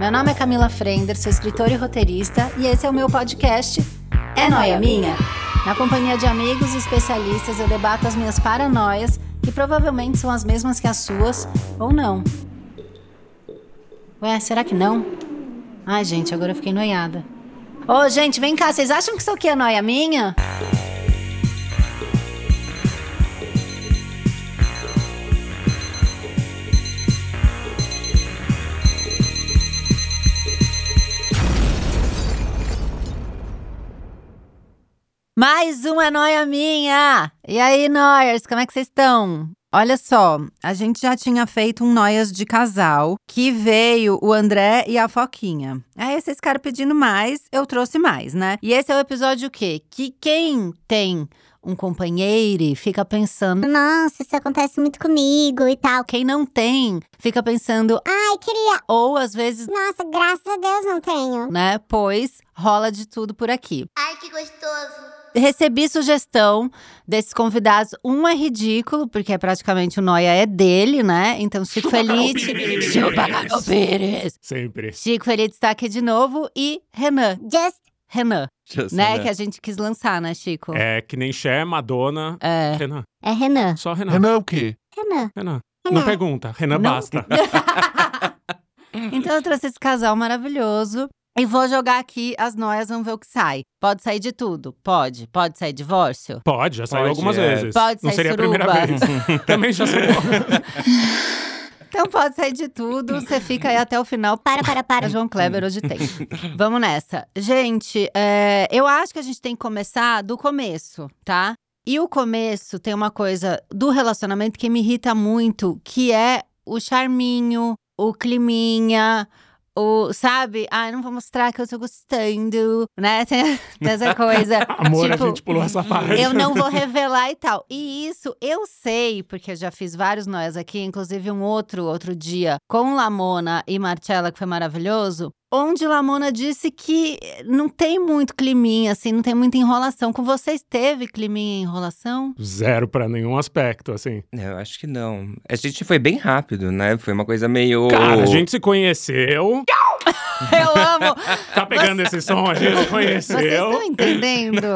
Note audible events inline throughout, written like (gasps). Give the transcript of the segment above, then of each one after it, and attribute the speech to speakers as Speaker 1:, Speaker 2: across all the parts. Speaker 1: Meu nome é Camila Frender, sou escritora e roteirista, e esse é o meu podcast É Noia Minha. Na companhia de amigos e especialistas, eu debato as minhas paranoias, que provavelmente são as mesmas que as suas, ou não. Ué, será que não? Ai, gente, agora eu fiquei noiada. Ô, gente, vem cá, vocês acham que isso aqui é noia minha? Mais um é noia minha! E aí, noias, como é que vocês estão?
Speaker 2: Olha só, a gente já tinha feito um Noias de Casal, que veio o André e a Foquinha. Aí vocês ficaram pedindo mais, eu trouxe mais, né?
Speaker 1: E esse é o episódio o quê? Que quem tem um companheiro fica pensando.
Speaker 3: Nossa, isso acontece muito comigo e tal.
Speaker 1: Quem não tem, fica pensando.
Speaker 3: Ai, queria.
Speaker 1: Ou às vezes,
Speaker 3: Nossa, graças a Deus não tenho.
Speaker 1: né? Pois rola de tudo por aqui.
Speaker 3: Ai, que gostoso.
Speaker 1: Recebi sugestão desses convidados. Um é ridículo, porque é praticamente o Noia é dele, né? Então, Chico
Speaker 4: Chupa
Speaker 1: Feliz.
Speaker 4: Carol Pires.
Speaker 1: Chupa Carol Pires.
Speaker 4: Sempre.
Speaker 1: Chico Feliz está aqui de novo. E Renan.
Speaker 3: Just
Speaker 1: Renan,
Speaker 5: Just
Speaker 4: assim,
Speaker 1: né?
Speaker 5: Renan.
Speaker 1: Que a gente quis lançar, né, Chico?
Speaker 4: É que nem Cher, Madonna.
Speaker 1: É.
Speaker 4: Renan.
Speaker 3: é Renan.
Speaker 4: Só Renan. Renan.
Speaker 5: Renan é o quê?
Speaker 3: Renan.
Speaker 4: Não
Speaker 3: Renan.
Speaker 4: pergunta. Renan
Speaker 1: Não.
Speaker 4: basta.
Speaker 1: Então eu trouxe esse casal maravilhoso e vou jogar aqui as noias, vamos ver o que sai. Pode sair de tudo? Pode. Pode sair divórcio?
Speaker 4: Pode, já saiu
Speaker 5: Pode,
Speaker 4: algumas
Speaker 5: é.
Speaker 4: vezes.
Speaker 1: Pode
Speaker 4: Não
Speaker 1: sair
Speaker 4: seria a
Speaker 1: suruba. (laughs)
Speaker 4: primeira vez. Também já saiu.
Speaker 1: Então pode sair de tudo, você fica aí até o final.
Speaker 3: Para, para,
Speaker 1: É
Speaker 3: para.
Speaker 1: João Kleber, hoje tem. Vamos nessa. Gente, é, eu acho que a gente tem que começar do começo, tá? E o começo tem uma coisa do relacionamento que me irrita muito, que é o charminho, o climinha, o, sabe? Ai, não vou mostrar que eu tô gostando, né? (laughs) Tem, tem essa coisa.
Speaker 4: Amor,
Speaker 1: tipo,
Speaker 4: a gente pulou essa parte.
Speaker 1: eu não vou revelar e tal. E isso eu sei, porque eu já fiz vários nós aqui, inclusive um outro outro dia com Lamona e Marcella, que foi maravilhoso. Onde Lamona disse que eh, não tem muito climinha, assim, não tem muita enrolação. Com vocês teve climinha e enrolação?
Speaker 4: Zero pra nenhum aspecto, assim.
Speaker 5: Eu acho que não. A gente foi bem rápido, né? Foi uma coisa meio.
Speaker 4: Cara, a gente se conheceu.
Speaker 1: (laughs) Eu amo!
Speaker 4: Tá pegando esse som? A gente
Speaker 1: (laughs)
Speaker 4: se
Speaker 1: Vocês estão
Speaker 4: conheceu.
Speaker 1: entendendo?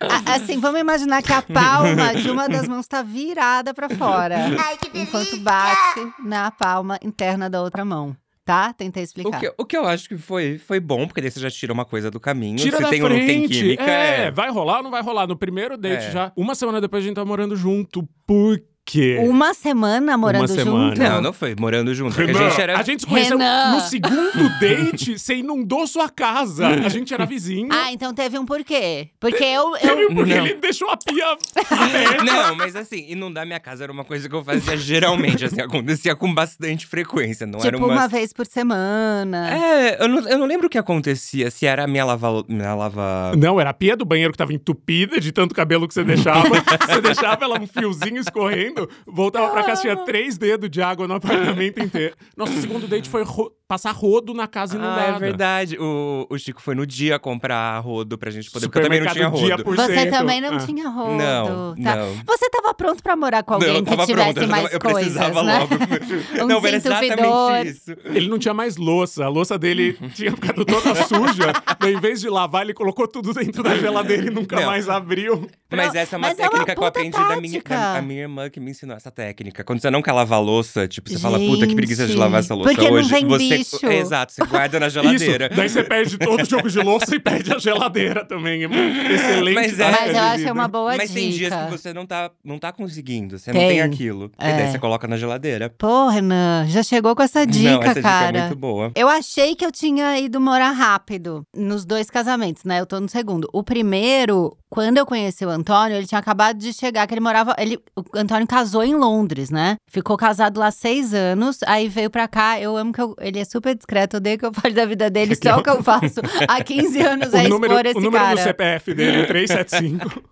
Speaker 1: A- assim, vamos imaginar que a palma de uma das mãos tá virada pra fora.
Speaker 3: Ai, que
Speaker 1: Enquanto bate na palma interna da outra mão. Tá? Tentei
Speaker 5: O
Speaker 1: explicar.
Speaker 5: que, o que eu acho que foi, foi bom, porque daí você já tira uma coisa do caminho.
Speaker 4: Tira
Speaker 5: se
Speaker 4: da
Speaker 5: tem
Speaker 4: frente.
Speaker 5: ou não tem química.
Speaker 4: é, vai rolar ou não vai rolar? No primeiro date
Speaker 5: É.
Speaker 4: já. Uma semana depois a gente tá morando junto. Por quê?
Speaker 1: Uma semana morando
Speaker 4: semana.
Speaker 1: junto?
Speaker 5: Não, não foi. Morando junto. Porque
Speaker 4: Renan,
Speaker 5: a gente era.
Speaker 4: se conheceu
Speaker 1: Renan.
Speaker 4: no segundo (laughs) date, você inundou sua casa. A gente era vizinho.
Speaker 1: Ah, então teve um porquê. Porque eu. eu...
Speaker 4: Teve porque
Speaker 5: Não.
Speaker 4: ele deixou a pia. (laughs)
Speaker 5: Não, mas assim, inundar minha casa era uma coisa que eu fazia geralmente. Assim, acontecia com bastante frequência. Não era
Speaker 1: tipo,
Speaker 5: uma.
Speaker 1: uma vez por semana.
Speaker 5: É, eu não, eu não lembro o que acontecia. Se era a minha lava. Minha lava...
Speaker 4: Não, era a pia do banheiro que tava entupida de tanto cabelo que
Speaker 5: (laughs)
Speaker 4: você deixava. você deixava ela um fiozinho escorrendo, voltava pra casa,
Speaker 1: Ah.
Speaker 4: tinha três dedos de água no apartamento inteiro. Nosso segundo date foi ro- passar rodo na casa
Speaker 5: Ah,
Speaker 4: inundada.
Speaker 5: é verdade. O, o Chico foi no dia comprar rodo pra gente poder. Porque eu também não tinha
Speaker 4: Supermercado
Speaker 5: rodo.
Speaker 4: dia por
Speaker 1: Você
Speaker 4: cento.
Speaker 1: também não
Speaker 4: Ah.
Speaker 1: tinha rodo.
Speaker 5: Não,
Speaker 1: tá?
Speaker 5: não.
Speaker 1: Você tava pronto pra morar com alguém
Speaker 5: não, eu
Speaker 1: que
Speaker 5: tava
Speaker 1: tivesse
Speaker 5: pronta, eu
Speaker 1: mais
Speaker 5: tava- eu
Speaker 1: coisas,
Speaker 5: precisava
Speaker 1: né?
Speaker 5: logo.
Speaker 1: (laughs) Um
Speaker 5: não, era
Speaker 1: desentupidor.
Speaker 5: exatamente isso.
Speaker 4: Ele não tinha mais louça. A louça dele
Speaker 5: Uhum.
Speaker 4: tinha ficado toda suja. Daí, em vez de lavar, ele colocou tudo dentro da geladeira e nunca
Speaker 5: Não.
Speaker 4: mais abriu.
Speaker 5: Mas essa é uma
Speaker 1: mas é uma
Speaker 5: técnica que eu
Speaker 1: puta
Speaker 5: aprendi da minha,
Speaker 1: tática.
Speaker 5: da- a minha irmã que me ensinou essa técnica. Quando você não quer lavar a louça, tipo, você fala, puta, que preguiça de
Speaker 1: Gente,
Speaker 5: lavar essa louça
Speaker 1: porque não
Speaker 5: hoje.
Speaker 1: vem
Speaker 5: você,
Speaker 1: bicho.
Speaker 5: É, (laughs) exato, você guarda na geladeira.
Speaker 4: Isso. Daí você perde todo o jogo de louça e perde a geladeira também. É muito excelente. tá?
Speaker 5: Mas é-
Speaker 4: tática
Speaker 1: Mas
Speaker 4: de
Speaker 1: eu acho que
Speaker 4: vida.
Speaker 1: é
Speaker 5: (laughs)
Speaker 1: uma boa
Speaker 5: Mas
Speaker 1: dica.
Speaker 5: tem dias que você não tá, não tá conseguindo, você
Speaker 1: Tem.
Speaker 5: não tem aquilo. E
Speaker 1: É.
Speaker 5: daí você coloca na geladeira.
Speaker 1: Pô, Renan, já chegou com essa dica,
Speaker 5: não, essa
Speaker 1: cara.
Speaker 5: dica é muito boa.
Speaker 1: Eu achei que eu tinha ido morar rápido nos dois casamentos, né? Eu tô no segundo. O primeiro, quando eu conheci o Antônio, ele tinha acabado de chegar, que ele morava. Ele, o Antônio casou em Londres, né? Ficou casado lá seis anos, aí veio pra cá. Eu amo que eu- ele é super discreto, eu odeio que eu fale da vida
Speaker 4: (laughs)
Speaker 1: dele, só o que eu faço há 15 anos é
Speaker 4: É O número,
Speaker 1: expor esse
Speaker 4: o número do
Speaker 1: cara.
Speaker 4: CPF dele
Speaker 1: (laughs)
Speaker 4: é 375.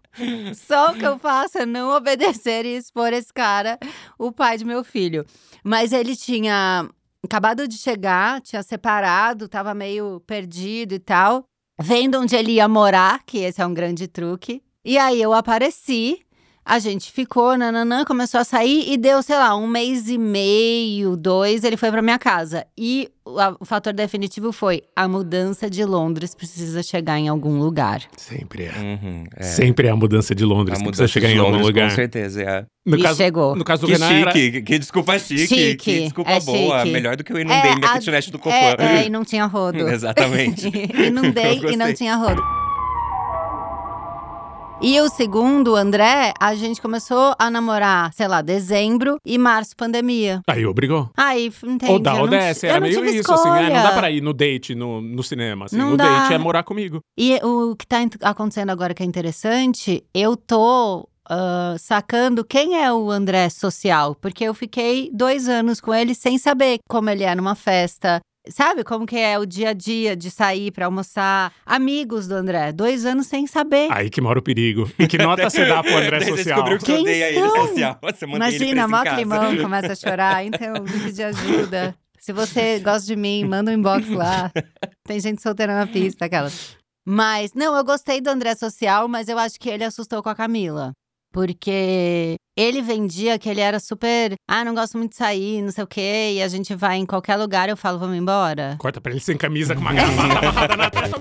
Speaker 1: Só o que eu faço é não obedecer e expor esse cara, o pai de meu filho. Mas ele tinha acabado de chegar, tinha separado, tava meio perdido e tal. Vendo onde ele ia morar, que esse é um grande truque. E aí eu apareci. A gente ficou, nananã, começou a sair e deu, sei lá, um mês e meio, dois, ele foi pra minha casa. E o, a- o fator definitivo foi: a mudança de Londres precisa chegar em algum lugar.
Speaker 4: Sempre é.
Speaker 5: Uhum, é. Tá
Speaker 4: Sempre é a mudança de Londres
Speaker 5: A
Speaker 4: que
Speaker 5: mudança
Speaker 4: precisa chegar
Speaker 5: de
Speaker 4: em algum
Speaker 5: Londres,
Speaker 4: lugar.
Speaker 5: Com certeza, é.
Speaker 4: No
Speaker 1: e
Speaker 4: caso,
Speaker 1: chegou.
Speaker 4: no caso do
Speaker 5: Que
Speaker 4: Renan, era-
Speaker 5: chique, que, que desculpa é chique,
Speaker 1: Chique,
Speaker 5: que desculpa
Speaker 1: é
Speaker 5: boa.
Speaker 1: chique.
Speaker 5: Melhor do que o
Speaker 1: É,
Speaker 5: Inundei é, da
Speaker 1: a-
Speaker 5: kitnet do Copan.
Speaker 1: É,
Speaker 5: (laughs)
Speaker 1: é, e não tinha rodo.
Speaker 5: Exatamente.
Speaker 1: Inundei
Speaker 5: Eu
Speaker 1: (laughs) e não
Speaker 5: gostei.
Speaker 1: tinha rodo. E o segundo, o André, a gente começou a namorar, sei lá, dezembro e março, pandemia.
Speaker 4: Aí obrigou.
Speaker 1: Aí, f- entende?
Speaker 4: Ou dá
Speaker 1: eu
Speaker 4: ou
Speaker 1: não,
Speaker 4: desce,
Speaker 1: eu
Speaker 4: era
Speaker 1: não
Speaker 4: meio
Speaker 1: tive
Speaker 4: isso, assim, né? Não dá
Speaker 1: escolha.
Speaker 4: pra ir no date, no, no cinema, assim.
Speaker 1: Não
Speaker 4: no
Speaker 1: dá.
Speaker 4: date é morar comigo.
Speaker 1: E o que tá ent- acontecendo agora que é interessante, eu tô ah, sacando quem é o André social, porque eu fiquei dois anos com ele sem saber como ele é numa festa. Sabe como que é o dia a dia de sair pra almoçar? Amigos do André, dois anos sem saber.
Speaker 4: Aí que mora o perigo. E que nota se
Speaker 5: (laughs)
Speaker 4: dá pro André
Speaker 5: Daí você
Speaker 4: Social?
Speaker 5: descobriu que
Speaker 1: Quem
Speaker 5: você odeia ele
Speaker 1: são?
Speaker 5: social. Você mantém
Speaker 1: Imagina,
Speaker 5: ele
Speaker 1: mó
Speaker 5: preso em casa. (laughs)
Speaker 1: climão, começa a chorar. Então, me pedir ajuda. Se você gosta de mim, manda um inbox lá. Tem gente solteira na pista, aquelas. Mas, não, eu gostei do André Social, mas eu acho que ele assustou com a Camila. Porque ele vendia que ele era super. Ah, não gosto muito de sair, não sei o quê. E a gente vai em qualquer lugar, eu falo, vamos embora.
Speaker 4: Corta pra ele sem camisa, com uma gravata amarrada na testa.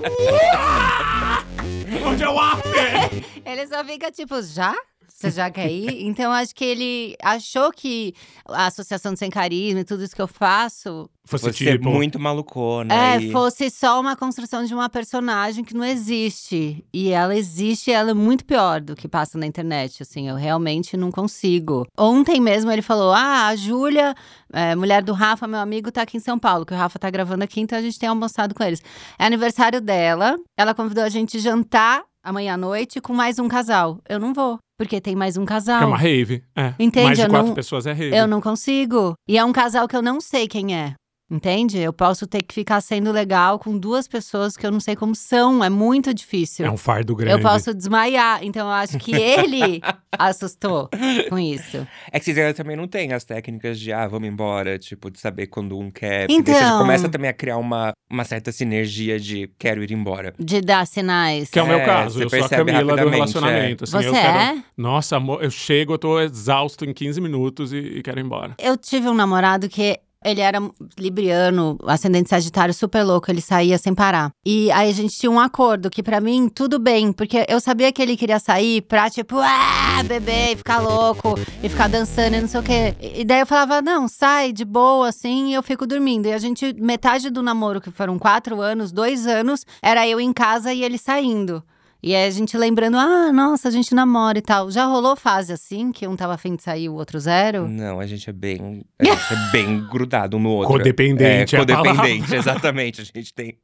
Speaker 4: Onde é o after?
Speaker 1: Ele só fica tipo, já? Você já quer ir? Então acho que ele achou que a Associação de Sem Carisma e tudo isso que eu faço
Speaker 4: Fosse
Speaker 5: Você é
Speaker 4: tipo...
Speaker 5: muito malucona.
Speaker 1: É,
Speaker 5: né, e...
Speaker 1: fosse só uma construção de uma personagem que não existe. E ela existe e ela é muito pior do que passa na internet, assim. Eu realmente não consigo. Ontem mesmo ele falou, ah, a Júlia, é, mulher do Rafa, meu amigo, tá aqui em São Paulo. Que o Rafa tá gravando aqui, então a gente tem almoçado com eles. É aniversário dela, ela convidou a gente jantar amanhã à noite com mais um casal. Eu não vou, porque tem mais um casal.
Speaker 4: É uma rave. É.
Speaker 1: Entende,
Speaker 4: Mais de
Speaker 1: eu
Speaker 4: quatro
Speaker 1: não-
Speaker 4: pessoas é rave.
Speaker 1: Eu não consigo. E é um casal que eu não sei quem é. Entende? Eu posso ter que ficar sendo legal com duas pessoas que eu não sei como são. É muito difícil.
Speaker 4: É um fardo grande.
Speaker 1: eu posso desmaiar. Então eu acho que
Speaker 4: (laughs)
Speaker 1: ele assustou com isso.
Speaker 5: É que vocês ainda também não têm as técnicas de, ah, vamos embora, tipo, de saber quando um quer. Porque daí você já
Speaker 1: Então.
Speaker 5: começa também a criar uma, uma certa sinergia de quero ir embora.
Speaker 1: De dar sinais.
Speaker 4: Que é o meu
Speaker 5: É,
Speaker 4: caso.
Speaker 5: você
Speaker 4: Eu sou a
Speaker 5: percebe
Speaker 4: Camila do
Speaker 5: rapidamente, é.
Speaker 4: relacionamento. assim,
Speaker 1: Você
Speaker 4: eu quero...
Speaker 1: é?
Speaker 4: Nossa, amor, eu chego, eu tô exausto em 15 minutos e, e quero ir embora.
Speaker 1: Eu tive um namorado que ele era libriano, ascendente sagitário, super louco, ele saía sem parar. E aí a gente tinha um acordo que pra mim tudo bem, porque eu sabia que ele queria sair pra tipo, ah, beber e ficar louco e ficar dançando e não sei o quê. E daí eu falava, não, sai de boa assim e eu fico dormindo. E a gente, metade do namoro, que foram quatro anos, dois anos, era eu em casa e ele saindo. E aí a gente lembrando, ah, nossa, a gente namora e tal. Já rolou fase assim, que um tava afim de sair, o outro zero?
Speaker 5: Não, a gente é bem. A gente é
Speaker 1: (laughs)
Speaker 5: bem grudado um no outro.
Speaker 4: Codependente,
Speaker 5: É,
Speaker 4: é a palavra.
Speaker 5: codependente, exatamente. A gente tem.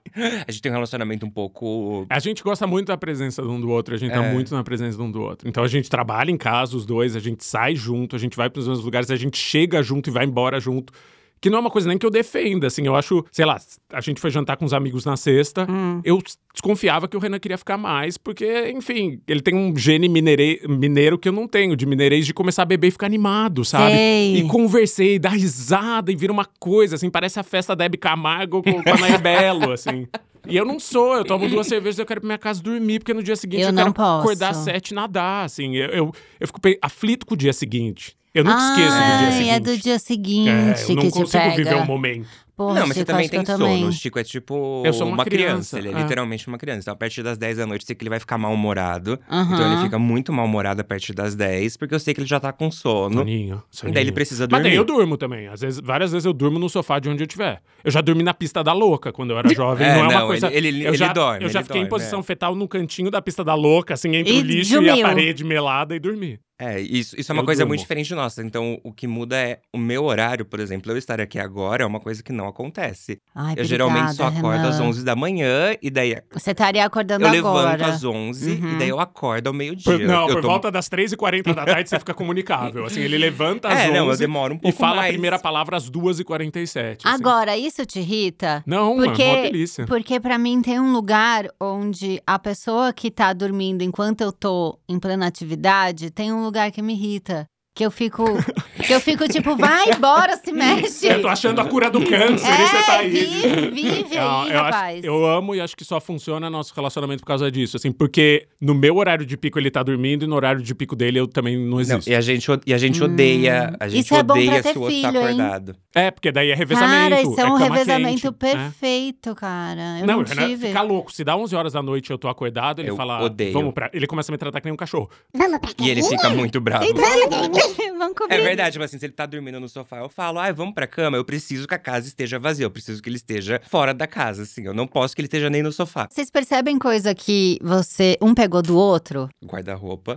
Speaker 5: A gente tem um relacionamento um pouco.
Speaker 4: A gente gosta muito da presença de um do outro, a gente tá
Speaker 5: É.
Speaker 4: muito na presença de um do outro. Então a gente trabalha em casa, os dois, a gente sai junto, a gente vai pros mesmos lugares, a gente chega junto e vai embora junto. Que não é uma coisa nem que eu defenda, assim. Eu acho, sei lá, a gente foi jantar com os amigos na sexta. Eu s- desconfiava que o Renan queria ficar mais, porque, enfim, ele tem um gene mineire- mineiro que eu não tenho, de mineirês de começar a beber e ficar animado, sabe?
Speaker 1: Sei.
Speaker 4: E conversei, dá risada e vira uma coisa, assim, parece a festa da Hebe Camargo com, com a Nair Belo, assim. E eu não sou, eu tomo duas cervejas e eu quero ir pra minha casa dormir, porque no dia seguinte
Speaker 1: Eu
Speaker 4: eu,
Speaker 1: não
Speaker 4: quero
Speaker 1: posso.
Speaker 4: acordar às sete e nadar, assim. Eu, eu, eu fico pe- aflito com o dia seguinte. Eu nunca esqueço do dia
Speaker 1: Ai,
Speaker 4: seguinte.
Speaker 1: é do dia seguinte
Speaker 4: É, eu não
Speaker 1: que te
Speaker 4: consigo
Speaker 1: pega.
Speaker 4: viver o momento.
Speaker 1: Porra,
Speaker 5: não, mas você
Speaker 1: Chico,
Speaker 5: também
Speaker 1: acho que
Speaker 5: tem
Speaker 1: eu
Speaker 5: sono.
Speaker 1: também.
Speaker 5: O Chico é tipo
Speaker 4: Eu sou uma criança,
Speaker 5: Ele é,
Speaker 4: é.
Speaker 5: literalmente uma criança. Então, a partir das 10 da noite, eu sei que ele vai ficar mal-humorado.
Speaker 1: Aham.
Speaker 5: Então ele fica muito mal-humorado a partir das 10, porque eu sei que ele já tá com sono.
Speaker 4: Soninho,
Speaker 5: E
Speaker 4: soninho.
Speaker 5: daí ele precisa
Speaker 4: Mas
Speaker 5: dormir.
Speaker 4: daí eu durmo também. Às vezes, várias vezes eu durmo no sofá de onde eu tiver. Eu já dormi na pista da louca quando eu era jovem.
Speaker 5: (laughs) É,
Speaker 4: não é uma
Speaker 5: não,
Speaker 4: coisa.
Speaker 5: ele- ele-
Speaker 4: eu
Speaker 5: ele
Speaker 4: já,
Speaker 5: dorme,
Speaker 4: Eu já
Speaker 5: ele
Speaker 4: fiquei em
Speaker 5: dorme,
Speaker 4: posição
Speaker 5: é.
Speaker 4: fetal no cantinho da pista da louca, assim, entre
Speaker 1: E
Speaker 4: o lixo e
Speaker 1: dormiu.
Speaker 4: a parede melada e dormi.
Speaker 5: É, isso, isso é uma
Speaker 4: Eu
Speaker 5: coisa
Speaker 4: durmo.
Speaker 5: muito diferente nossa. Então, o que muda é o meu horário, por exemplo, eu estar aqui agora é uma coisa que não acontece.
Speaker 1: Ai,
Speaker 5: eu geralmente só
Speaker 1: obrigada,
Speaker 5: acordo às
Speaker 1: É Renan.
Speaker 5: 11 da manhã e daí
Speaker 1: Você estaria acordando
Speaker 5: eu
Speaker 1: agora.
Speaker 5: levanto às 11
Speaker 1: Uhum.
Speaker 5: e daí eu acordo ao meio-dia.
Speaker 4: Por- não,
Speaker 5: é, eu
Speaker 4: por
Speaker 5: tô-
Speaker 4: volta das 3h40 da tarde você fica comunicável. Assim, ele levanta
Speaker 5: (laughs)
Speaker 4: às
Speaker 5: É,
Speaker 4: 11
Speaker 5: não, eu demoro um
Speaker 4: e
Speaker 5: pouco
Speaker 4: fala
Speaker 5: mais.
Speaker 4: a primeira palavra às 2h47. assim.
Speaker 1: Agora, isso te irrita?
Speaker 4: Não,
Speaker 1: Porque-
Speaker 4: é uma delícia.
Speaker 1: Porque pra mim tem um lugar onde a pessoa que tá dormindo enquanto eu tô em plena atividade, tem um lugar que me irrita. Que eu
Speaker 4: (laughs)
Speaker 1: fico. que eu fico tipo, vai embora, se mexe.
Speaker 4: Eu tô achando a
Speaker 1: (laughs)
Speaker 4: cura do câncer, e você tá aí.
Speaker 1: vive, vive aí,
Speaker 4: Não, eu, acho-
Speaker 1: É rapaz.
Speaker 4: eu amo e acho que só funciona nosso relacionamento por causa disso. Assim, porque no meu horário de pico ele tá dormindo e no horário de pico dele eu também não
Speaker 5: Não,
Speaker 4: existo.
Speaker 5: e é- a gente, o- e a gente odeia, a gente
Speaker 1: Hum, Isso é bom pra
Speaker 5: odeia
Speaker 1: ter
Speaker 5: se o outro tá
Speaker 1: filho, hein?
Speaker 5: acordado.
Speaker 4: É, porque daí é revezamento.
Speaker 1: Cara, isso é um
Speaker 4: cama
Speaker 1: revezamento
Speaker 4: quente, né?
Speaker 1: perfeito, cara. Eu não,
Speaker 4: o Renan
Speaker 1: tive.
Speaker 4: fica louco. Se dá 11 horas da noite e eu tô acordado, ele
Speaker 5: Eu
Speaker 4: fala.
Speaker 5: odeio.
Speaker 4: Vamos pra. Ele começa a me tratar que nem um cachorro. (laughs)
Speaker 3: Vamos pra
Speaker 5: E ele
Speaker 3: caminha?
Speaker 5: fica muito bravo.
Speaker 1: tá
Speaker 3: Vamos dormir?
Speaker 1: (laughs) Vamos
Speaker 5: É
Speaker 1: cobrir.
Speaker 5: verdade, mas assim, se ele tá dormindo no sofá, eu falo, ai, vamos pra cama, eu preciso que a casa esteja vazia, eu preciso que ele esteja fora da casa, assim, eu não posso que ele esteja nem no sofá.
Speaker 1: Vocês percebem coisa que você um pegou do outro?
Speaker 4: (gasps)
Speaker 5: Guarda-roupa.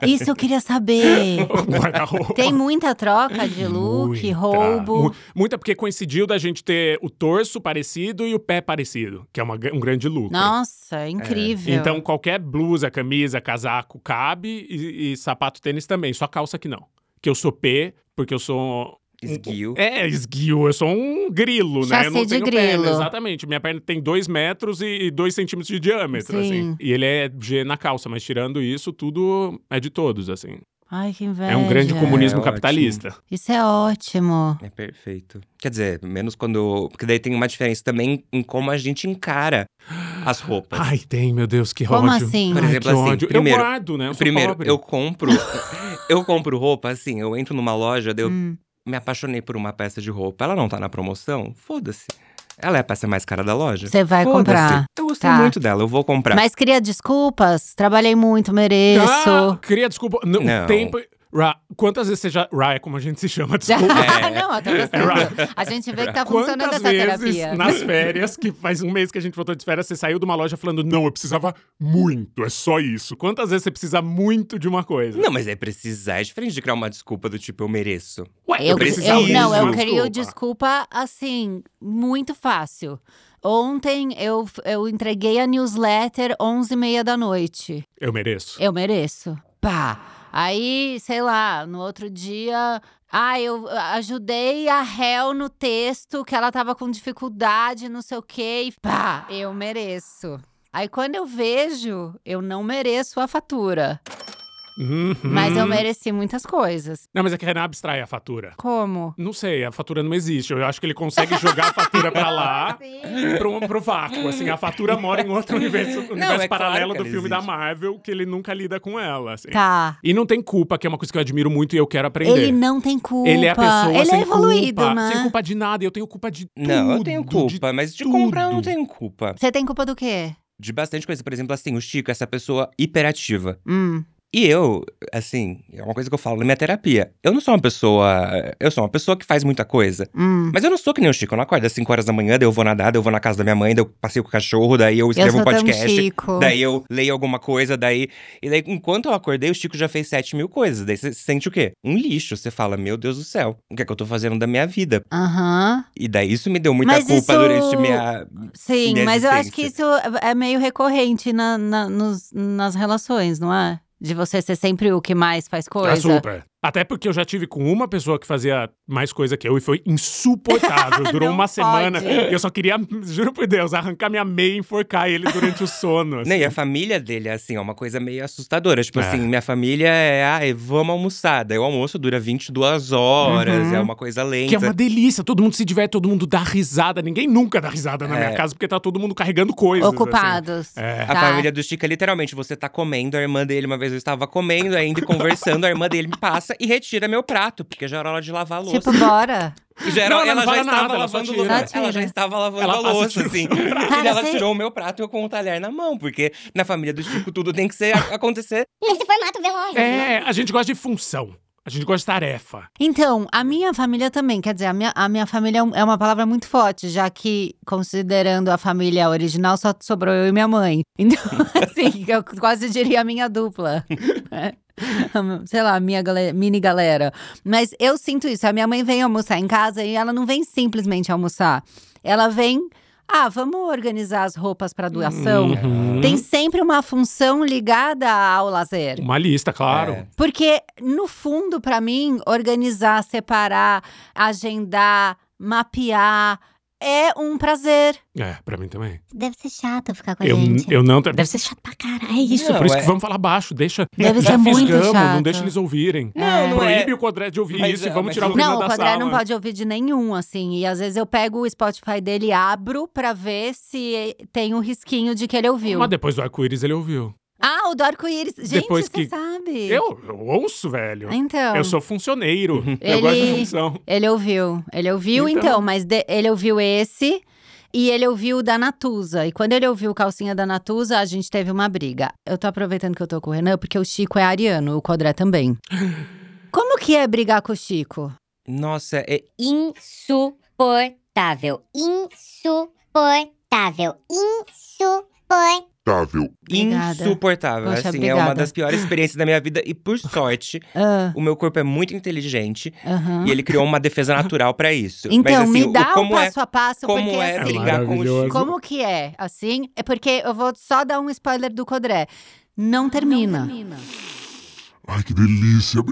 Speaker 1: É, Isso eu queria
Speaker 4: (laughs)
Speaker 1: saber.
Speaker 4: Guarda-roupa.
Speaker 1: Tem muita troca de look,
Speaker 4: Muita.
Speaker 1: roubo.
Speaker 4: Mu- muita porque coincidiu da gente ter o torso parecido e o pé parecido, que é uma gr- um grande lucro.
Speaker 1: Nossa, incrível.
Speaker 4: Então qualquer blusa, camisa, casaco cabe e, e sapato, tênis também. Só calça que não. Que eu sou P, porque eu sou.
Speaker 5: Esguio.
Speaker 4: É, esguio, eu sou um grilo, né? Eu não
Speaker 1: Chassi de
Speaker 4: tenho perna,
Speaker 1: grilo.
Speaker 4: exatamente. Minha perna tem dois metros e 2 centímetros de diâmetro, assim.
Speaker 1: Sim.
Speaker 4: E ele é G na calça, mas tirando isso, tudo é de todos, assim.
Speaker 1: Ai, que
Speaker 4: É,
Speaker 1: inveja.
Speaker 4: um grande comunismo
Speaker 5: É ótimo.
Speaker 4: capitalista.
Speaker 1: Isso é ótimo.
Speaker 5: É perfeito. Quer dizer, menos quando. Porque daí tem uma diferença também em como a gente encara as roupas.
Speaker 4: Ai, tem, meu Deus, que
Speaker 1: Como
Speaker 4: ódio.
Speaker 1: assim?
Speaker 5: Por
Speaker 4: Ai,
Speaker 5: exemplo,
Speaker 4: que
Speaker 5: assim,
Speaker 4: ódio.
Speaker 5: primeiro-
Speaker 4: eu guardo, né? Eu sou
Speaker 5: Primeiro,
Speaker 4: pobre.
Speaker 5: eu compro. eu compro roupa, assim, eu entro numa loja, daí eu
Speaker 1: Hum.
Speaker 5: me apaixonei por uma peça de roupa. Ela não tá na promoção? Foda-se. Ela é a peça mais cara da loja.
Speaker 1: Você vai
Speaker 5: Foda-se.
Speaker 1: comprar.
Speaker 5: Eu gostei
Speaker 1: Tá.
Speaker 5: muito dela, eu vou comprar.
Speaker 1: Mas cria desculpas. Trabalhei muito, mereço.
Speaker 4: Ah, queria desculpa. Não,
Speaker 5: Não.
Speaker 4: O tempo. Ra, quantas vezes você já. Ra é como a gente se
Speaker 1: (laughs)
Speaker 4: chama, desculpa.
Speaker 5: É.
Speaker 1: Não, eu tô gostando. A gente vê que tá funcionando
Speaker 4: Quantas
Speaker 1: essa
Speaker 4: vezes
Speaker 1: terapia.
Speaker 4: nas férias, que faz um mês que a gente voltou de férias, você saiu de uma loja falando, não, eu precisava muito, é só isso. Quantas vezes você precisa muito de uma coisa?
Speaker 5: Não, mas é precisar, é diferente de criar uma desculpa do tipo, eu mereço.
Speaker 4: Ué,
Speaker 1: Eu,
Speaker 5: preciso
Speaker 1: eu-
Speaker 5: disso,
Speaker 1: não, eu
Speaker 5: desculpa.
Speaker 1: crio desculpa assim, muito fácil. Ontem eu, eu entreguei a newsletter 11h30 da noite.
Speaker 4: Eu mereço.
Speaker 1: Eu mereço. Pá. Aí, sei lá, no outro dia. Ah, eu ajudei a réu no texto que ela tava com dificuldade, não sei o quê. E pá, eu mereço. Aí quando eu vejo, eu não mereço a fatura.
Speaker 4: Uhum.
Speaker 1: Mas eu mereci muitas coisas.
Speaker 4: Não, mas é que Renan abstrai a fatura.
Speaker 1: Como?
Speaker 4: Não sei, a fatura não existe. Eu acho que ele consegue jogar a fatura
Speaker 1: (laughs)
Speaker 4: pra lá, pro, pro vácuo. Assim, a fatura mora em outro universo, universo
Speaker 5: é claro
Speaker 4: paralelo
Speaker 5: que
Speaker 4: do
Speaker 5: ela
Speaker 4: filme da
Speaker 5: existe.
Speaker 4: Marvel, que ele nunca lida com ela. assim.
Speaker 1: Tá.
Speaker 4: E não tem culpa, que é uma coisa que eu admiro muito e eu quero aprender.
Speaker 1: Ele não tem culpa.
Speaker 4: Ele é a pessoa
Speaker 1: Ele
Speaker 4: sem
Speaker 1: é evoluído,
Speaker 4: culpa,
Speaker 1: né?
Speaker 4: Sem culpa de nada, eu tenho culpa de tudo.
Speaker 5: Não, eu tenho
Speaker 4: de
Speaker 5: culpa, mas de comprar eu não
Speaker 4: tudo.
Speaker 5: tenho culpa.
Speaker 1: Você tem culpa do quê?
Speaker 5: De bastante coisa. Por exemplo, assim, o Chico é essa pessoa hiperativa.
Speaker 1: Hum.
Speaker 5: E eu, assim, é uma coisa que eu falo na minha terapia. Eu não sou uma pessoa. Eu sou uma pessoa que faz muita coisa.
Speaker 1: Hum.
Speaker 5: Mas eu não sou que nem o Chico. Eu não acordo às 5 horas da manhã, daí eu vou nadar, daí eu vou na casa da minha mãe, daí eu passeio com o cachorro, daí eu
Speaker 1: Eu
Speaker 5: escrevo
Speaker 1: sou
Speaker 5: um
Speaker 1: tão
Speaker 5: podcast.
Speaker 1: chico.
Speaker 5: Daí eu leio alguma coisa, daí. E daí, enquanto eu acordei, o Chico já fez 7 mil coisas. Daí você sente o quê? Um lixo. Você fala, meu Deus do céu, o que é que eu tô fazendo da minha vida?
Speaker 1: Aham.
Speaker 5: E daí isso me deu muita
Speaker 1: Mas
Speaker 5: culpa
Speaker 1: isso-
Speaker 5: durante minha.
Speaker 1: Sim,
Speaker 5: Minha
Speaker 1: mas eu acho que isso
Speaker 5: existência.
Speaker 1: é meio recorrente na, na- nos- nas relações, não é? De você ser sempre o que mais faz
Speaker 4: É
Speaker 1: coisa.
Speaker 4: super. Até porque eu já tive com uma pessoa que fazia mais coisa que eu e foi
Speaker 1: (laughs)
Speaker 4: insuportável. Durou
Speaker 1: Não
Speaker 4: uma
Speaker 1: pode.
Speaker 4: semana. E eu só queria, juro por Deus, arrancar minha meia e enforcar ele durante o sono. assim.
Speaker 5: Não, e a família dele, é assim, é uma coisa meio assustadora. Tipo
Speaker 4: É.
Speaker 5: assim, minha família é, ah, é, vamos almoçar. Daí o almoço dura 22 horas,
Speaker 1: Uhum.
Speaker 5: é uma coisa lenta.
Speaker 4: Que é uma delícia, todo mundo se diverte, todo mundo dá risada. Ninguém nunca dá risada na
Speaker 5: É.
Speaker 4: minha casa, porque tá todo mundo carregando coisas. assim.
Speaker 1: Ocupados.
Speaker 4: É.
Speaker 5: A
Speaker 1: Tá.
Speaker 5: família do Chico é literalmente, você tá comendo, a irmã dele, uma vez eu estava
Speaker 1: (laughs)
Speaker 5: comendo ainda e conversando, a irmã dele me passa e retira meu prato, porque já era hora de lavar a louça.
Speaker 4: assim.
Speaker 1: Tipo, bora.
Speaker 5: E já era-
Speaker 4: Não, ela
Speaker 5: ela,
Speaker 4: não
Speaker 5: já
Speaker 4: fala
Speaker 5: estava
Speaker 4: nada, ela só
Speaker 5: lavando
Speaker 4: tira.
Speaker 5: louça.
Speaker 1: Ela
Speaker 5: Ela já
Speaker 1: tira. né?
Speaker 5: estava lavando
Speaker 4: Ela
Speaker 5: a
Speaker 4: passa e
Speaker 5: louça,
Speaker 4: tira.
Speaker 5: assim.
Speaker 1: Cara,
Speaker 5: e ela
Speaker 1: você-
Speaker 5: tirou o meu prato e eu com o talher na mão, porque na família do Chico tudo tem que ser, acontecer
Speaker 3: Nesse formato veloz.
Speaker 4: É, a gente gosta de função. A gente gosta de tarefa.
Speaker 1: Então, a minha família também, quer dizer, a minha, a minha família é um- é uma palavra muito forte, já que, considerando a família original, só sobrou eu e minha mãe. (laughs) Então, assim, eu quase diria a minha dupla. (laughs) É. Sei lá, a minha gale- mini galera. Mas eu sinto isso. A minha mãe vem almoçar em casa e ela não vem simplesmente almoçar. Ela vem. Ah, vamos organizar as roupas para doação.
Speaker 4: Uhum.
Speaker 1: Tem sempre uma função ligada ao lazer.
Speaker 4: Uma lista, claro.
Speaker 5: É.
Speaker 1: Porque, no fundo, pra mim, organizar, separar, agendar, mapear, é um prazer.
Speaker 4: É, pra mim também.
Speaker 3: Deve ser chato ficar com a
Speaker 4: Eu,
Speaker 3: gente.
Speaker 4: eu não. tra-
Speaker 3: Deve ser chato pra caralho. É isso.
Speaker 5: Não,
Speaker 4: Por isso
Speaker 5: é-
Speaker 4: que vamos falar baixo, deixa.
Speaker 1: Deve
Speaker 4: já
Speaker 1: ser muito
Speaker 4: fisgamos, não
Speaker 1: chato.
Speaker 4: deixa eles ouvirem.
Speaker 5: Não, não é.
Speaker 4: Proíbe o Codré de ouvir
Speaker 5: Mas,
Speaker 4: isso e
Speaker 5: é,
Speaker 4: vamos
Speaker 5: mas
Speaker 4: tirar o
Speaker 5: eu-
Speaker 4: Renan
Speaker 1: Não, o
Speaker 4: da
Speaker 1: Codré
Speaker 4: sala.
Speaker 1: não pode ouvir de nenhum, assim. E às vezes eu pego o Spotify dele e abro pra ver se tem um risquinho de que ele ouviu.
Speaker 4: Mas depois do arco-íris ele ouviu.
Speaker 1: Ah, o do arco-íris. Gente,
Speaker 4: Depois
Speaker 1: você
Speaker 4: que-
Speaker 1: sabe.
Speaker 4: Eu, eu ouço, velho.
Speaker 1: Então.
Speaker 4: Eu sou funcioneiro. Eu um
Speaker 1: Ele-
Speaker 4: gosto de função.
Speaker 1: Ele ouviu. Ele ouviu,
Speaker 4: Então.
Speaker 1: então, mas de- ele ouviu esse e ele ouviu o da Natuza. E quando ele ouviu o calcinha da Natuza, a gente teve uma briga. Eu tô aproveitando que eu tô com o Renan, porque o Chico é ariano, o Codré
Speaker 5: (laughs)
Speaker 1: também. Como que é brigar com o Chico?
Speaker 5: Nossa, é-
Speaker 3: Insuportável. Insuportável. Insuportável.
Speaker 6: Tável.
Speaker 1: Obrigada.
Speaker 5: insuportável.
Speaker 1: Poxa,
Speaker 5: assim, é uma
Speaker 1: obrigada.
Speaker 5: das piores experiências da minha vida. E por sorte,
Speaker 1: Ah,
Speaker 5: o meu corpo é muito inteligente
Speaker 1: aham.
Speaker 5: e ele criou uma defesa natural pra isso.
Speaker 1: Então,
Speaker 5: Mas assim,
Speaker 1: me dá
Speaker 5: o, como
Speaker 1: um
Speaker 5: é,
Speaker 1: passo a passo,
Speaker 5: como
Speaker 1: porque
Speaker 5: é um-
Speaker 1: assim…
Speaker 5: brigar com o
Speaker 4: Maravilhoso.
Speaker 5: Chico.
Speaker 1: Como que é, assim? É porque eu vou só dar um spoiler do Codré. Não termina. Não,
Speaker 6: Ai, que delícia.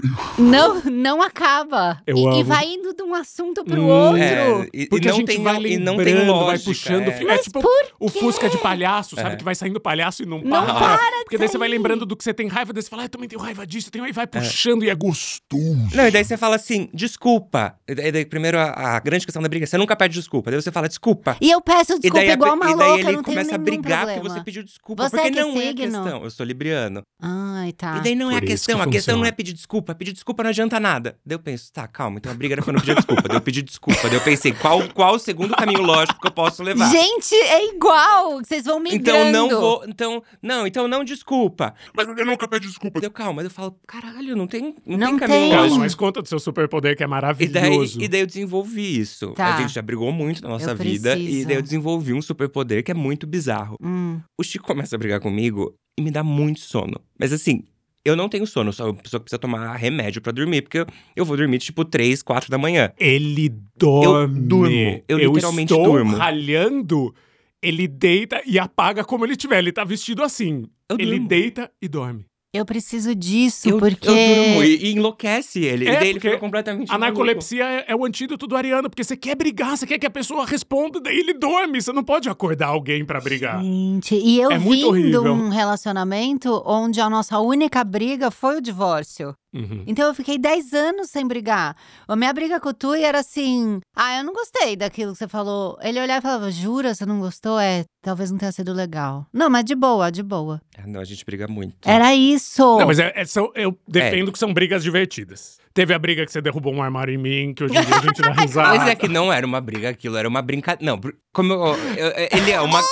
Speaker 1: não, acaba.
Speaker 4: Eu
Speaker 1: e, e
Speaker 4: amo.
Speaker 1: vai indo de um assunto pro
Speaker 4: Hum,
Speaker 1: outro.
Speaker 5: É, e- e,
Speaker 4: Porque
Speaker 5: não
Speaker 4: a gente
Speaker 5: tem,
Speaker 4: vai
Speaker 5: e
Speaker 4: lembrando,
Speaker 5: não tem lógica.
Speaker 4: vai puxando.
Speaker 5: é.
Speaker 4: É, tipo o Fusca de palhaço, sabe?
Speaker 5: É.
Speaker 4: Que vai saindo palhaço e não para.
Speaker 1: Não para
Speaker 4: Porque daí você vai lembrando do que você tem raiva, daí você fala, ah, eu também tenho raiva disso, eu tenho... aí vai puxando e é gostoso.
Speaker 5: Não, e daí você fala assim, desculpa. E daí, daí primeiro, a, a grande questão da briga, você nunca pede desculpa. Daí você fala, desculpa.
Speaker 1: E eu peço desculpa
Speaker 5: e daí, a-
Speaker 1: igual uma
Speaker 5: e daí
Speaker 1: louca, eu não
Speaker 5: ele
Speaker 1: tenho
Speaker 5: começa a
Speaker 1: nenhum
Speaker 5: brigar
Speaker 1: problema.
Speaker 5: porque você pediu desculpa.
Speaker 1: Você é
Speaker 5: porque
Speaker 1: que
Speaker 5: não é a
Speaker 1: signo?
Speaker 5: questão. Eu sou libriano.
Speaker 1: Ai, tá.
Speaker 5: E daí não é a
Speaker 4: Por isso
Speaker 5: questão,
Speaker 4: que
Speaker 5: a questão
Speaker 4: funciona.
Speaker 5: não é pedir desculpa. Pedir desculpa não adianta nada. Daí eu penso, tá, calma, então a briga era pra eu não pedir desculpa. daí eu pedi desculpa. Daí eu pensei, qual, qual o segundo caminho lógico que eu posso levar?
Speaker 1: Gente, é igual! Vocês vão migrando.
Speaker 5: Então não vou. Então, não, então não desculpa.
Speaker 6: Mas eu nunca pede desculpa.
Speaker 5: Deu calma, daí eu falo, caralho, não tem, não
Speaker 1: Não
Speaker 5: tem caminho
Speaker 1: tem.
Speaker 5: lógico.
Speaker 4: Calma, mas conta do seu superpoder que é
Speaker 5: E daí,
Speaker 4: maravilhoso.
Speaker 5: e daí eu desenvolvi isso.
Speaker 1: Tá.
Speaker 5: A gente já brigou muito na nossa
Speaker 1: Eu
Speaker 5: vida. E
Speaker 1: preciso.
Speaker 5: daí eu desenvolvi um superpoder que é muito bizarro.
Speaker 1: Hum.
Speaker 5: O Chico começa a brigar comigo e me dá muito sono. Mas assim, eu não tenho sono, sou uma pessoa que precisa tomar remédio pra dormir, porque eu, eu vou dormir tipo 3, 4 da manhã.
Speaker 4: Ele dorme.
Speaker 5: durmo, eu literalmente
Speaker 4: estou
Speaker 5: durmo.
Speaker 4: ralhando, ele deita e apaga como ele tiver. Ele tá vestido assim.
Speaker 5: Eu
Speaker 4: ele
Speaker 5: durmo.
Speaker 4: deita e dorme.
Speaker 1: Eu preciso disso,
Speaker 5: Eu,
Speaker 1: porque.
Speaker 5: eu durmo e, e enlouquece ele.
Speaker 4: É,
Speaker 5: e daí ele
Speaker 4: porque
Speaker 5: fica completamente.
Speaker 4: A
Speaker 5: maluco.
Speaker 4: narcolepsia é, é o antídoto do ariano, porque você quer brigar, você quer que a pessoa responda, daí ele dorme. Você não pode acordar alguém pra brigar.
Speaker 1: Gente, e eu
Speaker 4: É muito
Speaker 1: vim de
Speaker 4: horrível.
Speaker 1: um relacionamento onde a nossa única briga foi o divórcio.
Speaker 4: Uhum.
Speaker 1: Então eu fiquei 10 anos sem brigar. A minha briga com o Tui era assim: ah, eu não gostei daquilo que você falou. Ele olhava e falava: jura, você não gostou? É, talvez não tenha sido legal. Não, mas de boa, de boa.
Speaker 5: Ah, não, a gente briga muito.
Speaker 1: Era isso.
Speaker 4: Não, mas é- é- são- eu
Speaker 5: É.
Speaker 4: defendo que são brigas divertidas. Teve a briga que você derrubou um armário em mim, que hoje em dia
Speaker 5: (laughs)
Speaker 4: a gente dá risada.
Speaker 5: Mas é que não era uma briga aquilo, era uma brincadeira. Não, br- como eu- eu- eu- ele é uma.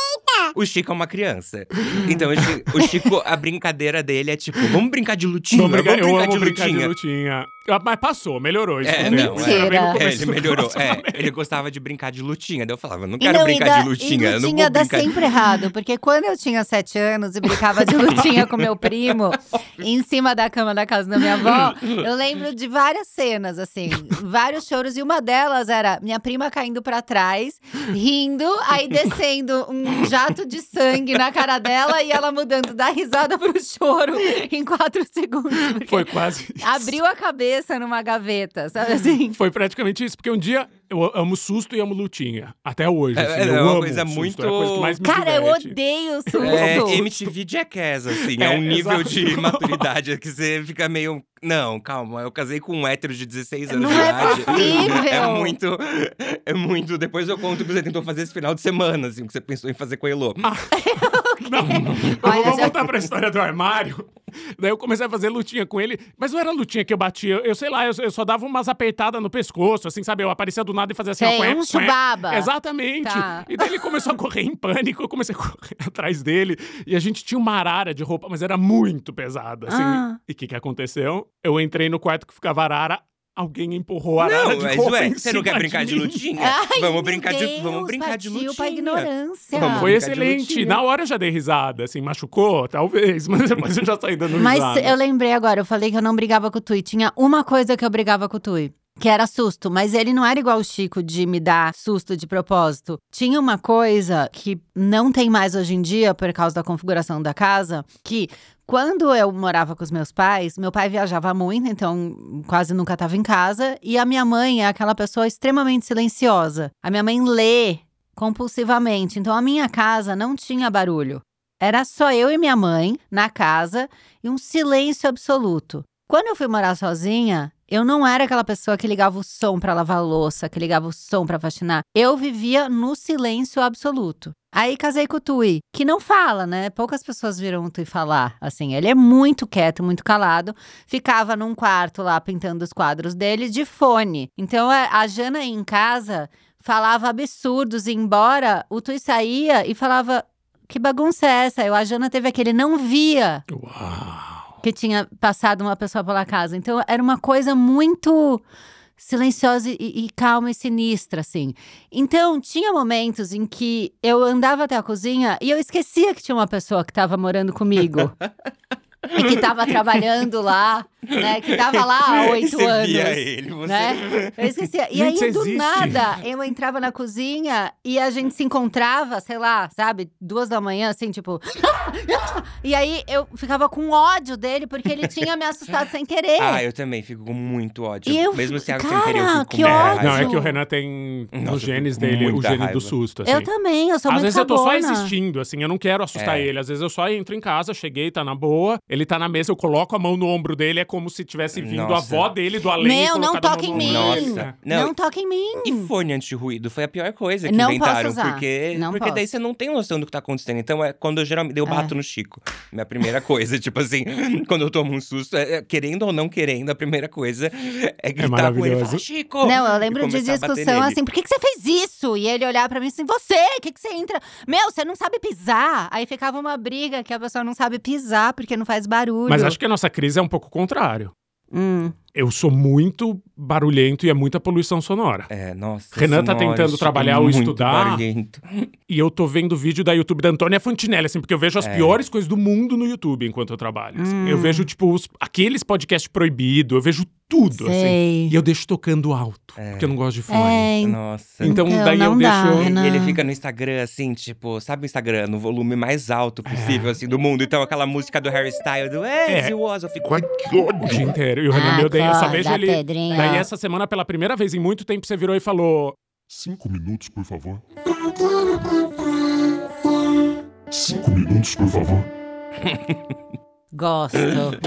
Speaker 5: O Chico é uma criança. Então o Chi- o Chico, a brincadeira dele é tipo, vamos brincar de lutinha,
Speaker 4: Vamos
Speaker 5: vamos
Speaker 4: brincar,
Speaker 5: brincar,
Speaker 4: eu amo
Speaker 5: de
Speaker 4: brincar de
Speaker 5: lutinha.
Speaker 4: lutinha. Ah, Mas passou, melhorou. Isso
Speaker 5: É,
Speaker 4: também,
Speaker 5: não,
Speaker 4: porque também no
Speaker 1: é.
Speaker 4: começo
Speaker 5: ele
Speaker 4: do
Speaker 5: melhorou. É,
Speaker 4: relacionamento.
Speaker 5: ele gostava de brincar de lutinha. Daí eu falava, não
Speaker 1: E
Speaker 5: quero
Speaker 1: não, e
Speaker 5: brincar
Speaker 1: dá-
Speaker 5: de lutinha.
Speaker 1: E
Speaker 5: eu não
Speaker 1: lutinha
Speaker 5: vou
Speaker 1: dá
Speaker 5: brincar de
Speaker 1: sempre errado, porque quando eu tinha sete anos e brincava
Speaker 5: (laughs)
Speaker 1: de lutinha com meu primo, em cima da cama da casa da minha avó, eu lembro de várias cenas, assim, vários choros. E uma delas era minha prima caindo pra trás, rindo, aí descendo um jato de sangue na cara dela e ela mudando da risada pro choro em quatro segundos. porque
Speaker 4: (laughs) Foi quase isso.
Speaker 1: Abriu a cabeça numa gaveta, sabe assim?
Speaker 4: Foi praticamente isso, porque um dia eu amo susto e amo lutinha. Até hoje.
Speaker 5: É,
Speaker 4: assim,
Speaker 5: é
Speaker 4: eu
Speaker 5: uma
Speaker 4: amo
Speaker 5: coisa
Speaker 4: susto,
Speaker 5: muito-
Speaker 4: É a coisa que mais me
Speaker 1: Cara, eu
Speaker 4: diverte.
Speaker 1: odeio susto.
Speaker 5: É, MTV Jackass, assim. É,
Speaker 4: É,
Speaker 5: um nível
Speaker 4: exato.
Speaker 5: de maturidade que você fica meio. Não, calma, eu casei com um hétero de 16 anos
Speaker 1: Não
Speaker 5: de
Speaker 1: é
Speaker 5: idade.
Speaker 1: possível.
Speaker 5: É muito. É muito. Depois eu conto o que você tentou fazer esse final de semana, assim, o que você pensou em fazer com a Elô.
Speaker 4: Não,
Speaker 1: (laughs) Olha,
Speaker 4: vamos
Speaker 1: já-
Speaker 4: voltar pra história do armário. Daí eu comecei a fazer lutinha com ele, mas não era lutinha que eu batia. Eu sei lá, eu, eu só dava umas apertadas no pescoço, assim, sabe? Eu aparecia do nada e fazia assim, ó,
Speaker 1: Sei,
Speaker 4: quém,
Speaker 1: um
Speaker 5: (laughs)
Speaker 4: quém.
Speaker 1: chubaba.
Speaker 4: Exatamente.
Speaker 1: Tá.
Speaker 4: E daí ele começou a correr em pânico, eu comecei a correr (laughs) atrás dele. E a gente tinha uma arara de roupa, mas era muito pesada, assim.
Speaker 1: Ah.
Speaker 4: E o que, que aconteceu? Eu entrei no quarto que ficava a arara, alguém empurrou a arara
Speaker 5: Não,
Speaker 4: de
Speaker 5: mas
Speaker 4: roupa
Speaker 5: ué,
Speaker 4: em
Speaker 5: você não
Speaker 4: cima
Speaker 5: quer brincar de
Speaker 4: mim.
Speaker 5: lutinha?
Speaker 1: Ai,
Speaker 5: vamos
Speaker 1: meu
Speaker 5: brincar de.
Speaker 1: Deus,
Speaker 5: Vamos brincar de
Speaker 1: partiu
Speaker 5: lutinha.
Speaker 1: pra ignorância.
Speaker 5: Vamos
Speaker 4: Então, Foi
Speaker 5: brincar de
Speaker 4: excelente.
Speaker 5: lutinha.
Speaker 4: Na hora eu já dei risada, assim, machucou, talvez, (laughs) mas depois eu já saí dando
Speaker 1: Mas
Speaker 4: risada.
Speaker 1: eu lembrei agora, eu falei que eu não brigava com o Tui. Tinha uma coisa que eu brigava com o Tui. Que era susto, mas ele não era igual o Chico de me dar susto de propósito. Tinha uma coisa que não tem mais hoje em dia, por causa da configuração da casa, que quando eu morava com os meus pais, meu pai viajava muito, então quase nunca estava em casa, e a minha mãe é aquela pessoa extremamente silenciosa. A minha mãe lê compulsivamente. Então a minha casa não tinha barulho. Era só eu e minha mãe na casa e um silêncio absoluto. Quando eu fui morar sozinha, eu não era aquela pessoa que ligava o som para lavar a louça, que ligava o som para faxinar. Eu vivia no silêncio absoluto. Aí casei com o Tui, que não fala, né? Poucas pessoas viram o Tui falar. Assim, ele é muito quieto, muito calado. Ficava num quarto lá pintando os quadros dele de fone. Então é, a Jana ia em casa falava absurdos, e embora o Tui saía e falava que bagunça é essa? Eu a Jana teve aquele não via
Speaker 4: Uau.
Speaker 1: que tinha passado uma pessoa pela casa. Então era uma coisa muito silenciosa e, e calma e sinistra, assim. Então tinha momentos em que eu andava até a cozinha e eu esquecia que tinha uma pessoa que estava morando
Speaker 5: (laughs)
Speaker 1: comigo. E que estava trabalhando lá, né? Que estava lá há oito
Speaker 5: (laughs) Você
Speaker 1: anos.
Speaker 5: via ele, você-
Speaker 1: Né? Eu esquecia. E
Speaker 4: Gente,
Speaker 1: aí,
Speaker 4: isso
Speaker 1: do
Speaker 4: existe.
Speaker 1: nada, eu entrava na cozinha e a gente se encontrava, sei lá, sabe, duas da manhã, assim, tipo. (laughs) E aí eu ficava com ódio dele porque ele tinha me assustado sem querer.
Speaker 5: Ah, eu também fico com muito ódio.
Speaker 1: E eu
Speaker 5: Mesmo
Speaker 1: fico-
Speaker 5: se é algo sem
Speaker 1: Cara,
Speaker 5: querer, eu fico com
Speaker 1: que
Speaker 5: muita
Speaker 1: ódio.
Speaker 5: raiva.
Speaker 4: Não, é que o Renan tem
Speaker 5: Nossa,
Speaker 4: nos genes
Speaker 5: eu tô com
Speaker 4: dele o
Speaker 5: muita
Speaker 4: gene
Speaker 5: raiva.
Speaker 4: do susto, assim.
Speaker 1: Eu também, eu sou
Speaker 4: Às
Speaker 1: muito
Speaker 4: vezes eu tô só
Speaker 1: cagona.
Speaker 4: existindo, assim, eu não quero assustar
Speaker 5: É.
Speaker 4: ele. Às vezes eu só entro em casa, cheguei, tá na boa, ele tá na mesa, eu coloco a mão no ombro dele, é como se tivesse vindo a
Speaker 5: Nossa.
Speaker 4: avó dele do além. e
Speaker 1: Meu, não
Speaker 4: colocado a mão
Speaker 1: toca
Speaker 4: no
Speaker 1: em
Speaker 4: ombro
Speaker 1: mim.
Speaker 4: dele. É.
Speaker 5: Nossa.
Speaker 1: Não,
Speaker 5: Não,
Speaker 1: toca em mim.
Speaker 5: E fone anti-ruído foi né, a pior coisa que
Speaker 1: Hum. Não posso
Speaker 5: inventaram.
Speaker 1: usar.
Speaker 5: Porque,
Speaker 1: Não
Speaker 5: porque daí
Speaker 1: posso.
Speaker 5: você não tem noção do que tá acontecendo. Então, é quando eu geralmente. Eu bato no Chico. Minha primeira coisa, (laughs) tipo assim, quando eu tomo um susto, é- é, querendo ou não querendo, a primeira coisa é gritar com ele e falar,
Speaker 4: maravilhoso.
Speaker 5: Chico!
Speaker 1: Não, eu
Speaker 5: E
Speaker 1: lembro de
Speaker 5: começar a bater
Speaker 1: discussão
Speaker 5: nele.
Speaker 1: assim, por que, que você fez isso? E ele olhar pra mim assim, você, o que, que você entra? Meu, você não sabe pisar. Aí ficava uma briga que a pessoa não sabe pisar porque não faz barulho.
Speaker 4: Mas acho que a nossa crise é um pouco o contrário.
Speaker 1: Hum.
Speaker 4: Eu sou muito barulhento e é muita poluição sonora.
Speaker 5: É, nossa.
Speaker 4: Renan tá
Speaker 5: senhora,
Speaker 4: tentando
Speaker 5: Chico,
Speaker 4: trabalhar ou
Speaker 5: muito
Speaker 4: estudar.
Speaker 5: barulhento.
Speaker 4: E eu tô vendo vídeo da YouTube da Antônia Fantinelli, assim, porque eu vejo as
Speaker 5: É.
Speaker 4: piores coisas do mundo no YouTube enquanto eu trabalho. assim.
Speaker 5: Hum.
Speaker 4: Eu vejo, tipo, os- aqueles podcasts proibidos, eu vejo tudo, assim.
Speaker 1: Sei.
Speaker 4: E eu deixo tocando alto, porque eu não gosto de fone.
Speaker 1: É,
Speaker 5: É, Nossa.
Speaker 4: Então,
Speaker 1: Então,
Speaker 4: daí eu
Speaker 1: não dá,
Speaker 4: deixo.
Speaker 5: E-
Speaker 1: Renan.
Speaker 5: E ele fica no Instagram, assim, tipo, sabe o Instagram? No volume mais alto possível, assim, do mundo. Então, aquela música do Harry Styles, do As
Speaker 4: É.
Speaker 5: You Was, eu fico...
Speaker 6: Ai, que
Speaker 4: O
Speaker 6: ódio.
Speaker 4: dia inteiro. E o Renan
Speaker 1: Ah,
Speaker 4: me odeia. Eu só
Speaker 1: acorda,
Speaker 4: vejo ele.
Speaker 1: Pedrinho.
Speaker 4: Daí é- essa semana, pela primeira vez em muito tempo, você virou e falou:
Speaker 6: Cinco minutos, por favor. Cinco minutos, por favor.
Speaker 1: Gosto.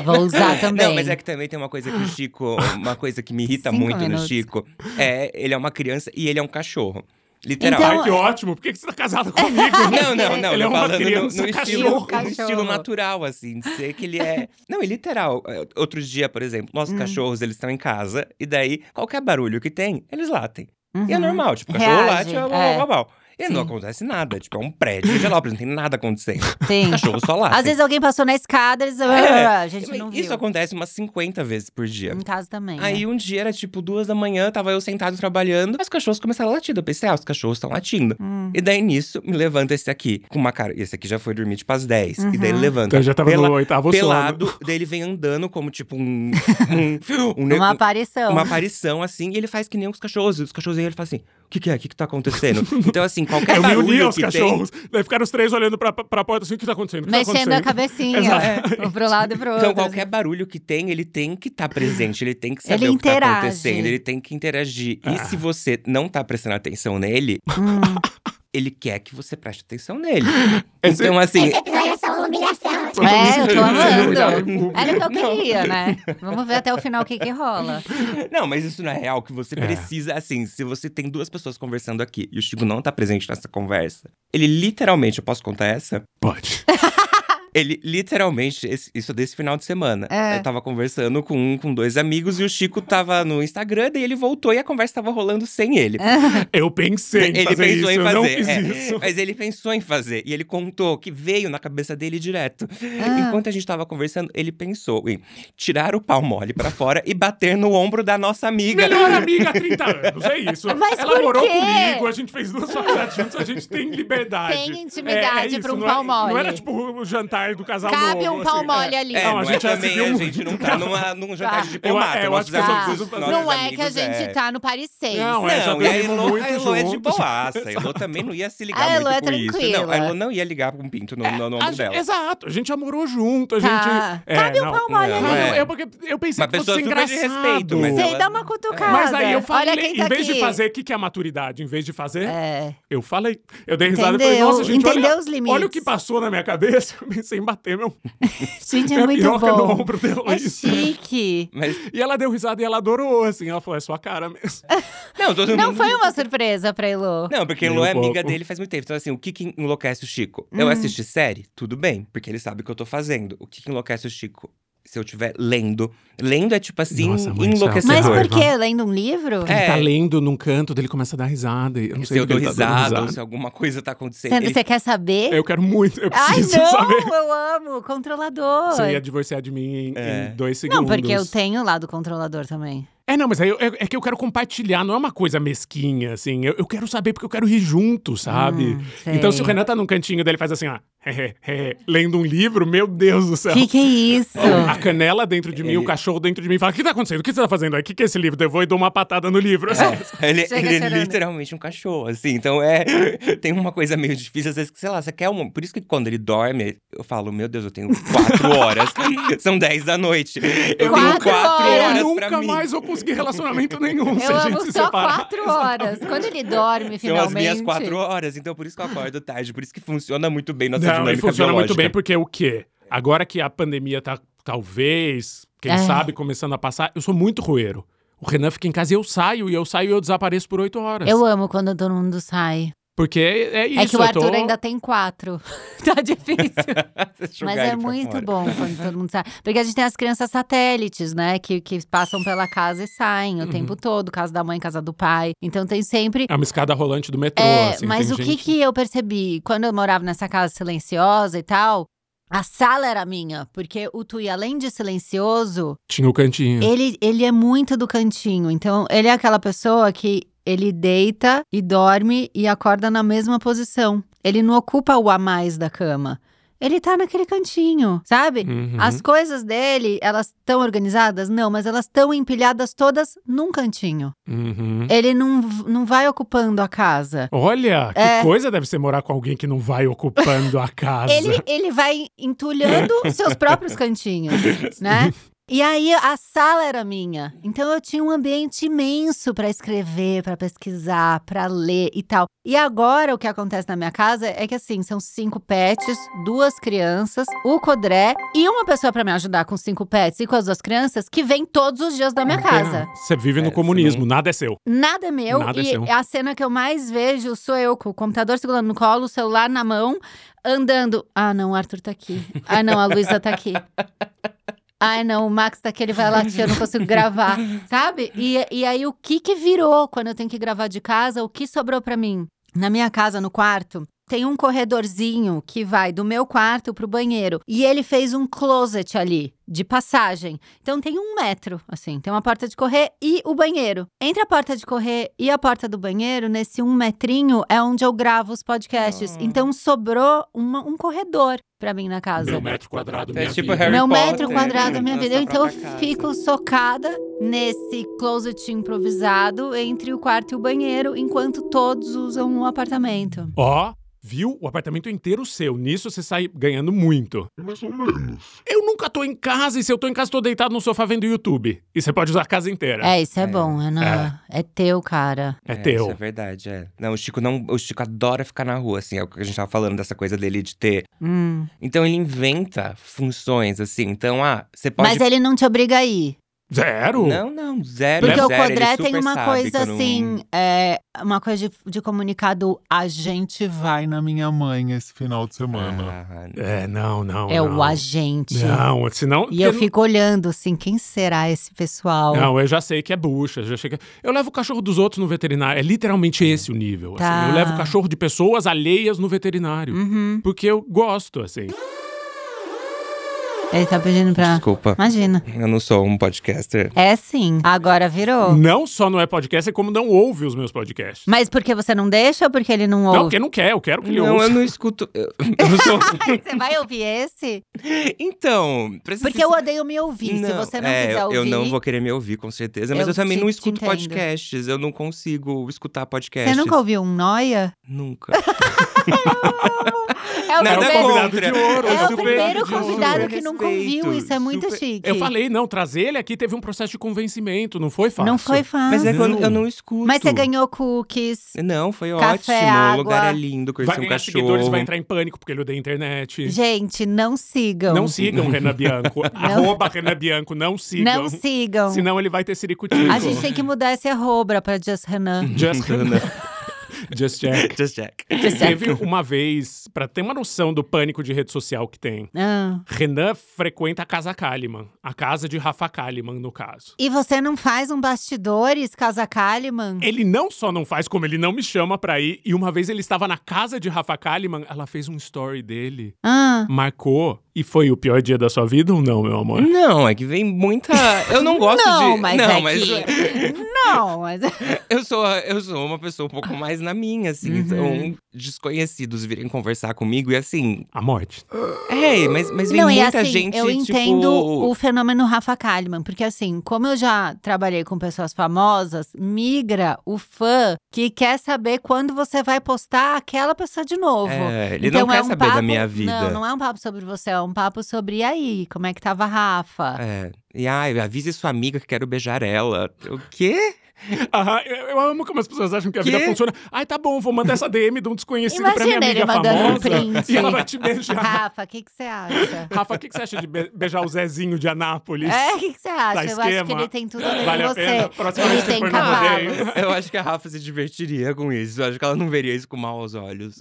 Speaker 1: Vou
Speaker 4: (laughs)
Speaker 1: usar também. Ah.
Speaker 5: Não, mas é que também tem uma coisa que o Chico, uma coisa que me irrita
Speaker 1: Cinco
Speaker 5: muito
Speaker 1: minutos.
Speaker 5: no Chico, é ele é uma criança e ele é um cachorro. Literal. Ah,
Speaker 1: Então-
Speaker 4: Ai, que ótimo, por que que você tá casada comigo?
Speaker 5: é (laughs) Não, não, não.
Speaker 4: Ele é
Speaker 5: eu tô
Speaker 4: uma
Speaker 5: falando no-
Speaker 4: criança
Speaker 5: no,
Speaker 4: cachorro.
Speaker 5: estilo,
Speaker 1: Cachorro.
Speaker 5: no estilo natural, assim. de Ser que ele é. Não, e literal. é, Outro dia, por exemplo, nossos
Speaker 1: Hum.
Speaker 5: cachorros, eles estão em casa, e daí, qualquer barulho que tem, eles latem. E é
Speaker 1: Uhum.
Speaker 5: normal, tipo, cachorro
Speaker 1: Reage,
Speaker 5: late, blá,
Speaker 1: é.
Speaker 5: blá, blá, blá. E não acontece nada. Tipo, é um prédio, sei lá, não tem nada acontecendo.
Speaker 4: (laughs)
Speaker 1: Sim.
Speaker 5: Cachorro só late.
Speaker 1: Às vezes alguém passou na escada, eles. "Ah",
Speaker 5: É.
Speaker 1: A gente não viu.
Speaker 5: Isso acontece umas 50 vezes por dia.
Speaker 1: Em casa também. né?
Speaker 5: Aí um dia era tipo duas da manhã, tava eu sentado trabalhando, os cachorros começaram a latir. Eu pensei, ah, os cachorros estão latindo.
Speaker 1: Hum.
Speaker 5: E daí nisso, me levanta esse aqui, com uma cara. Esse aqui já foi dormir tipo às 10. E daí
Speaker 1: Uhum.
Speaker 5: ele levanta.
Speaker 4: Então já tava
Speaker 5: pela-
Speaker 4: no oitavo sono.
Speaker 5: pelado, daí ele vem andando como tipo um.
Speaker 1: (laughs)
Speaker 5: um,
Speaker 1: é.
Speaker 5: um ne-
Speaker 1: Uma
Speaker 5: um-
Speaker 1: aparição.
Speaker 5: uma aparição assim, e ele faz que nem os cachorros. Os cachorros aí ele fala assim: o que, que é? O que, que tá acontecendo? então, assim, qualquer
Speaker 4: Eu me
Speaker 5: barulho
Speaker 4: uni aos
Speaker 5: que tem-
Speaker 4: cachorros. Daí ficaram os três olhando pra, pra porta assim: o que tá acontecendo? O que tá
Speaker 1: (laughs) Mexendo a
Speaker 4: acontecendo?"
Speaker 1: cabecinha. É, um
Speaker 4: Exatamente.
Speaker 1: pro lado e pro outro.
Speaker 5: Então, qualquer barulho que tem, ele tem que estar presente, ele tem que saber
Speaker 1: Ele
Speaker 5: o que tá
Speaker 1: interage.
Speaker 5: acontecendo, ele tem que interagir.
Speaker 4: Ah.
Speaker 5: E se você não tá prestando atenção nele,
Speaker 1: Hum.
Speaker 5: (laughs) ele quer que você preste atenção nele.
Speaker 4: (laughs) Esse-
Speaker 5: Então, assim.
Speaker 3: Episódio é só uma humilhação.
Speaker 1: É,
Speaker 4: (laughs)
Speaker 1: eu tô
Speaker 4: Olhar em
Speaker 1: amando.
Speaker 4: público.
Speaker 1: Era o que eu queria, né? Vamos ver até o final o que que rola.
Speaker 5: (laughs) Não, mas isso não é real, que você
Speaker 4: É.
Speaker 5: precisa, assim, se você tem duas pessoas conversando aqui e o Chico não tá presente nessa conversa, ele literalmente, eu posso contar essa?
Speaker 4: Pode.
Speaker 5: Ele literalmente, esse- isso desse final de semana.
Speaker 1: É.
Speaker 5: Eu tava conversando com, um, com dois amigos e o Chico tava no Instagram, daí ele voltou e a conversa tava rolando sem ele.
Speaker 4: Eu pensei em
Speaker 5: ele
Speaker 4: fazer
Speaker 5: pensou
Speaker 4: isso,
Speaker 5: em
Speaker 4: eu
Speaker 5: fazer.
Speaker 4: não fiz
Speaker 5: é.
Speaker 4: isso.
Speaker 5: Mas ele pensou em fazer. E ele contou que veio na cabeça dele direto.
Speaker 1: Ah.
Speaker 5: Enquanto a gente tava conversando, ele pensou em tirar o pau mole pra fora e bater no ombro da nossa amiga.
Speaker 4: (laughs) Melhor amiga há 30 anos, é isso.
Speaker 1: (laughs) Mas
Speaker 4: Ela
Speaker 1: por
Speaker 4: morou
Speaker 1: quê?
Speaker 4: comigo, a gente fez duas faculdades juntos, a gente tem liberdade. É,
Speaker 1: Tem intimidade pra um
Speaker 4: não
Speaker 1: pau mole.
Speaker 4: Não era tipo o jantar jantar do casal
Speaker 1: Cabe
Speaker 4: novo,
Speaker 1: um
Speaker 4: assim.
Speaker 1: pau mole ali.
Speaker 5: É,
Speaker 4: Não,
Speaker 5: não
Speaker 4: a
Speaker 5: a
Speaker 4: gente
Speaker 5: gente
Speaker 4: já
Speaker 5: é
Speaker 4: se
Speaker 5: também,
Speaker 4: viu.
Speaker 5: a gente não
Speaker 4: (laughs)
Speaker 5: tá numa, num jantar de
Speaker 4: Eu-
Speaker 5: diplomata.
Speaker 4: é, eu
Speaker 5: Nossos
Speaker 4: acho que
Speaker 1: Tá.
Speaker 4: essas
Speaker 5: amigos-
Speaker 4: coisas-
Speaker 5: nossos
Speaker 1: Não é
Speaker 5: amigos,
Speaker 1: que a gente
Speaker 5: é.
Speaker 1: tá no Paris 6.
Speaker 4: Não, é, já
Speaker 5: Não, e a
Speaker 4: dormimos
Speaker 5: Elo,
Speaker 4: muito
Speaker 5: a Elo é de
Speaker 4: juntos.
Speaker 5: boaça. A Elo também não ia se ligar
Speaker 1: A Elo
Speaker 5: muito
Speaker 1: é
Speaker 5: com isso. Não,
Speaker 1: tranquila. É,
Speaker 5: a Elo não ia ligar com um pinto no, no, no
Speaker 4: A
Speaker 5: ombro
Speaker 4: gente-
Speaker 5: dela.
Speaker 4: Exato, a gente já morou junto, a gente.
Speaker 1: Tá.
Speaker 4: É,
Speaker 1: Cabe um
Speaker 4: não,
Speaker 1: pau mole
Speaker 4: não, é.
Speaker 5: ali.
Speaker 4: eu- Eu, porque eu pensei
Speaker 5: Uma
Speaker 4: que fosse
Speaker 5: pessoa super de
Speaker 4: engraçado.
Speaker 5: respeito, mas é
Speaker 1: Sei,
Speaker 5: ela-
Speaker 1: dá uma cutucada.
Speaker 4: Mas aí eu falei,
Speaker 1: Olha quem tá
Speaker 4: em vez
Speaker 1: aqui.
Speaker 4: de fazer, né? o que, que é maturidade? Em vez de fazer,
Speaker 1: É.
Speaker 4: eu falei. Eu dei risada e falei,
Speaker 1: Entendeu?
Speaker 4: nossa, gente,
Speaker 1: Entendeu
Speaker 4: olha,
Speaker 1: os limites.
Speaker 4: olha o que passou na minha cabeça. (laughs) Eu pensei em bater meu,
Speaker 1: Gente, é
Speaker 4: (laughs) minha
Speaker 1: muito
Speaker 4: piroca no
Speaker 1: bom.
Speaker 4: ombro dela.
Speaker 1: É
Speaker 4: isso.
Speaker 1: chique.
Speaker 5: Mas,
Speaker 4: E ela deu risada e ela adorou, assim. Ela falou, é sua cara mesmo.
Speaker 5: não, todo
Speaker 1: Não
Speaker 5: mundo-
Speaker 1: foi uma surpresa pra Elo.
Speaker 5: Não, porque
Speaker 4: Nem
Speaker 5: Elo
Speaker 4: um
Speaker 5: é amiga
Speaker 4: pouco.
Speaker 5: dele faz muito tempo. Então, assim, o que, que enlouquece o Chico?
Speaker 1: Hum.
Speaker 5: Eu assisti série, tudo bem, porque ele sabe o que eu tô fazendo. O que, que enlouquece o Chico? Se eu estiver lendo. Lendo é tipo assim,
Speaker 4: Nossa, mãe do céu.
Speaker 5: enlouquecedor.
Speaker 1: Mas por
Speaker 4: raiva.
Speaker 1: quê? Lendo um livro?
Speaker 5: É.
Speaker 4: Ele tá lendo num canto, dele começa a dar risada. e Eu não sei
Speaker 5: se eu
Speaker 4: do que
Speaker 5: dou
Speaker 4: ele tá dando
Speaker 5: risada, ou se alguma coisa tá acontecendo.
Speaker 1: Você
Speaker 5: ele-
Speaker 1: você quer saber?
Speaker 4: É, Eu quero muito, eu
Speaker 1: Ai,
Speaker 4: preciso
Speaker 1: não!
Speaker 4: saber.
Speaker 1: Eu amo! Controlador!
Speaker 4: Você ia divorciar de mim em, em dois segundos.
Speaker 1: Não, porque eu tenho lá do controlador também.
Speaker 4: É, não, mas aí eu- é, é que eu quero compartilhar, não é uma coisa mesquinha, assim. Eu, eu quero saber porque eu quero rir junto, sabe?
Speaker 1: Hum, sei.
Speaker 4: então, se o Renan tá num cantinho dele faz assim, ó, (laughs) lendo um livro, meu Deus do céu.
Speaker 1: Que que é isso?
Speaker 4: A canela dentro de mim, o
Speaker 5: Ele-
Speaker 4: cachorro dentro de mim fala: O que tá acontecendo? O que você tá fazendo aí? O que, que é esse livro? Eu vou e dou uma patada no
Speaker 5: É.
Speaker 4: livro.
Speaker 5: (laughs)
Speaker 4: assim.
Speaker 5: Ele,
Speaker 1: Chega
Speaker 5: ele é
Speaker 1: chorando.
Speaker 5: literalmente um cachorro, assim. Então é. (laughs) Tem uma coisa meio difícil, às vezes, que, sei lá, você quer um. Por isso que quando ele dorme, eu falo, meu Deus, eu tenho quatro horas. (laughs) São dez da noite. Eu tenho
Speaker 1: Quatro
Speaker 5: quatro
Speaker 1: horas.
Speaker 5: horas,
Speaker 4: Eu
Speaker 5: pra
Speaker 4: nunca
Speaker 5: mim.
Speaker 4: mais vou conseguir relacionamento nenhum se
Speaker 1: Eu
Speaker 4: a gente
Speaker 1: amo
Speaker 4: se
Speaker 1: só
Speaker 4: separar.
Speaker 1: quatro horas. Quando ele dorme,
Speaker 5: São as
Speaker 1: finalmente.
Speaker 5: minhas quatro horas, então por isso que eu acordo tarde, por isso que funciona muito bem nossa
Speaker 4: Não, e
Speaker 5: dinâmica
Speaker 4: funciona muito bem
Speaker 5: biológica.
Speaker 4: porque o quê? Agora que a pandemia tá, talvez, quem
Speaker 1: É.
Speaker 4: sabe, começando a passar, eu sou muito roeiro. O Renan fica em casa e eu saio, e eu saio e eu desapareço por oito horas.
Speaker 1: Eu amo quando todo mundo sai.
Speaker 4: Porque é, é isso.
Speaker 1: é que o
Speaker 4: eu
Speaker 1: Arthur
Speaker 4: tô-
Speaker 1: ainda tem quatro. (laughs) tá difícil.
Speaker 5: Jogar
Speaker 1: Mas é
Speaker 5: ele pra
Speaker 1: muito
Speaker 5: fora.
Speaker 1: bom quando todo mundo sai. Porque a gente tem as crianças satélites, né? Que, que passam pela casa e saem o
Speaker 4: Uhum.
Speaker 1: tempo todo. Casa da mãe, casa do pai. Então tem sempre
Speaker 4: É uma escada rolante do metrô,
Speaker 1: É,
Speaker 4: assim,
Speaker 1: mas
Speaker 4: tem
Speaker 1: o que,
Speaker 4: gente-
Speaker 1: que eu percebi? Quando eu morava nessa casa silenciosa e tal, a sala era minha. Porque o Tui, além de silencioso,
Speaker 4: Tinha o cantinho.
Speaker 1: ele, ele é muito do cantinho. Então, ele é aquela pessoa que ele deita e dorme e acorda na mesma posição. Ele não ocupa o a mais da cama. Ele tá naquele cantinho, sabe?
Speaker 4: Uhum.
Speaker 1: As coisas dele, elas estão organizadas? Não, mas elas estão empilhadas todas num cantinho.
Speaker 4: Uhum.
Speaker 1: Ele não, v- não vai ocupando a casa.
Speaker 4: Olha, que
Speaker 1: É.
Speaker 4: coisa deve ser morar com alguém que não vai ocupando
Speaker 1: (laughs)
Speaker 4: a casa.
Speaker 1: Ele, é ele vai entulhando os seus próprios cantinhos, né? E aí a sala era minha. Então eu tinha um ambiente imenso pra escrever, pra pesquisar, pra ler e tal. E agora o que acontece na minha casa é que assim, são cinco pets, duas crianças, o Codré e uma pessoa pra me ajudar com cinco pets e com as duas crianças que vem todos os dias da minha casa.
Speaker 4: Você vive no
Speaker 5: É,
Speaker 4: comunismo,
Speaker 5: você
Speaker 4: nada é seu.
Speaker 1: Nada é meu.
Speaker 4: Nada é
Speaker 1: e
Speaker 4: seu.
Speaker 1: a cena que eu mais vejo sou eu com o computador segurando no colo, o celular na mão, andando. Ah, não, o Arthur tá aqui. Ah, não, a Luísa tá aqui. Ai, não, o Max tá aqui, ele vai latir, eu não consigo gravar, sabe? E, e aí, o que que virou quando eu tenho que gravar de casa? O que sobrou pra mim? Na minha casa, no quarto, tem um corredorzinho que vai do meu quarto pro banheiro. E ele fez um closet ali, de passagem. Então tem um metro, assim. Tem uma porta de correr e o banheiro. Entre a porta de correr e a porta do banheiro, nesse um metrinho, é onde eu gravo os podcasts.
Speaker 5: Ah.
Speaker 1: Então sobrou uma- um corredor pra mim na casa.
Speaker 4: Meu metro quadrado,
Speaker 5: É
Speaker 4: minha
Speaker 5: tipo
Speaker 4: vida.
Speaker 5: Harry
Speaker 1: Meu
Speaker 5: Potter,
Speaker 1: metro quadrado, minha
Speaker 5: na
Speaker 1: vida.
Speaker 5: sua
Speaker 1: Então eu
Speaker 5: própria casa.
Speaker 1: fico socada nesse closet improvisado entre o quarto e o banheiro, enquanto todos usam o apartamento.
Speaker 4: Ó, viu? O apartamento inteiro seu. Nisso você sai ganhando muito.
Speaker 6: É Mais ou menos.
Speaker 4: Eu nunca tô em casa e se eu tô em casa, tô deitado no sofá vendo YouTube. E você pode usar a casa inteira.
Speaker 1: É, isso é,
Speaker 5: É.
Speaker 1: bom, Ana. É. teu, cara.
Speaker 4: É,
Speaker 5: Isso
Speaker 4: teu.
Speaker 5: é verdade, é. Não, o Chico não. O Chico adora ficar na rua, assim. É o que a gente tava falando dessa coisa dele de ter.
Speaker 1: Hum.
Speaker 5: Então ele inventa funções, assim. Então, ah, você pode.
Speaker 1: Mas é ele não te obriga a ir.
Speaker 4: Zero?
Speaker 5: Não, não, zero.
Speaker 1: Porque
Speaker 5: zero,
Speaker 1: o Codré
Speaker 5: é, ele super
Speaker 1: tem uma
Speaker 5: sabe
Speaker 1: coisa
Speaker 5: que eu não-
Speaker 1: assim, é, uma coisa de, de comunicado, a gente vai na minha mãe.
Speaker 7: esse final de semana.
Speaker 5: Ah,
Speaker 4: É, não, não.
Speaker 1: É
Speaker 4: não.
Speaker 1: o a gente.
Speaker 4: Não, senão.
Speaker 1: E eu
Speaker 4: porque-
Speaker 1: fico olhando assim, quem será esse pessoal?
Speaker 4: Não, eu já sei que é bucha. Já chega... Eu levo o cachorro dos outros no veterinário. É literalmente esse o nível. assim.
Speaker 1: Tá.
Speaker 4: Eu levo o cachorro de pessoas alheias no veterinário.
Speaker 1: Uhum.
Speaker 4: Porque eu gosto, assim.
Speaker 1: Ele tá pedindo pra.
Speaker 5: Desculpa.
Speaker 1: Imagina.
Speaker 5: Eu não sou um podcaster.
Speaker 1: É sim. Agora
Speaker 5: Hum.
Speaker 1: virou.
Speaker 4: Não só não é podcast, é como não ouve os meus podcasts.
Speaker 1: Mas porque você não deixa ou porque ele não ouve?
Speaker 4: Não, porque não quer, eu quero que ele
Speaker 5: Não, eu
Speaker 4: ouça.
Speaker 5: não escuto. Eu, eu não
Speaker 4: (laughs)
Speaker 5: sou.
Speaker 1: Ai, você vai ouvir esse?
Speaker 5: Então, precisa
Speaker 1: Porque eu odeio me ouvir. Se
Speaker 5: Não,
Speaker 1: você não
Speaker 5: é,
Speaker 1: quiser
Speaker 5: eu-
Speaker 1: ouvir.
Speaker 5: Eu não vou querer me ouvir, com certeza. Mas
Speaker 1: Eu
Speaker 5: eu, também
Speaker 1: te-
Speaker 5: não
Speaker 1: te
Speaker 5: escuto
Speaker 1: entendo.
Speaker 5: podcasts. Eu não consigo escutar podcasts.
Speaker 1: Você nunca ouviu um noia? (laughs)
Speaker 5: Nunca.
Speaker 1: É o
Speaker 5: Nada
Speaker 1: primeiro,
Speaker 4: é convidado
Speaker 5: contra.
Speaker 4: de ouro,
Speaker 1: é
Speaker 4: é
Speaker 1: o
Speaker 4: super
Speaker 1: primeiro
Speaker 4: de ouro.
Speaker 1: convidado
Speaker 5: Super
Speaker 1: que nunca ouviu.
Speaker 5: respeito,
Speaker 1: Isso é muito
Speaker 5: super-
Speaker 1: chique.
Speaker 4: Eu falei, não, trazer ele aqui teve um processo de convencimento, não foi fácil.
Speaker 1: Não foi fácil.
Speaker 5: Mas é que eu,
Speaker 4: Não.
Speaker 5: eu não escuto.
Speaker 1: Mas você ganhou cookies.
Speaker 5: Não, foi
Speaker 1: Café,
Speaker 5: ótimo.
Speaker 1: água.
Speaker 5: O lugar é lindo,
Speaker 4: Vai
Speaker 5: conheci um
Speaker 4: ganhar seguidores,
Speaker 5: cachorro. (laughs)
Speaker 4: vai entrar em pânico porque ele odeia a internet.
Speaker 1: Gente, não sigam.
Speaker 4: Não sigam
Speaker 1: (laughs)
Speaker 4: Renan Bianco. (laughs) Arroba Renan Bianco, não sigam.
Speaker 1: Não sigam.
Speaker 4: Senão ele vai ter siricutico.
Speaker 1: A gente tem que mudar esse arroba pra Just Renan. (laughs)
Speaker 4: Just, Just check.
Speaker 5: Just check.
Speaker 4: Teve uma vez, pra ter uma noção do pânico de rede social que tem,
Speaker 1: Ah.
Speaker 4: Renan frequenta a casa Kalimann. A casa de Rafa Kalimann, no caso.
Speaker 1: E você não faz um bastidores, Casa Kalimann?
Speaker 4: Ele não só não faz, como ele não me chama pra ir. E uma vez ele estava na casa de Rafa Kalimann, ela fez um story dele,
Speaker 1: Ah.
Speaker 4: marcou. E foi o pior dia da sua vida ou não, meu amor?
Speaker 5: Não, é que vem muita. Eu não gosto
Speaker 1: não,
Speaker 5: de.
Speaker 1: Mas
Speaker 5: não,
Speaker 1: é
Speaker 5: mas
Speaker 1: que- Não, mas.
Speaker 5: eu sou, eu sou uma pessoa um pouco mais na minha, assim. Então,
Speaker 1: Uhum.
Speaker 5: desconhecidos virem conversar comigo e assim.
Speaker 4: A morte.
Speaker 5: É, mas, mas vem
Speaker 1: não, e
Speaker 5: muita
Speaker 1: assim,
Speaker 5: gente.
Speaker 1: eu
Speaker 5: tipo,
Speaker 1: entendo o fenômeno Rafa Kalimann, porque assim, como eu já trabalhei com pessoas famosas, migra o fã que quer saber quando você vai postar aquela pessoa de novo.
Speaker 5: É, ele
Speaker 1: Então
Speaker 5: não quer
Speaker 1: é um
Speaker 5: saber da
Speaker 1: papo-
Speaker 5: minha vida.
Speaker 1: Não, não é um papo sobre você, é um papo sobre e aí, como é que tava a Rafa.
Speaker 5: É. E ai, avise sua amiga que quero beijar ela. O quê?
Speaker 4: Aham, eu, eu amo como as pessoas acham que a
Speaker 5: Quê?
Speaker 4: vida funciona. Ai, tá bom, vou mandar essa DM de um desconhecido pra minha
Speaker 1: Imagina ele
Speaker 4: amiga
Speaker 1: mandando um
Speaker 4: famosa.
Speaker 1: print.
Speaker 5: (laughs)
Speaker 4: E ela
Speaker 1: (laughs)
Speaker 4: vai te beijar.
Speaker 1: Rafa, o que que você acha?
Speaker 4: Rafa, o que, que você acha de be- beijar o Zezinho de Anápolis?
Speaker 1: É, o que
Speaker 5: tá
Speaker 1: que você acha? eu acho que
Speaker 4: esquema.
Speaker 1: ele tem tudo a ver
Speaker 4: Vale a
Speaker 1: com você.
Speaker 4: pena. Próxima
Speaker 1: ele
Speaker 4: vez que
Speaker 1: tem
Speaker 4: for no
Speaker 1: cavalos.
Speaker 4: rodeio.
Speaker 5: (laughs) Eu acho que a Rafa se divertiria com isso. Eu acho que ela não veria isso com maus olhos.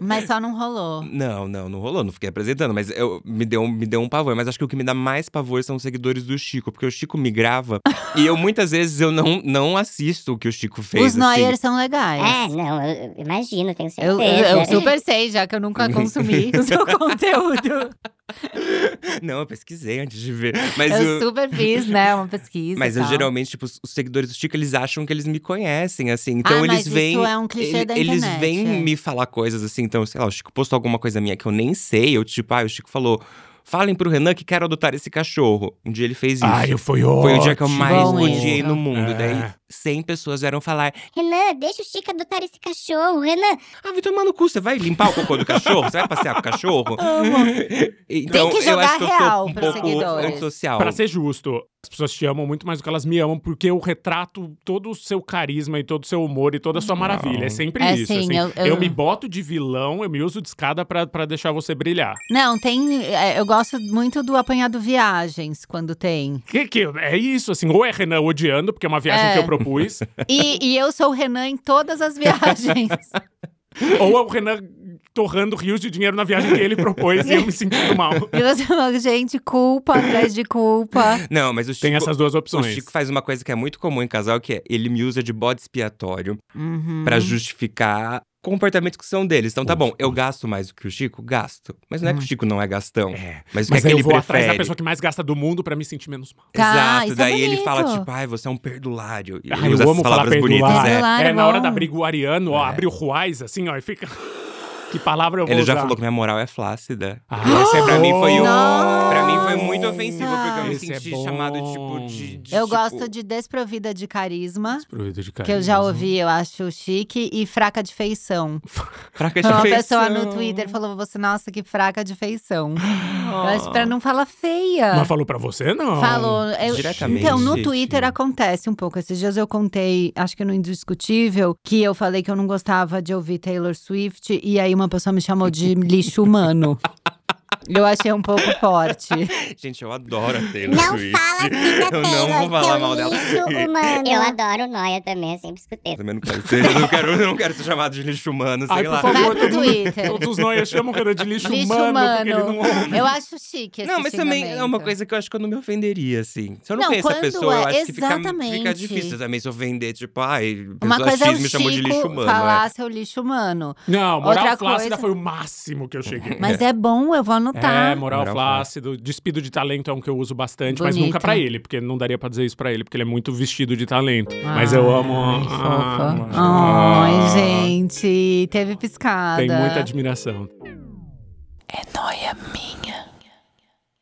Speaker 1: Mas só não rolou.
Speaker 5: (laughs) Não, não, não rolou, não fiquei apresentando, mas eu, me, deu, um- me deu um pavor. Mas acho que o que me dá mais pavor são os seguidores do Chico, porque o Chico me grava e eu muitas vezes eu não, não assisto o que o Chico fez.
Speaker 1: Os
Speaker 5: assim.
Speaker 1: Noyers são legais.
Speaker 3: É, não, eu eu imagino, tenho
Speaker 1: Eu,
Speaker 3: certeza.
Speaker 1: eu, eu super sei, já que eu
Speaker 5: (laughs)
Speaker 1: nunca consumi o (laughs) seu conteúdo.
Speaker 5: assim. Não, eu pesquisei antes de ver. Mas,
Speaker 1: Eu
Speaker 5: o-
Speaker 1: super fiz, né? Uma pesquisa.
Speaker 5: mas
Speaker 1: e
Speaker 5: eu
Speaker 1: tal.
Speaker 5: geralmente, tipo, os os seguidores do Chico, eles acham que eles me conhecem, assim.
Speaker 1: Ah,
Speaker 5: Então
Speaker 1: mas
Speaker 5: eles vêm.
Speaker 1: Isso é um clichê
Speaker 5: ele-
Speaker 1: da
Speaker 5: eles
Speaker 1: internet.
Speaker 5: vêm
Speaker 1: é.
Speaker 5: me falar coisas assim, então, sei lá, o Chico postou alguma coisa minha que eu nem sei. Eu, tipo, ah, o Chico falou: falem pro Renan que quero adotar esse cachorro. Um dia ele fez isso.
Speaker 4: Ai, eu fui ótimo.
Speaker 5: Foi o dia que eu mais
Speaker 1: Bom
Speaker 5: odiei
Speaker 1: isso.
Speaker 5: no mundo.
Speaker 4: É.
Speaker 5: Daí 100 pessoas vieram falar:
Speaker 3: Renan, deixa o Chico adotar esse cachorro. Renan,
Speaker 5: Ah, vai tomar no cu, você vai limpar o cocô do cachorro? Você vai passear com o cachorro? (laughs) então,
Speaker 1: Tem que
Speaker 5: eu
Speaker 1: jogar
Speaker 5: acho que eu sou
Speaker 1: real
Speaker 5: um
Speaker 1: pros
Speaker 5: pouco
Speaker 1: seguidores.
Speaker 5: antissocial.
Speaker 4: Pra ser justo, as pessoas te amam muito mais do que elas me amam, porque eu retrato todo o seu carisma e todo o seu humor e toda a sua maravilha. É sempre
Speaker 1: É,
Speaker 4: isso.
Speaker 1: sim,
Speaker 4: assim.
Speaker 1: eu-
Speaker 4: Eu,
Speaker 1: eu-
Speaker 4: me boto de vilão, eu me uso de escada pra, pra deixar você brilhar.
Speaker 1: Não, tem. é, Eu gosto muito do apanhado viagens quando tem.
Speaker 4: Que, que é isso, assim, ou é Renan odiando, porque é uma viagem
Speaker 1: É.
Speaker 4: que eu
Speaker 1: (laughs)
Speaker 4: propus,
Speaker 1: E, e eu sou o Renan em todas as viagens.
Speaker 4: ou é o Renan torrando rios de dinheiro na viagem que ele propôs e eu me sentindo mal.
Speaker 1: (laughs) E você fala, gente, culpa atrás de culpa.
Speaker 5: Não, mas o Chico,
Speaker 4: Tem essas duas
Speaker 5: o
Speaker 4: opções.
Speaker 5: Chico faz uma coisa que é muito comum em casal, que é ele me usa de bode expiatório
Speaker 1: Uhum.
Speaker 5: pra justificar comportamentos que são deles. Então tá bom, eu gasto mais do que o Chico? Gasto. Mas não é que o Chico não é gastão.
Speaker 4: Uhum. É.
Speaker 5: Mas o que é
Speaker 4: Mas
Speaker 5: que
Speaker 4: aí eu
Speaker 5: ele
Speaker 4: vou atrás da
Speaker 5: prefere?
Speaker 4: pessoa que mais gasta do mundo pra me sentir menos mal.
Speaker 1: Tá,
Speaker 5: Exato,
Speaker 1: isso é
Speaker 5: daí ele fala
Speaker 1: bonito.
Speaker 5: tipo, ai, você é um perdulário. E
Speaker 4: Ai,
Speaker 5: usa
Speaker 4: eu
Speaker 5: essas
Speaker 4: amo falar
Speaker 5: palavras bonitas,
Speaker 4: perdulário.
Speaker 5: é.
Speaker 1: Perdulário,
Speaker 4: é, na hora
Speaker 1: bom.
Speaker 4: da briga, o Ariano, ó,
Speaker 5: É.
Speaker 4: abre o Ruais, assim, ó, e fica... (laughs) Que palavra eu vou
Speaker 5: Ele já
Speaker 4: usar?
Speaker 5: falou que minha moral é flácida.
Speaker 4: Ah,
Speaker 5: E essa é pra mim foi um,
Speaker 1: Nossa!
Speaker 5: para mim foi muito ofensivo porque eu me
Speaker 4: Esse é
Speaker 5: senti
Speaker 4: bom.
Speaker 5: chamado tipo de, de,
Speaker 1: Eu
Speaker 5: tipo,
Speaker 1: gosto de desprovida de carisma.
Speaker 4: Desprovido de
Speaker 1: Que eu já ouvi, eu acho chique, e fraca de feição.
Speaker 5: fraca de
Speaker 1: Uma pessoa
Speaker 5: afeição.
Speaker 1: no Twitter falou: você, nossa, que fraca de feição.
Speaker 5: Oh.
Speaker 1: Mas pra não falar feia.
Speaker 4: Mas falou pra você, não.
Speaker 1: Falou. eu-
Speaker 5: Oh, Diretamente.
Speaker 1: então, no
Speaker 5: gente.
Speaker 1: Twitter acontece um pouco. Esses dias eu contei, acho que no Indiscutível, que eu falei que eu não gostava de ouvir Taylor Swift, e aí uma pessoa me chamou de lixo
Speaker 5: (laughs)
Speaker 1: humano. Eu achei um pouco forte.
Speaker 5: Gente, eu adoro a Taylor
Speaker 3: não
Speaker 5: Swift.
Speaker 3: fala
Speaker 5: (laughs)
Speaker 3: assim da
Speaker 5: Eu
Speaker 3: Taylor,
Speaker 5: não vou falar
Speaker 3: seu
Speaker 5: mal dela. (laughs)
Speaker 3: lixo humano. Eu adoro o Noia também, eu sempre escutei.
Speaker 5: Também não quero ser, eu não quero, eu não quero ser chamado de lixo humano, sei
Speaker 4: Ai,
Speaker 5: lá.
Speaker 4: por favor,
Speaker 1: Vai pro
Speaker 4: todo mundo-
Speaker 1: Twitter.
Speaker 4: Todos os nós chamam o cara de lixo,
Speaker 1: Lixo
Speaker 4: humano, porque ele
Speaker 1: humano.
Speaker 4: não ouve.
Speaker 1: Eu acho chique esse
Speaker 5: Não, mas também é uma
Speaker 1: xingamento.
Speaker 5: coisa que eu acho que eu não me ofenderia, assim. Se eu não,
Speaker 1: Não,
Speaker 5: conheço a
Speaker 1: quando
Speaker 5: pessoa, eu
Speaker 1: é-
Speaker 5: acho que fica, fica
Speaker 1: exatamente.
Speaker 5: difícil também se ofender. Tipo, ai, pessoa
Speaker 1: Uma coisa
Speaker 5: X
Speaker 1: é o
Speaker 5: me chamou de lixo
Speaker 1: Chico
Speaker 5: humano. é.
Speaker 1: falar seu lixo humano.
Speaker 4: Não, moral
Speaker 1: Outra
Speaker 4: flácida
Speaker 1: coisa-
Speaker 4: foi o máximo que eu cheguei.
Speaker 1: Mas é bom, eu vou tá.
Speaker 4: É, moral,
Speaker 5: Moral
Speaker 4: flácido. Despido de talento é um que eu uso bastante, mas
Speaker 1: Bonito.
Speaker 4: nunca pra ele, porque não daria pra dizer isso pra ele, porque ele é muito vestido de talento. mas eu amo.
Speaker 1: Ai,
Speaker 4: Ah,
Speaker 1: fofa.
Speaker 4: ah.
Speaker 1: Ai, gente, teve piscada.
Speaker 4: Tem muita admiração.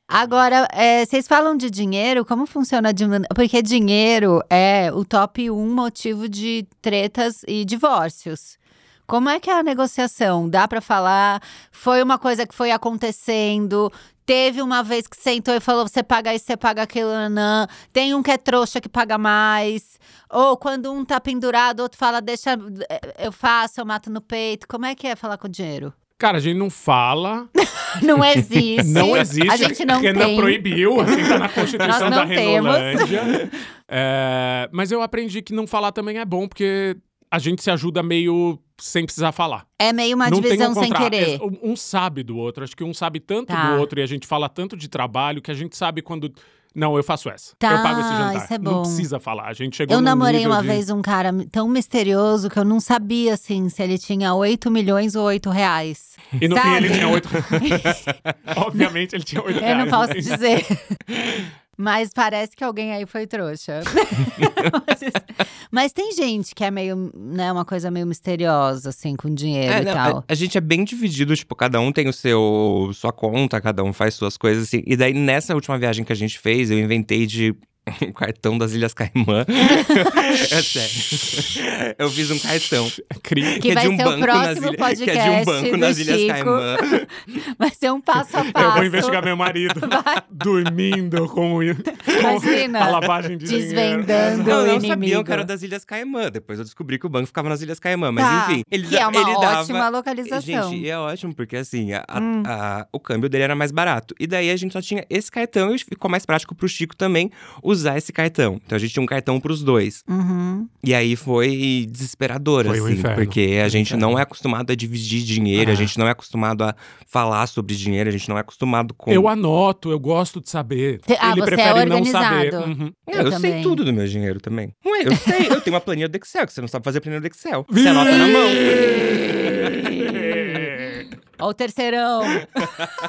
Speaker 1: Agora, é, vocês falam de dinheiro, como funciona a diminu- Porque dinheiro é o top 1 motivo de tretas e divórcios. Como é que é a negociação? Dá pra falar? Foi uma coisa que foi acontecendo? Teve uma vez que sentou e falou: você paga isso, você paga aquilo, nanã. Tem um que é trouxa que paga mais. Ou quando um tá pendurado, outro fala: deixa, eh, eu faço, eu mato no peito. Como é que é falar com o dinheiro?
Speaker 4: Cara, a gente não fala,
Speaker 1: Não existe.
Speaker 4: não existe.
Speaker 1: A gente não
Speaker 4: porque
Speaker 1: tem.
Speaker 4: proibiu, assim, tá na Constituição
Speaker 1: Nós não
Speaker 4: da
Speaker 1: temos.
Speaker 4: Renolândia. É, mas eu aprendi que não falar também é bom, porque a gente se ajuda meio sem precisar falar.
Speaker 1: É meio uma
Speaker 4: não tem
Speaker 1: divisão
Speaker 4: um
Speaker 1: sem
Speaker 4: contrato.
Speaker 1: querer.
Speaker 4: É, Um um sabe do outro. Acho que um sabe tanto
Speaker 1: Tá.
Speaker 4: do outro e a gente fala tanto de trabalho que a gente sabe quando. Não, eu faço essa.
Speaker 1: Tá,
Speaker 4: eu pago esse jantar.
Speaker 1: isso é bom.
Speaker 4: Não precisa falar. A gente chegou
Speaker 1: Eu
Speaker 4: num
Speaker 1: namorei
Speaker 4: nível
Speaker 1: uma
Speaker 4: de-
Speaker 1: vez um cara tão misterioso que eu não sabia, assim, se ele tinha 8 milhões ou 8 reais.
Speaker 4: E no fim
Speaker 1: sabe?
Speaker 4: ele tinha (laughs) oito. (laughs) Obviamente ele tinha oito
Speaker 1: Eu não
Speaker 4: reais,
Speaker 1: posso
Speaker 4: assim.
Speaker 1: dizer. Mas parece que alguém aí foi
Speaker 4: (laughs)
Speaker 1: trouxa. Mas tem gente que é meio, né, uma coisa meio misteriosa, assim, com dinheiro
Speaker 5: É,
Speaker 1: e
Speaker 5: não,
Speaker 1: tal.
Speaker 5: a, a gente é bem dividido, tipo, cada um tem o seu sua conta, cada um faz suas coisas assim. E daí nessa última viagem que a gente fez, eu inventei de (laughs) um cartão das Ilhas Caimã. (laughs) é sério. Eu fiz um cartão
Speaker 4: Cri-
Speaker 1: Que
Speaker 5: é
Speaker 1: vai
Speaker 5: de um
Speaker 1: ser o
Speaker 5: banco nas
Speaker 1: próximo
Speaker 5: ilhas, que é de
Speaker 1: podcast do
Speaker 5: um banco nas Ilhas
Speaker 1: Chico.
Speaker 5: Caimã.
Speaker 1: Vai ser um passo a passo.
Speaker 4: (laughs) Eu vou investigar
Speaker 1: (laughs)
Speaker 4: meu marido dormindo com, o- com
Speaker 1: Imagina,
Speaker 4: a lavagem de dinheiro.
Speaker 1: Desvendando
Speaker 5: Não, eu
Speaker 1: o
Speaker 5: não
Speaker 1: inimigo.
Speaker 5: sabia que era das Ilhas Caimã. Depois eu descobri que o banco ficava nas Ilhas Caimã. Mas
Speaker 1: Tá,
Speaker 5: enfim, ele,
Speaker 1: que é uma
Speaker 5: ele dava.
Speaker 1: ótima localização.
Speaker 5: Gente, e é ótimo, porque assim, a- a-
Speaker 1: Hum.
Speaker 5: a- o câmbio dele era mais barato. E daí a gente só tinha esse cartão e ficou mais prático pro Chico também usar esse cartão. Então a gente tinha um cartão pros dois.
Speaker 1: Uhum.
Speaker 5: E aí foi desesperador,
Speaker 4: Foi um
Speaker 5: assim,
Speaker 4: inferno.
Speaker 5: porque a gente
Speaker 4: inferno.
Speaker 5: não é acostumado a dividir dinheiro,
Speaker 4: É.
Speaker 5: a gente não é acostumado a falar sobre dinheiro, a gente não é acostumado com.
Speaker 4: Eu anoto, eu gosto de saber.
Speaker 1: Te- ah, você
Speaker 4: ele
Speaker 1: é
Speaker 4: prefere não
Speaker 1: organizado.
Speaker 4: saber. Uhum.
Speaker 5: É,
Speaker 1: Eu
Speaker 5: eu
Speaker 1: também.
Speaker 5: sei tudo do meu dinheiro também. Ué, eu sei, eu tenho uma planilha do Excel, que você não sabe fazer planilha do Excel. Você anota na mão.
Speaker 1: Ó o terceirão. (laughs)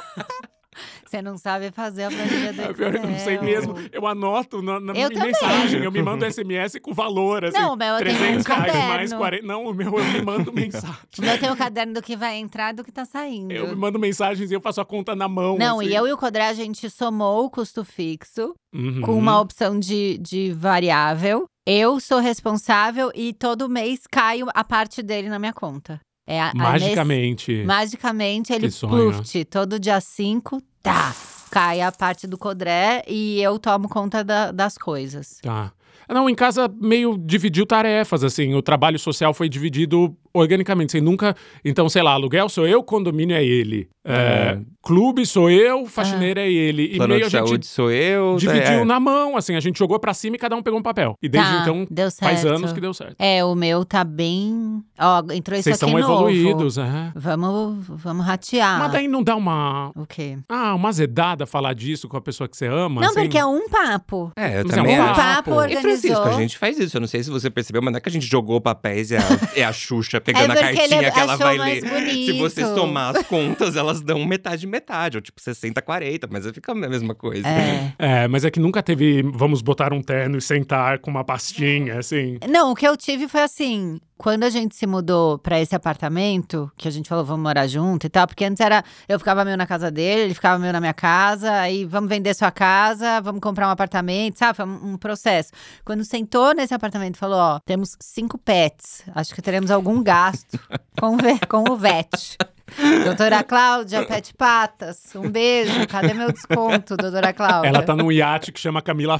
Speaker 1: Você não sabe fazer a planilha do
Speaker 4: É pior que eu não sei
Speaker 1: Excel.
Speaker 4: mesmo. Eu anoto na, na
Speaker 1: Eu
Speaker 4: minha
Speaker 1: também.
Speaker 4: mensagem, eu me mando SMS com valor, assim.
Speaker 1: Não, o meu eu tenho um
Speaker 4: 300 reais mais
Speaker 1: caderno.
Speaker 4: 40. Não, o meu eu me mando mensagem.
Speaker 1: Eu tenho o caderno do que vai entrar e do que tá saindo.
Speaker 4: Eu me mando mensagens e eu faço a conta na mão.
Speaker 1: Não,
Speaker 4: assim.
Speaker 1: e eu e o Codré, a gente somou o custo fixo
Speaker 4: Uhum.
Speaker 1: com uma opção de, de variável. Eu sou responsável e todo mês cai a parte dele na minha conta. É a, a nesse-
Speaker 4: Magicamente.
Speaker 1: magicamente, ele
Speaker 4: Que sonho. né?
Speaker 1: pluft. Todo dia 5, tá, cai a parte do Codré e eu tomo conta da- das coisas.
Speaker 4: Tá. Não, em casa meio dividiu tarefas, assim. O trabalho social foi dividido organicamente, sem nunca. Então, sei lá, aluguel sou eu, condomínio é ele. É, Clube sou eu, faxineira
Speaker 1: Ah.
Speaker 4: é ele. E
Speaker 5: Plano
Speaker 4: meio
Speaker 5: de
Speaker 4: a gente
Speaker 5: saúde sou eu.
Speaker 4: dividiu
Speaker 5: é.
Speaker 4: na mão, assim. A gente jogou pra cima e cada um pegou um papel. E desde
Speaker 1: Tá,
Speaker 4: então,
Speaker 1: deu certo.
Speaker 4: faz anos que deu certo.
Speaker 1: É, o meu tá bem. Ó, entrou isso
Speaker 4: Vocês
Speaker 1: aqui
Speaker 4: são
Speaker 1: novo. Ah.
Speaker 4: evoluídos, é.
Speaker 1: Vamos, vamos ratear.
Speaker 4: Mas daí não dá uma.
Speaker 1: O quê?
Speaker 4: Ah, uma zedada falar disso com a pessoa que você ama.
Speaker 1: não,
Speaker 4: assim?
Speaker 1: porque é um papo.
Speaker 5: É, eu
Speaker 4: Mas é
Speaker 5: também
Speaker 4: um
Speaker 5: acho.
Speaker 1: Um papo
Speaker 4: papo.
Speaker 5: E
Speaker 1: organizou.
Speaker 5: Francisco, a gente faz isso. Eu não sei se você percebeu, mas não é que a gente jogou papéis e a, e a Xuxa
Speaker 1: é
Speaker 5: pegando a
Speaker 1: porque
Speaker 5: cartinha
Speaker 1: ele
Speaker 5: que ela
Speaker 1: achou
Speaker 5: vai
Speaker 1: mais
Speaker 5: ler.
Speaker 1: bonito.
Speaker 5: Se você somar as contas, elas dão metade e metade, ou tipo 60, 40, mas fica a mesma coisa.
Speaker 1: É.
Speaker 4: É, mas é que nunca teve. Vamos botar um terno e sentar com uma pastinha, assim.
Speaker 1: Não, o que eu tive foi assim. Quando a gente se mudou pra esse apartamento, que a gente falou, vamos morar junto e tal, porque antes era eu ficava meio na casa dele, ele ficava meio na minha casa, aí vamos vender sua casa, vamos comprar um apartamento, sabe? Foi um, um processo. Quando sentou nesse apartamento, falou: ó, temos cinco pets, acho que teremos algum gasto com, o ve- com o VET. (laughs) Doutora Cláudia, Pet Patas, um beijo, cadê meu desconto, doutora Cláudia?
Speaker 4: Ela tá num iate que chama Camila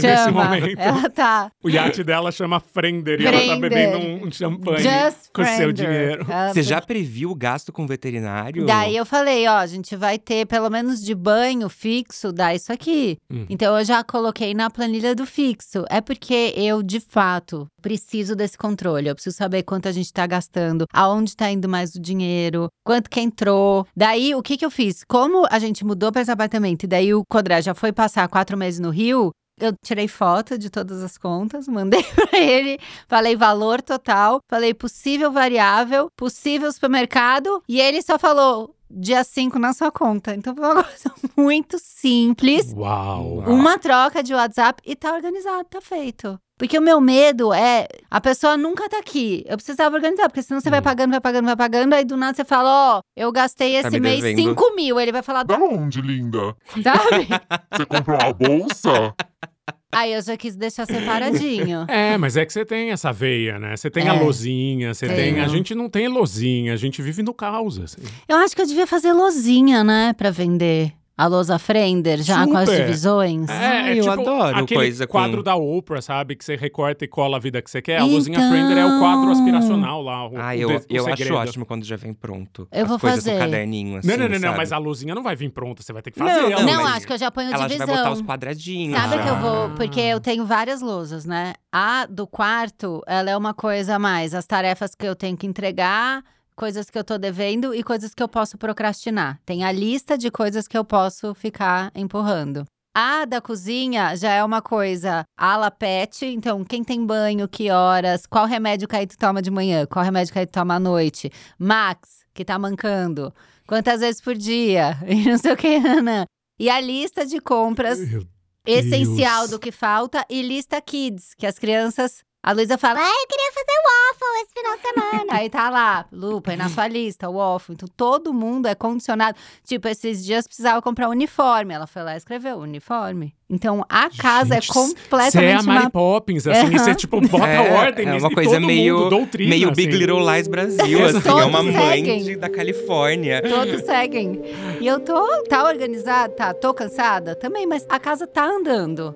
Speaker 1: (laughs)
Speaker 4: nesse
Speaker 1: Chama,
Speaker 4: momento.
Speaker 1: Ela tá.
Speaker 4: O iate dela chama Frender e ela tá
Speaker 1: Frender.
Speaker 4: bebendo um, um champanhe
Speaker 1: Just
Speaker 4: com seu
Speaker 1: Frender.
Speaker 4: dinheiro.
Speaker 1: Ela
Speaker 5: Você já previu o gasto com o veterinário?
Speaker 1: Daí eu falei, ó, a gente vai ter pelo menos de banho fixo, dá isso aqui. Então eu já coloquei na planilha do fixo. É porque eu, de fato, preciso desse controle. Eu preciso saber quanto a gente tá gastando, aonde tá indo mais o dinheiro, quanto que entrou. Daí, o que que eu fiz? Como a gente mudou pra esse apartamento e daí o Codré já foi passar quatro meses no Rio, eu tirei foto de todas as contas, mandei pra (laughs) ele, falei valor total, falei possível variável, possível supermercado, e ele só falou dia 5 na sua conta. Então foi uma (laughs) coisa muito simples.
Speaker 4: Uau.
Speaker 1: Uma troca de WhatsApp e tá organizado, tá feito. Porque o meu medo é a pessoa nunca tá aqui. Eu precisava organizar, porque senão você vai pagando, vai pagando, vai pagando. Aí do nada você fala: Ó, eu gastei
Speaker 5: Tá
Speaker 1: esse
Speaker 5: me
Speaker 1: mês
Speaker 5: devendo.
Speaker 1: 5 mil. Ele vai falar: (laughs)
Speaker 6: Da onde, linda?
Speaker 1: sabe?
Speaker 6: Você comprou uma bolsa?
Speaker 1: aí eu já quis deixar separadinho.
Speaker 4: É, mas é que você tem essa veia, né? Você tem a
Speaker 1: É.
Speaker 4: lozinha, você tem. A
Speaker 1: Tenho.
Speaker 4: gente não tem lozinha, a gente vive no caos. Assim.
Speaker 1: Eu acho que eu devia fazer lozinha, né? Pra vender a lousa Frender já com as
Speaker 4: Super.
Speaker 1: divisões.
Speaker 5: Ah, eu adoro
Speaker 4: É, tipo aquele
Speaker 5: coisa com-
Speaker 4: quadro da Oprah, sabe? Que você recorta e cola a vida que você quer. A Lozinha
Speaker 1: Então.
Speaker 4: Frender é o quadro aspiracional lá. O,
Speaker 5: Ah,
Speaker 4: o
Speaker 5: eu,
Speaker 4: de- o
Speaker 5: eu acho
Speaker 4: segredo.
Speaker 5: ótimo quando já vem pronto.
Speaker 1: Eu
Speaker 5: As
Speaker 1: vou
Speaker 5: coisas
Speaker 1: fazer.
Speaker 5: no caderninho, assim,
Speaker 4: Não, não, não, não,
Speaker 5: sabe?
Speaker 4: mas a luzinha não vai vir pronta, você vai ter que fazer.
Speaker 5: Não,
Speaker 4: a
Speaker 1: Não,
Speaker 4: luzinha.
Speaker 1: acho que eu já ponho
Speaker 5: Ela já
Speaker 1: divisão.
Speaker 5: vai botar os quadradinhos.
Speaker 1: Sabe
Speaker 5: já.
Speaker 1: que eu vou.
Speaker 4: Ah.
Speaker 1: Porque eu tenho várias lousas, né? A do quarto, ela é uma coisa a mais. As tarefas que eu tenho que entregar, coisas que eu tô devendo e coisas que eu posso procrastinar. Tem a lista de coisas que eu posso ficar empurrando. A da cozinha já é uma coisa ala pet, então quem tem banho, que horas, qual remédio que a Ito toma de manhã, qual remédio que a Ito toma à noite, Max, que tá mancando, quantas vezes por dia, (laughs) e não sei o que, Ana. E a lista de compras
Speaker 4: Eu-
Speaker 1: essencial
Speaker 4: Deus.
Speaker 1: do que falta e lista kids, que as crianças. A Luísa fala,
Speaker 3: Ai, eu queria fazer waffle esse final de semana.
Speaker 1: aí tá lá, lupa, aí na sua lista, o waffle. Então todo mundo é condicionado. Tipo, esses dias precisava comprar uniforme. Ela foi lá e escreveu uniforme. Então a casa
Speaker 4: Gente,
Speaker 1: é
Speaker 4: Você é a
Speaker 1: completamente
Speaker 4: Mary
Speaker 1: uma.
Speaker 4: Poppins, assim,
Speaker 1: Aham.
Speaker 4: e você, tipo, bota
Speaker 5: É,
Speaker 4: ordem.
Speaker 5: é
Speaker 4: em
Speaker 5: uma coisa
Speaker 4: todo
Speaker 5: meio-
Speaker 4: mundo, doutrina,
Speaker 5: Meio
Speaker 4: assim.
Speaker 5: Big Little Lies Brasil, assim. É
Speaker 1: Todos
Speaker 5: uma mãe
Speaker 1: seguem.
Speaker 5: de- da Califórnia.
Speaker 1: (laughs) Todos seguem. E eu tô, tá organizada, tá, tô cansada também, mas a casa tá andando.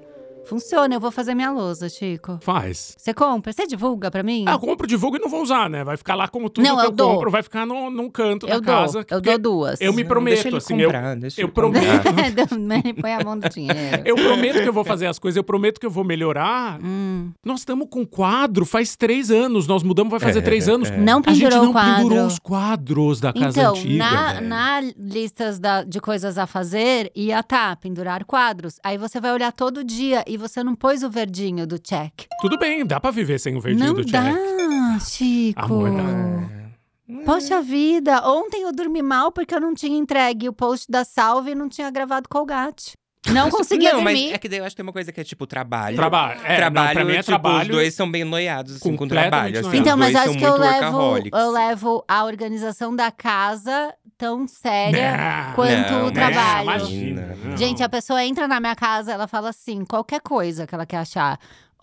Speaker 1: Funciona, eu vou fazer minha lousa, Chico.
Speaker 4: Faz.
Speaker 1: Você compra, você divulga pra mim?
Speaker 4: Ah, eu compro, divulgo e não vou usar, né? Vai ficar lá como tudo
Speaker 1: Não,
Speaker 4: que
Speaker 1: eu
Speaker 4: eu,
Speaker 1: dou.
Speaker 4: compro, vai ficar no, num canto
Speaker 1: eu
Speaker 4: da
Speaker 1: dou,
Speaker 4: casa.
Speaker 1: eu dou
Speaker 4: porque
Speaker 1: duas.
Speaker 4: eu me (laughs) prometo,
Speaker 5: deixa ele
Speaker 4: assim, eu,
Speaker 5: comprar, deixa
Speaker 4: eu
Speaker 5: ele comprar.
Speaker 4: prometo.
Speaker 1: (laughs) Ele põe a mão do dinheiro.
Speaker 4: eu prometo que eu vou fazer as coisas, eu prometo que eu vou melhorar.
Speaker 1: Hum.
Speaker 4: Nós estamos com quadro faz três anos, nós mudamos, vai fazer
Speaker 5: É,
Speaker 4: três
Speaker 5: é.
Speaker 4: anos.
Speaker 1: Não
Speaker 4: A gente
Speaker 1: pendurou
Speaker 4: não
Speaker 1: o quadro.
Speaker 4: pendurou os quadros da casa
Speaker 1: então,
Speaker 4: antiga.
Speaker 1: na,
Speaker 4: velho.
Speaker 1: na listas da- de coisas a fazer, ia tá, pendurar quadros. Aí você vai olhar todo dia e você não pôs o verdinho do check.
Speaker 4: Tudo bem, dá pra viver sem o verdinho
Speaker 1: não
Speaker 4: do
Speaker 1: dá,
Speaker 4: Jack.
Speaker 1: Chico. É.
Speaker 4: Amor,
Speaker 1: Poxa vida, ontem eu dormi mal porque eu não tinha entregue o post da salve e não tinha gravado Colgate.
Speaker 4: (laughs)
Speaker 1: Não conseguia
Speaker 5: não, mas
Speaker 1: dormir.
Speaker 5: é que daí eu acho que tem uma coisa que é tipo trabalho.
Speaker 4: Trabalho. É,
Speaker 5: trabalho,
Speaker 4: não, pra mim é
Speaker 5: tipo,
Speaker 4: trabalho.
Speaker 5: os dois são bem noiados assim, com o
Speaker 4: Completamente
Speaker 5: trabalho. Assim,
Speaker 4: noiados.
Speaker 1: Então,
Speaker 5: os
Speaker 1: mas
Speaker 5: dois
Speaker 1: acho
Speaker 5: são
Speaker 1: que eu
Speaker 5: muito
Speaker 1: levo,
Speaker 5: workaholics.
Speaker 1: eu levo a organização da casa tão séria
Speaker 4: Não, é,
Speaker 1: quanto
Speaker 5: não,
Speaker 1: o
Speaker 5: não,
Speaker 1: É, trabalho.
Speaker 4: Imagina. não.
Speaker 1: Gente, a pessoa entra na minha casa, ela fala assim, qualquer coisa que ela quer achar.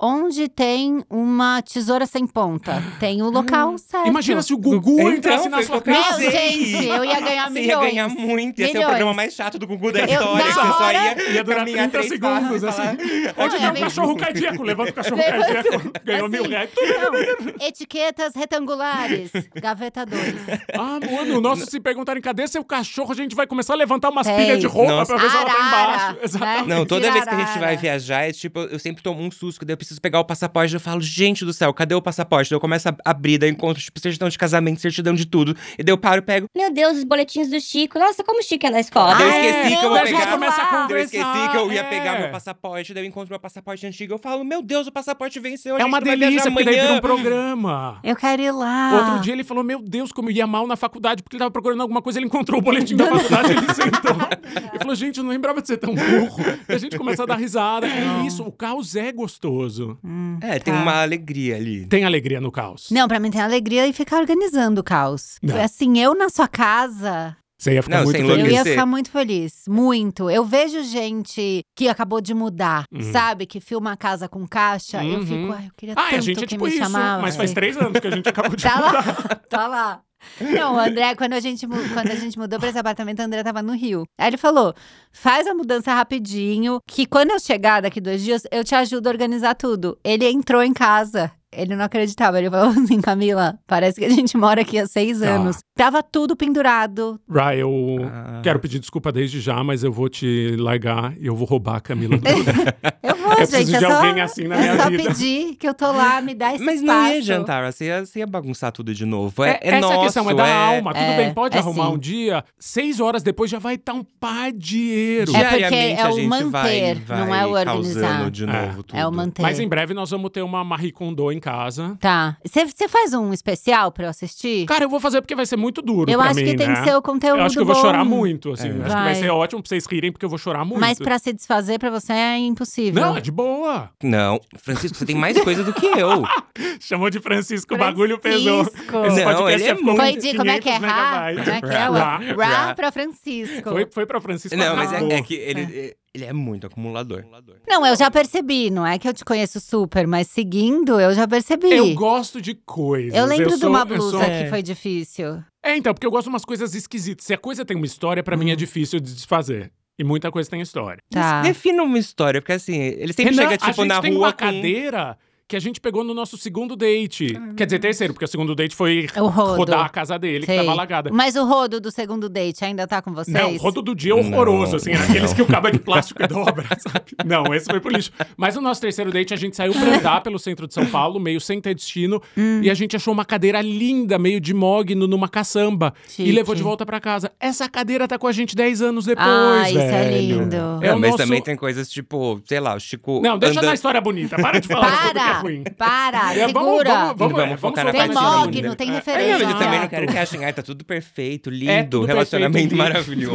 Speaker 1: Onde tem uma tesoura sem ponta? Tem o local certo.
Speaker 4: Hum. Imagina se o Gugu
Speaker 5: Então,
Speaker 4: entrasse assim na
Speaker 5: foi
Speaker 4: sua
Speaker 5: o que eu
Speaker 4: casa.
Speaker 1: Meu,
Speaker 5: pensei.
Speaker 1: gente, eu ia ganhar
Speaker 5: (laughs) Você
Speaker 1: milhões.
Speaker 5: ia ganhar muito. Ia ser o
Speaker 1: Milhões.
Speaker 5: programa mais chato do Gugu da
Speaker 1: Eu-
Speaker 5: história. assim,
Speaker 1: na
Speaker 5: você só
Speaker 1: hora-
Speaker 5: ia,
Speaker 4: Ia durar
Speaker 5: caminhar
Speaker 4: 30
Speaker 5: três passos e
Speaker 4: segundos,
Speaker 5: falar,
Speaker 4: assim.
Speaker 1: Não,
Speaker 4: Onde
Speaker 1: é
Speaker 4: tá o
Speaker 1: bem-
Speaker 4: cachorro cardíaco? Levanta o cachorro
Speaker 1: Levanta.
Speaker 4: cardíaco. Ganhou mil
Speaker 1: Assim.
Speaker 4: reais.
Speaker 1: Não, etiquetas
Speaker 4: (laughs)
Speaker 1: retangulares, gaveta 2.
Speaker 4: Ah, mano, o nosso se perguntarem cadê seu cachorro, a gente vai começar a levantar umas
Speaker 1: Tem.
Speaker 4: pilhas de roupa
Speaker 5: Nossa.
Speaker 4: pra ver se ela tá
Speaker 1: Arara,
Speaker 4: embaixo.
Speaker 1: né?
Speaker 4: Exatamente.
Speaker 5: Não, toda vez que a gente vai
Speaker 1: Tirarara.
Speaker 5: viajar, é tipo, eu sempre tomo um susto, que daí eu preciso pegar o passaporte. Eu falo, gente do céu, cadê o passaporte? Daí eu começo a abrir, daí eu encontro, tipo, certidão de casamento, certidão de tudo. E daí eu paro e pego.
Speaker 3: Meu Deus, os boletins do Chico. Nossa, como o Chico é na escola.
Speaker 5: Ah, eu
Speaker 1: é?
Speaker 5: esqueci que eu
Speaker 1: Não,
Speaker 5: vou
Speaker 1: a gente
Speaker 5: pegar.
Speaker 1: começa a
Speaker 5: Eu esqueci que eu ia
Speaker 4: Ah, é.
Speaker 5: pegar meu passaporte, daí eu encontro meu passaporte antigo. Eu falo, meu Deus, o passaporte venceu. a
Speaker 4: É
Speaker 5: gente
Speaker 4: uma
Speaker 5: não vai viajar
Speaker 4: delícia, porque daí vira
Speaker 5: amanhã.
Speaker 4: um programa.
Speaker 1: Eu quero ir lá.
Speaker 4: Outro dia ele falou, meu Deus, como eu ia mal na faculdade, porque ele tava procurando alguma coisa, ele encontrou o boletim da faculdade,
Speaker 1: (laughs)
Speaker 4: ele sentou. Ele falou, gente, eu não lembrava de ser tão burro. E a gente começa a dar risada. É isso, o caos é gostoso.
Speaker 1: Hum,
Speaker 5: É,
Speaker 1: tá.
Speaker 5: tem uma alegria ali.
Speaker 4: Tem alegria no caos.
Speaker 1: Não, pra mim tem alegria e ficar organizando o caos.
Speaker 4: Não.
Speaker 1: Assim, eu na sua casa,
Speaker 4: Você ia ficar
Speaker 5: Não,
Speaker 4: muito
Speaker 5: sem
Speaker 1: eu
Speaker 4: feliz.
Speaker 1: ia
Speaker 5: Enlouquecer.
Speaker 1: ficar muito feliz. Muito. Eu vejo gente que acabou de mudar,
Speaker 4: Uhum.
Speaker 1: sabe? Que filma a casa com caixa. Eu
Speaker 4: Uhum.
Speaker 1: fico, ai, eu queria
Speaker 4: Ah,
Speaker 1: tanto
Speaker 4: a gente é tipo
Speaker 1: que me
Speaker 4: isso,
Speaker 1: chamava.
Speaker 4: mas faz três anos que a gente acabou de
Speaker 1: Tá
Speaker 4: mudar.
Speaker 1: lá, (laughs) tá lá. Não, o André, quando a, gente, mu- quando a gente mudou pra esse apartamento, o André tava no Rio. Aí ele falou: faz a mudança rapidinho, que quando eu chegar daqui dois dias, eu te ajudo a organizar tudo. Ele entrou em casa. Ele não acreditava. Ele falou assim: Camila, parece que a gente mora aqui há seis
Speaker 4: Tá.
Speaker 1: anos. Tava tudo pendurado.
Speaker 4: Ryan, eu
Speaker 5: Ah.
Speaker 4: quero pedir desculpa desde já, mas eu vou te largar e eu vou roubar a
Speaker 1: (laughs)
Speaker 4: Camila. do-
Speaker 1: Eu vou,
Speaker 4: Eu preciso
Speaker 1: gente. É
Speaker 4: de
Speaker 1: só,
Speaker 4: alguém assim na
Speaker 1: é
Speaker 4: minha
Speaker 1: só
Speaker 4: vida.
Speaker 1: pedir que eu tô lá, me dá É esse
Speaker 5: Mas
Speaker 1: espaço.
Speaker 5: não ia jantar, você ia, você ia bagunçar tudo de novo. É, é,
Speaker 4: essa é
Speaker 5: nosso,
Speaker 4: a questão, é da alma. Tudo
Speaker 1: é,
Speaker 4: bem, pode
Speaker 1: é
Speaker 4: arrumar
Speaker 1: sim.
Speaker 4: um dia. Seis horas depois já vai estar um padieiro.
Speaker 1: É porque
Speaker 5: Diariamente
Speaker 1: é
Speaker 5: a
Speaker 1: o
Speaker 5: gente
Speaker 1: manter,
Speaker 5: vai,
Speaker 1: não
Speaker 5: vai
Speaker 1: é o
Speaker 5: causando
Speaker 1: organizar.
Speaker 5: de
Speaker 4: É.
Speaker 5: novo tudo.
Speaker 1: É o manter.
Speaker 4: Mas em breve nós vamos ter uma Marie Kondo em casa.
Speaker 1: Tá. Você faz um especial pra eu assistir?
Speaker 4: Cara, eu vou fazer porque vai ser muito duro
Speaker 1: Eu
Speaker 4: pra
Speaker 1: acho
Speaker 4: mim,
Speaker 1: que tem
Speaker 4: né?
Speaker 1: que ser o conteúdo
Speaker 4: Eu acho que eu vou
Speaker 1: bom.
Speaker 4: chorar muito, assim.
Speaker 5: É.
Speaker 4: Acho que vai
Speaker 1: Vai.
Speaker 4: ser ótimo pra vocês rirem, porque eu vou chorar muito.
Speaker 1: Mas pra se desfazer pra você é impossível.
Speaker 4: Não, é de boa.
Speaker 5: Não, Francisco, você tem mais coisa do que
Speaker 4: (laughs)
Speaker 5: eu.
Speaker 4: Chamou de Francisco, o bagulho pesou.
Speaker 1: Francisco.
Speaker 4: Esse
Speaker 5: Não,
Speaker 4: podcast
Speaker 5: ele é
Speaker 4: ia ficar com
Speaker 1: Foi de como é que é
Speaker 4: 500
Speaker 1: Rá?
Speaker 4: megabytes.
Speaker 1: Como é que é? Rá,
Speaker 4: Rá.
Speaker 1: Rá
Speaker 5: Rá.
Speaker 1: pra Francisco.
Speaker 4: Foi, foi pra Francisco.
Speaker 5: Não, mas
Speaker 4: acabou. Tá.
Speaker 5: é, é que ele, ele é muito acumulador.
Speaker 1: Não, eu já percebi, não é que eu te conheço super, mas seguindo, eu já percebi.
Speaker 4: Eu gosto de coisas.
Speaker 1: Eu lembro de
Speaker 4: sou-
Speaker 1: uma
Speaker 4: eu
Speaker 1: blusa
Speaker 4: sou- um
Speaker 1: que foi difícil.
Speaker 4: É, então, porque eu gosto de umas coisas esquisitas. Se a coisa tem uma história, pra mim
Speaker 5: Hum.
Speaker 4: é difícil de desfazer. E muita coisa tem história.
Speaker 1: Tá.
Speaker 5: Defina uma história, porque assim, ele sempre
Speaker 4: Renan,
Speaker 5: chega
Speaker 4: a
Speaker 5: tipo
Speaker 4: gente
Speaker 5: na
Speaker 4: tem
Speaker 5: rua
Speaker 4: uma
Speaker 5: com...
Speaker 4: cadeira que a gente pegou no nosso segundo date. Quer dizer, terceiro, porque o segundo date foi
Speaker 1: Ah, É O rodo.
Speaker 4: rodar a casa dele,
Speaker 1: Sei.
Speaker 4: que tava alagada.
Speaker 1: Mas o rodo do segundo date ainda tá com vocês?
Speaker 4: Não, o rodo do dia é horroroso,
Speaker 5: Não,
Speaker 4: assim, era aqueles
Speaker 5: não.
Speaker 4: que o cabo é de plástico e dobra, (laughs) sabe? Não, esse foi pro lixo. Mas no nosso terceiro date, a gente saiu pra andar pelo centro de São Paulo, meio sem ter destino,
Speaker 1: Hum.
Speaker 4: e a gente achou uma cadeira linda, meio de mogno, numa caçamba,
Speaker 1: Chique.
Speaker 4: e levou de volta pra casa. Essa cadeira tá com a gente 10 anos depois,
Speaker 1: Ah, isso é
Speaker 4: velho.
Speaker 1: lindo.
Speaker 4: É
Speaker 5: Não,
Speaker 4: o
Speaker 5: mas
Speaker 4: nosso-
Speaker 5: também tem coisas tipo, sei lá, o Chico.
Speaker 4: Não, deixa
Speaker 5: andando...
Speaker 4: na história bonita, para de falar tudo que é
Speaker 1: Para,
Speaker 4: ruim.
Speaker 1: para,
Speaker 4: É,
Speaker 1: segura.
Speaker 4: vamos- vamos- vamos-
Speaker 5: Vamos
Speaker 4: é,
Speaker 5: focar na
Speaker 4: focar
Speaker 1: tem
Speaker 5: parte da
Speaker 4: bonita.
Speaker 1: mogno, tem
Speaker 5: É, não,
Speaker 4: É,
Speaker 5: mas eu
Speaker 1: referência.
Speaker 5: também não quero que achem, ai, tá tudo perfeito, lindo,
Speaker 4: É tudo
Speaker 5: relacionamento
Speaker 4: perfeito, lindo."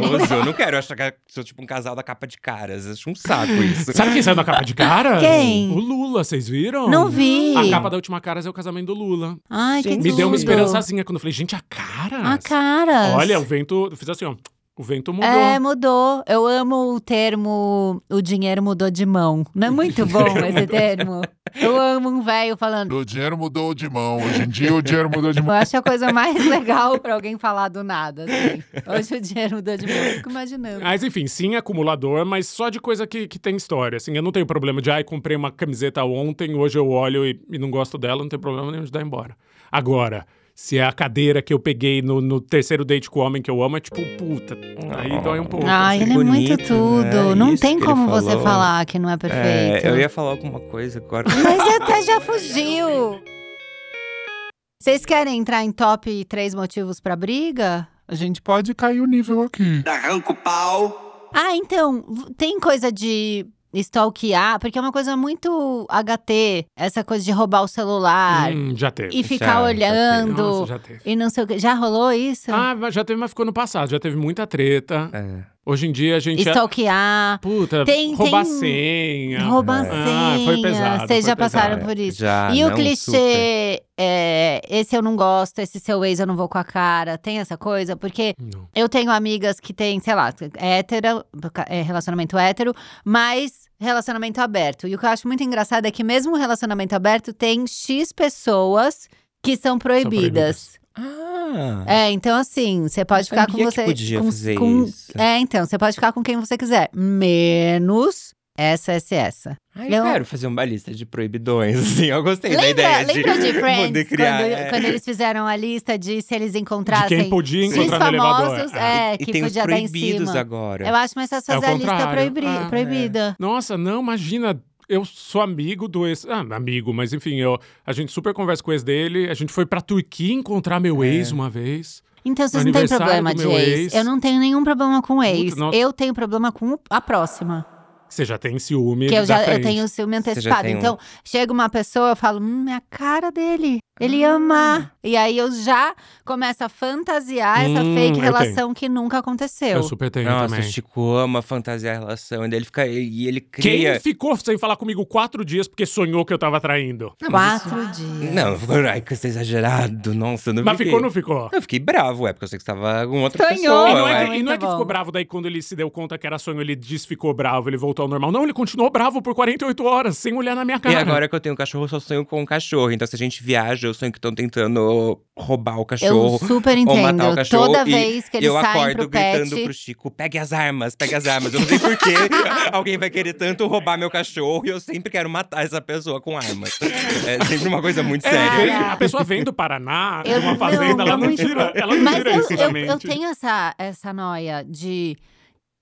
Speaker 5: maravilhoso. eu não quero achar que sou tipo um casal da capa de caras. Acho um saco isso.
Speaker 4: Sabe quem saiu na capa de cara?
Speaker 1: Quem?
Speaker 4: O Lula, vocês viram?
Speaker 1: Não vi.
Speaker 4: A capa da última cara é o casamento do Lula.
Speaker 1: Ai, que
Speaker 4: Me deu uma
Speaker 1: tudo.
Speaker 4: esperançazinha quando eu falei, gente, a cara.
Speaker 1: Ah, caras.
Speaker 4: Olha, o vento. Eu fiz assim, ó. O vento mudou.
Speaker 1: É, mudou. Eu amo o termo o dinheiro mudou de mão. Não é muito
Speaker 5: (laughs)
Speaker 1: bom esse termo? Eu amo um velho falando.
Speaker 6: (laughs) O dinheiro mudou de mão. Hoje em dia o dinheiro mudou de
Speaker 1: Eu
Speaker 6: mão.
Speaker 1: acho a coisa mais (laughs) legal pra alguém falar do nada, assim. Hoje o dinheiro mudou de mão. Eu fico imaginando.
Speaker 4: Mas enfim, sim, acumulador, mas só de coisa que, que tem história. Assim, eu não tenho problema de, ai, comprei uma camiseta ontem, hoje eu olho e, e não gosto dela, não tem problema nenhum de dar embora. Agora, se é a cadeira que eu peguei no, no terceiro date com o homem que eu amo, é tipo, puta, aí dói um pouco.
Speaker 1: Ai,
Speaker 5: que
Speaker 1: ele é
Speaker 5: bonito,
Speaker 1: muito tudo.
Speaker 5: né?
Speaker 1: Não
Speaker 5: Isso
Speaker 1: tem
Speaker 5: que ele
Speaker 1: como você
Speaker 5: falou.
Speaker 1: falar que não é
Speaker 5: É,
Speaker 1: perfeito.
Speaker 5: eu ia falar alguma coisa agora.
Speaker 1: Mas até já fugiu. Vocês querem entrar em top três motivos pra briga?
Speaker 6: A gente pode cair o nível aqui.
Speaker 7: Arranca o pau.
Speaker 1: Ah, então, v- tem coisa de stalkear, porque é uma coisa muito HT, essa coisa de roubar o celular
Speaker 4: Hum, já teve.
Speaker 1: e ficar
Speaker 5: já
Speaker 1: olhando
Speaker 4: Nossa, já teve.
Speaker 1: e não sei o que. Já rolou isso?
Speaker 4: Ah, mas já teve, mas ficou no passado. Já teve muita treta.
Speaker 5: É.
Speaker 4: Hoje em dia a gente. é-
Speaker 1: Stalkear,
Speaker 4: Puta,
Speaker 1: Tem-
Speaker 4: roubar
Speaker 1: tem-
Speaker 4: senha.
Speaker 1: roubar
Speaker 4: Ah,
Speaker 1: senha.
Speaker 4: foi pesado,
Speaker 1: Vocês
Speaker 4: foi
Speaker 1: já passaram
Speaker 4: pesado.
Speaker 1: por isso.
Speaker 5: Já,
Speaker 1: e o
Speaker 5: Ah, não, super.
Speaker 1: clichê, é, esse eu não gosto, esse seu ex eu não vou com a cara, tem essa coisa? Porque
Speaker 4: Não.
Speaker 1: Eu tenho amigas que têm, sei lá, hétero, é, relacionamento hétero, mas relacionamento aberto. E o que eu acho muito engraçado é que mesmo o relacionamento aberto tem X pessoas que são proibidas.
Speaker 5: Ah,
Speaker 1: É, então assim, você pode
Speaker 5: sabia
Speaker 1: ficar com
Speaker 5: é que
Speaker 1: você.
Speaker 5: podia
Speaker 1: com,
Speaker 5: fazer
Speaker 1: com-
Speaker 5: isso.
Speaker 1: É, então, você pode ficar com quem você quiser. Menos essa, essa e essa.
Speaker 5: Ai, eu
Speaker 1: eu-
Speaker 5: quero fazer uma lista de proibidões, (laughs) assim. Eu gostei da
Speaker 1: Lembra,
Speaker 5: ideia de (laughs)
Speaker 1: lembra de
Speaker 5: poder
Speaker 1: Friends?
Speaker 5: criar.
Speaker 1: quando,
Speaker 5: é.
Speaker 1: quando eles fizeram a lista de se eles
Speaker 4: De
Speaker 1: encontrassem
Speaker 4: quem podia
Speaker 1: X
Speaker 4: encontrar no elevador.
Speaker 1: famosos,
Speaker 4: Ah.
Speaker 1: é,
Speaker 5: E
Speaker 1: que
Speaker 5: tem os
Speaker 1: podia dar em
Speaker 5: proibidos
Speaker 1: cima.
Speaker 5: agora.
Speaker 1: Eu acho mais fácil
Speaker 4: É o
Speaker 1: fazer a lista
Speaker 4: contrário.
Speaker 1: proibri-
Speaker 4: Ah, é.
Speaker 1: proibida.
Speaker 4: Nossa, não, imagina. Eu sou amigo do ex. Ah, amigo, mas enfim, eu, a gente super conversa com o ex dele. A gente foi pra Turquia encontrar
Speaker 1: É.
Speaker 4: meu ex uma vez.
Speaker 1: Então vocês
Speaker 4: No
Speaker 1: não têm
Speaker 4: aniversário
Speaker 1: problema
Speaker 4: do
Speaker 1: de
Speaker 4: meu
Speaker 1: ex.
Speaker 4: ex.
Speaker 1: Eu não tenho nenhum problema com o ex.
Speaker 4: Puta, nossa.
Speaker 1: eu tenho problema com o- a próxima.
Speaker 4: Você já tem ciúme.
Speaker 1: Que eu
Speaker 4: da
Speaker 1: já eu
Speaker 4: frente.
Speaker 1: tenho ciúme
Speaker 5: já
Speaker 1: antecipado.
Speaker 5: tem um.
Speaker 1: Então, chega uma pessoa, eu falo, hum, é a cara dele. Ele
Speaker 4: Ah.
Speaker 1: ama. E aí eu já começo a fantasiar essa
Speaker 4: Hum, eu
Speaker 1: fake
Speaker 4: tenho.
Speaker 1: relação que nunca
Speaker 4: Eu,
Speaker 1: aconteceu.
Speaker 4: super tenho
Speaker 5: Nossa,
Speaker 4: também.
Speaker 5: o Chico ama fantasiar a relação. E daí ele fica. E ele
Speaker 4: Quem
Speaker 5: cria.
Speaker 4: ficou sem falar comigo quatro dias porque sonhou que eu tava traindo?
Speaker 1: Quatro dias.
Speaker 5: Não, (laughs) ficou, ai, que você é exagerado. Nossa, eu não
Speaker 4: Mas
Speaker 5: fiquei.
Speaker 4: ficou ou não ficou?
Speaker 5: Eu fiquei bravo, é, porque eu sei que você tava com outra
Speaker 1: Sonhou,
Speaker 5: pessoa.
Speaker 4: E não é,
Speaker 5: ué.
Speaker 4: que,
Speaker 1: Muito
Speaker 4: e não é que
Speaker 1: bom.
Speaker 4: ficou bravo, daí quando ele se deu conta que era sonho, ele desficou bravo, ele voltou ao normal. Não, ele continuou bravo por 48 horas, sem olhar na minha cara.
Speaker 5: E agora que eu tenho um cachorro, eu só sonho com um cachorro. Então, se a gente viaja, eu sonho que estão tentando roubar o
Speaker 1: Eu
Speaker 5: cachorro.
Speaker 1: super
Speaker 5: ou matar o
Speaker 1: entendo.
Speaker 5: cachorro,
Speaker 1: Toda
Speaker 5: e
Speaker 1: vez que eles
Speaker 5: eu
Speaker 1: saem
Speaker 5: acordo
Speaker 1: pro
Speaker 5: gritando
Speaker 1: pet.
Speaker 5: pro Chico: pegue as armas, pegue as armas. Eu não sei
Speaker 1: (laughs)
Speaker 5: por que alguém vai querer tanto roubar meu cachorro e eu sempre quero matar essa pessoa com armas. É sempre uma coisa muito
Speaker 4: É,
Speaker 5: séria.
Speaker 4: vem- a pessoa vem do Paraná, de
Speaker 1: Eu-
Speaker 4: uma fazenda,
Speaker 1: não,
Speaker 4: ela não
Speaker 1: muito
Speaker 4: tira,
Speaker 1: bom.
Speaker 4: ela não
Speaker 1: Mas
Speaker 4: tira
Speaker 1: eu,
Speaker 4: isso
Speaker 1: eu-
Speaker 4: da
Speaker 1: eu
Speaker 4: mente.
Speaker 1: tenho essa, essa noia de.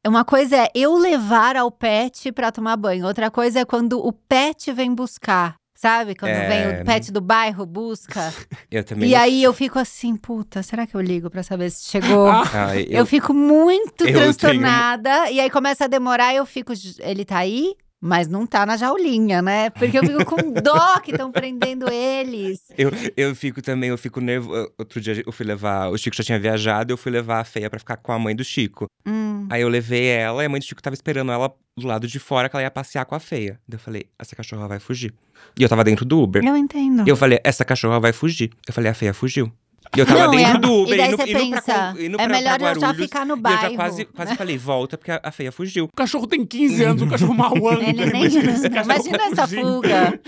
Speaker 1: Uma coisa é eu levar ao pet pra tomar banho, outra coisa é quando o pet vem buscar. Sabe? Quando
Speaker 5: É.
Speaker 1: vem o pet do bairro, busca.
Speaker 5: Eu também.
Speaker 1: e aí eu fico assim, puta, será que eu ligo pra saber se chegou?
Speaker 4: Ah.
Speaker 5: Ai,
Speaker 1: eu,
Speaker 5: eu,
Speaker 1: fico muito
Speaker 5: eu tenho-
Speaker 1: transtornada. E aí começa a demorar, eu fico. "J- Ele tá aí? Mas não tá na jaulinha, né? Porque eu fico com dó que estão prendendo eles.
Speaker 5: Eu, eu fico também, eu fico nervoso. Outro dia eu fui levar. O Chico já tinha viajado, eu fui levar a feia pra ficar com a mãe do Chico.
Speaker 1: Hum.
Speaker 5: Aí eu levei ela e a mãe do Chico tava esperando ela do lado de fora, que ela ia passear com a feia. Daí eu falei, essa cachorra vai fugir. E eu tava dentro do Uber.
Speaker 1: Eu entendo.
Speaker 5: E eu falei, essa cachorra vai fugir. Eu falei, a feia fugiu. E eu tava
Speaker 1: Não,
Speaker 5: dentro
Speaker 1: é-
Speaker 5: do Uber,
Speaker 1: e daí
Speaker 5: indo,
Speaker 1: você
Speaker 5: indo pra,
Speaker 1: pensa,
Speaker 5: Con- indo
Speaker 1: é
Speaker 5: pra- pra
Speaker 1: melhor eu já
Speaker 5: Guarulhos.
Speaker 1: ficar no
Speaker 5: E eu
Speaker 1: bairro. É,
Speaker 5: já quase, quase falei, volta, porque a, a feia fugiu.
Speaker 4: O cachorro tem 15 anos, o cachorro
Speaker 1: Ele
Speaker 4: malandro.
Speaker 1: (laughs) nem-
Speaker 4: imagina esse cachorro
Speaker 1: imagina essa
Speaker 4: fugindo.
Speaker 1: fuga.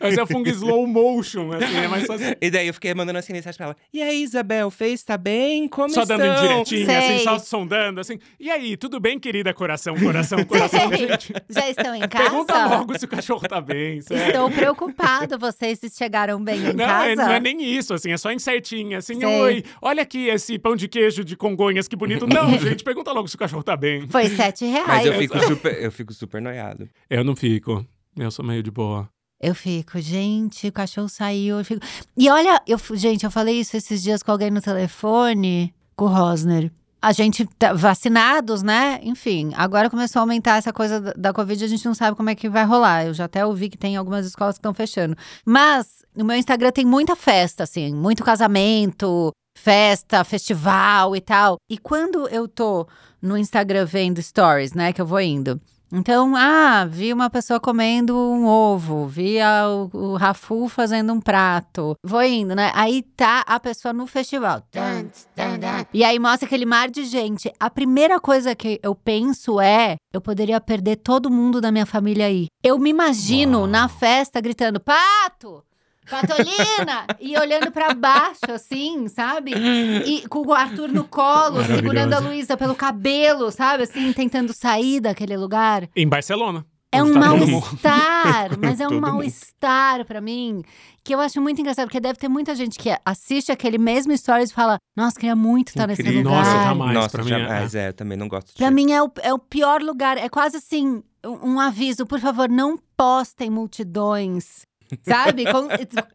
Speaker 4: Essa é a funga slow motion, assim, é mais fácil.
Speaker 5: E daí eu fiquei mandando assim mensagem pra ela. E aí, Isabel, fez? Tá bem? Como
Speaker 4: Só dando
Speaker 5: estão?"
Speaker 4: indiretinha, assim,
Speaker 1: Sei.
Speaker 4: só sondando, assim. E aí, tudo bem, querida? Coração, coração, coração.
Speaker 1: Sei. Tá
Speaker 4: Gente,
Speaker 1: Já estão em casa?
Speaker 5: um
Speaker 4: pergunta logo se o cachorro tá bem, sério.
Speaker 1: Estou preocupado. Vocês se chegaram bem em
Speaker 4: Não,
Speaker 1: casa?
Speaker 4: é, não é nem isso, assim, é só incertinha, assim,
Speaker 1: Tá Sei.
Speaker 4: oi, olha aqui esse pão de queijo de Congonhas, que
Speaker 1: (laughs)
Speaker 4: bonito. Não, gente, pergunta logo se o cachorro tá bem.
Speaker 1: Foi sete reais.
Speaker 5: Mas eu fico super, eu fico super noiado.
Speaker 4: Eu não fico, eu sou meio de boa.
Speaker 1: Eu fico, gente, o cachorro saiu. Eu fico... E olha, eu, f- gente, eu falei isso esses dias com alguém no telefone, com o Rosner. A gente tá vacinados, né? Enfim, agora começou a aumentar essa coisa da, da Covid, a gente não sabe como é que vai rolar. Eu já até ouvi que tem algumas escolas que estão fechando. Mas no meu Instagram tem muita festa, assim, muito casamento, festa, festival e tal. E quando eu tô no Instagram vendo stories, né, que eu vou indo. Então, ah, vi uma pessoa comendo um ovo, vi a- o, o Rafu fazendo um prato. Vou indo, né? Aí tá a pessoa no festival. Tan, tan, tan. E aí mostra aquele mar de gente. A primeira coisa que eu penso é: eu poderia perder todo mundo da minha família aí. Eu me imagino
Speaker 4: Uau.
Speaker 1: na festa gritando: pato! Patolina! e olhando pra baixo, assim, sabe? E com o Arthur no colo,
Speaker 4: Maravilhoso.
Speaker 1: segurando a Luísa pelo cabelo, sabe? Assim, tentando sair daquele lugar.
Speaker 4: Em Barcelona.
Speaker 1: É um
Speaker 4: onde tá todo mundo.
Speaker 1: mal-estar,
Speaker 5: (laughs)
Speaker 1: mas é um
Speaker 5: Todo mundo.
Speaker 1: mal-estar pra mim, que eu acho muito engraçado, porque deve ter muita gente que assiste aquele mesmo stories e fala: Nossa, queria muito estar nesse
Speaker 5: Incrível.
Speaker 1: lugar.
Speaker 4: Nossa, jamais,
Speaker 5: Nossa,
Speaker 4: pra mim é-
Speaker 5: jamais. É, eu também não gosto
Speaker 1: Pra
Speaker 5: de-
Speaker 1: mim é o, é o pior lugar. É quase assim, um, um aviso. Por favor, não postem
Speaker 4: (laughs)
Speaker 1: multidões. Sabe? Com-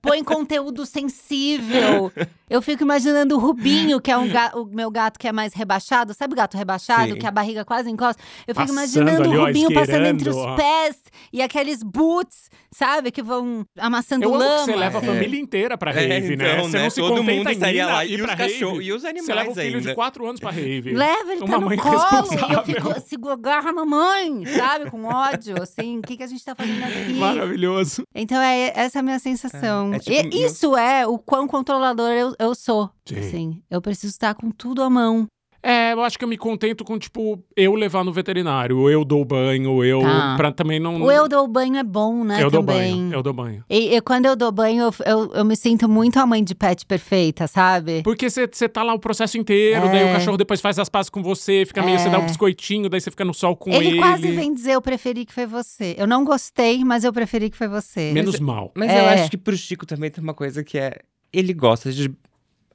Speaker 1: põe conteúdo sensível. Eu fico imaginando o Rubinho, que é um ga- o meu gato que é mais rebaixado. Sabe o gato rebaixado,
Speaker 5: Sim.
Speaker 1: que a barriga quase encosta? Eu fico
Speaker 4: Passando
Speaker 1: imaginando
Speaker 4: ali,
Speaker 1: o
Speaker 4: ó,
Speaker 1: Rubinho passando entre
Speaker 4: esgueirando,
Speaker 1: os
Speaker 4: ó.
Speaker 1: pés e aqueles boots, sabe? Que vão amassando
Speaker 4: Eu amo
Speaker 1: lama.
Speaker 4: que você leva a
Speaker 5: É.
Speaker 4: família inteira pra
Speaker 5: (laughs) É,
Speaker 4: rave, né?
Speaker 5: então,
Speaker 4: Você não se
Speaker 5: Todo
Speaker 4: contenta
Speaker 5: mundo
Speaker 4: em
Speaker 5: estaria
Speaker 4: ir na-
Speaker 5: lá.
Speaker 4: ir
Speaker 5: E os
Speaker 4: pra rave.
Speaker 5: cachorros, e os animais
Speaker 4: Você leva o filho
Speaker 5: ainda.
Speaker 4: de 4 anos pra rave.
Speaker 1: Leva, ele
Speaker 4: Uma
Speaker 1: tá no
Speaker 4: mãe
Speaker 1: colo e eu
Speaker 4: responsável.
Speaker 1: fico, se agarra a mamãe, sabe? Com ódio, assim, o que, que a gente tá fazendo aqui?
Speaker 4: Maravilhoso.
Speaker 1: Então é essa a minha sensação.
Speaker 5: É, é tipo
Speaker 1: E
Speaker 5: meu-
Speaker 1: isso é o quão controlador eu, eu sou. Assim, eu preciso estar com tudo à mão.
Speaker 4: É, eu acho que eu me contento com, tipo, eu levar no veterinário, eu dou banho, eu.
Speaker 1: Tá.
Speaker 4: Pra também não.
Speaker 1: O eu dou banho é bom, né?
Speaker 4: Hum. eu dou
Speaker 1: também.
Speaker 4: banho. Eu dou banho.
Speaker 1: E, e quando eu dou banho, eu, eu, eu me sinto muito a mãe de pet perfeita, sabe?
Speaker 4: Porque você tá lá o processo inteiro,
Speaker 1: É.
Speaker 4: daí o cachorro depois faz as pazes com você, fica meio. Você dá um
Speaker 1: É.
Speaker 4: biscoitinho, daí você fica no sol com ele.
Speaker 1: Ele, quase vem dizer eu preferi que foi você. Eu não gostei, mas eu preferi que foi você.
Speaker 4: Menos mal.
Speaker 5: Mas
Speaker 1: É.
Speaker 5: eu acho que pro Chico também tem uma coisa que é. Ele gosta de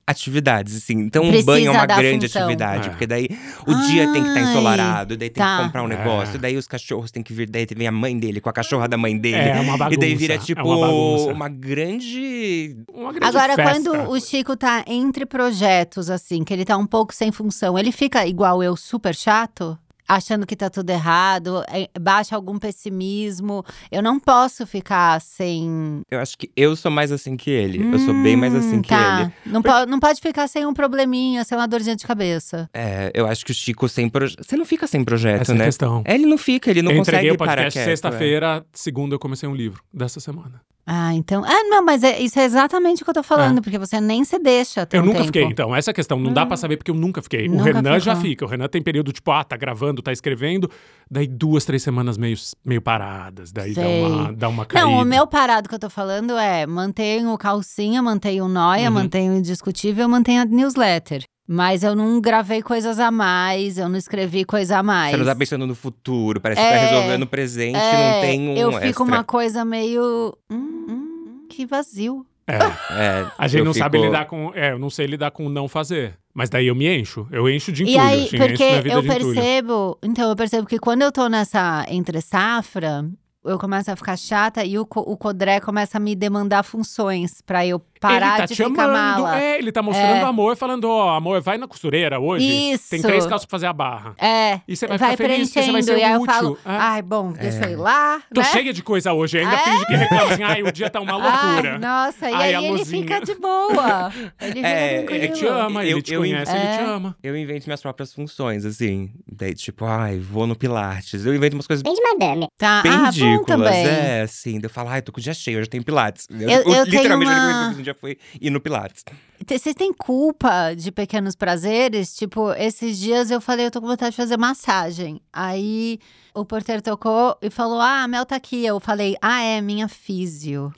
Speaker 5: atividades, assim. Então,
Speaker 1: Precisa
Speaker 5: um banho é uma
Speaker 1: da
Speaker 5: grande
Speaker 1: função.
Speaker 5: atividade.
Speaker 4: É.
Speaker 5: Porque daí o dia tem que estar
Speaker 1: Ai,
Speaker 5: ensolarado, daí tem
Speaker 1: tá.
Speaker 5: que comprar um
Speaker 4: É.
Speaker 5: negócio, daí os cachorros têm que vir, daí vem a mãe dele com a cachorra da mãe dele.
Speaker 4: É uma bagunça.
Speaker 5: e daí vira,
Speaker 4: é
Speaker 5: tipo,
Speaker 4: uma, bagunça.
Speaker 5: uma grande.
Speaker 4: Uma grande
Speaker 1: Agora,
Speaker 4: festa.
Speaker 1: quando o Chico tá entre projetos, assim, que ele tá um pouco sem função, ele fica igual eu, super chato? Achando que tá tudo errado, é, baixa algum pessimismo. Eu não posso ficar sem.
Speaker 5: Eu acho que eu sou mais assim que ele. eu sou bem mais assim
Speaker 1: Hum,
Speaker 5: que
Speaker 1: tá.
Speaker 5: ele.
Speaker 1: Não, po- não pode ficar sem um probleminha, sem uma dorzinha de cabeça.
Speaker 5: É, eu acho que o Chico sem projeto. Você não fica sem projeto,
Speaker 4: Essa é a
Speaker 5: né?
Speaker 4: questão.
Speaker 5: É, Ele não fica, ele não
Speaker 4: eu
Speaker 5: consegue
Speaker 4: entreguei o
Speaker 5: parar
Speaker 4: podcast
Speaker 5: quieto, é.
Speaker 4: sexta-feira, segunda eu comecei um livro dessa semana.
Speaker 1: Ah, então. Ah, não, mas é- isso é exatamente o que eu tô
Speaker 5: É.
Speaker 1: falando, porque você nem se deixa. ter
Speaker 4: eu
Speaker 1: um
Speaker 4: nunca
Speaker 1: tempo. Ah.
Speaker 4: fiquei, então. Essa é a questão. Não dá pra saber porque eu nunca fiquei. o
Speaker 1: Nunca
Speaker 4: Renan já
Speaker 1: ficou.
Speaker 4: fica. O Renan tem período tipo, ah, tá gravando, tá escrevendo. Daí duas, três semanas meio, meio paradas. Daí dá
Speaker 1: Sei.
Speaker 4: uma, dá uma caída.
Speaker 1: Não, o meu parado que eu tô falando é: mantenho o calcinha, mantenho o noia,
Speaker 4: Uhum.
Speaker 1: mantenho o indiscutível, mantenho a newsletter. Mas eu não gravei coisas a mais, eu não escrevi coisa a mais.
Speaker 5: Você não tá pensando no futuro, parece que
Speaker 1: É.
Speaker 5: tá resolvendo o presente,
Speaker 1: É,
Speaker 5: não tem um
Speaker 1: Eu
Speaker 5: extra.
Speaker 1: fico uma coisa meio. hum, hum, que vazio.
Speaker 4: É,
Speaker 5: É,
Speaker 4: a gente
Speaker 5: eu
Speaker 4: não
Speaker 5: fico-
Speaker 4: sabe lidar com. É, eu não sei lidar com o não fazer. Mas daí eu me encho. Eu encho de entulho.
Speaker 1: e aí,
Speaker 4: assim, encho minha
Speaker 1: porque
Speaker 4: vida
Speaker 1: eu
Speaker 4: de entulho.
Speaker 1: percebo. Então, eu percebo que quando eu tô nessa entre safra, eu começo a ficar chata e o, co- o Codré começa a me demandar funções pra eu parar
Speaker 4: ele tá
Speaker 1: de
Speaker 4: te
Speaker 1: ficar
Speaker 4: amando,
Speaker 1: mala.
Speaker 4: é, ele tá mostrando amor, falando, ó, amor, vai na costureira hoje.
Speaker 1: Isso.
Speaker 4: Tem três calças pra fazer a barra.
Speaker 1: É.
Speaker 4: E você vai ficar feliz porque você vai ser
Speaker 1: e aí eu
Speaker 4: útil.
Speaker 1: falo,
Speaker 4: É.
Speaker 1: ai, bom, deixa eu ir lá,
Speaker 4: Tô
Speaker 1: né? Ah,
Speaker 4: cheia de coisa hoje, ainda finge que reclama assim, ai, o
Speaker 1: (laughs)
Speaker 4: dia tá uma loucura.
Speaker 1: Ai, nossa, e
Speaker 4: Ai,
Speaker 1: aí
Speaker 4: a
Speaker 1: ele
Speaker 4: luzinha.
Speaker 1: fica de
Speaker 4: (laughs)
Speaker 1: boa. Ele fica
Speaker 5: É, é que
Speaker 4: Ele
Speaker 1: tranquilo.
Speaker 4: te ama,
Speaker 5: Eu-
Speaker 4: ele te
Speaker 5: eu-
Speaker 4: conhece, ele te
Speaker 1: É.
Speaker 4: ama.
Speaker 5: Eu invento minhas próprias funções, assim. Daí, tipo, ai, vou no Pilates. Eu invento umas coisas
Speaker 3: Bem de madame.
Speaker 1: Tá,
Speaker 5: bem
Speaker 1: ah, bom
Speaker 5: ridículas.
Speaker 1: também.
Speaker 5: É, assim. Daí eu falo, ai, tô com o dia cheio, eu já tenho Pilates.
Speaker 1: eu tenho
Speaker 5: literalmente, a única
Speaker 1: uma-
Speaker 5: coisa que eu fiz no dia foi ir no Pilates.
Speaker 1: Te- Vocês têm culpa de pequenos prazeres? Tipo, esses dias eu falei, eu tô com vontade de fazer massagem. Aí o porteiro tocou e falou: Ah, a Mel tá aqui. Eu falei: Ah, é, minha
Speaker 5: (laughs)
Speaker 1: físio.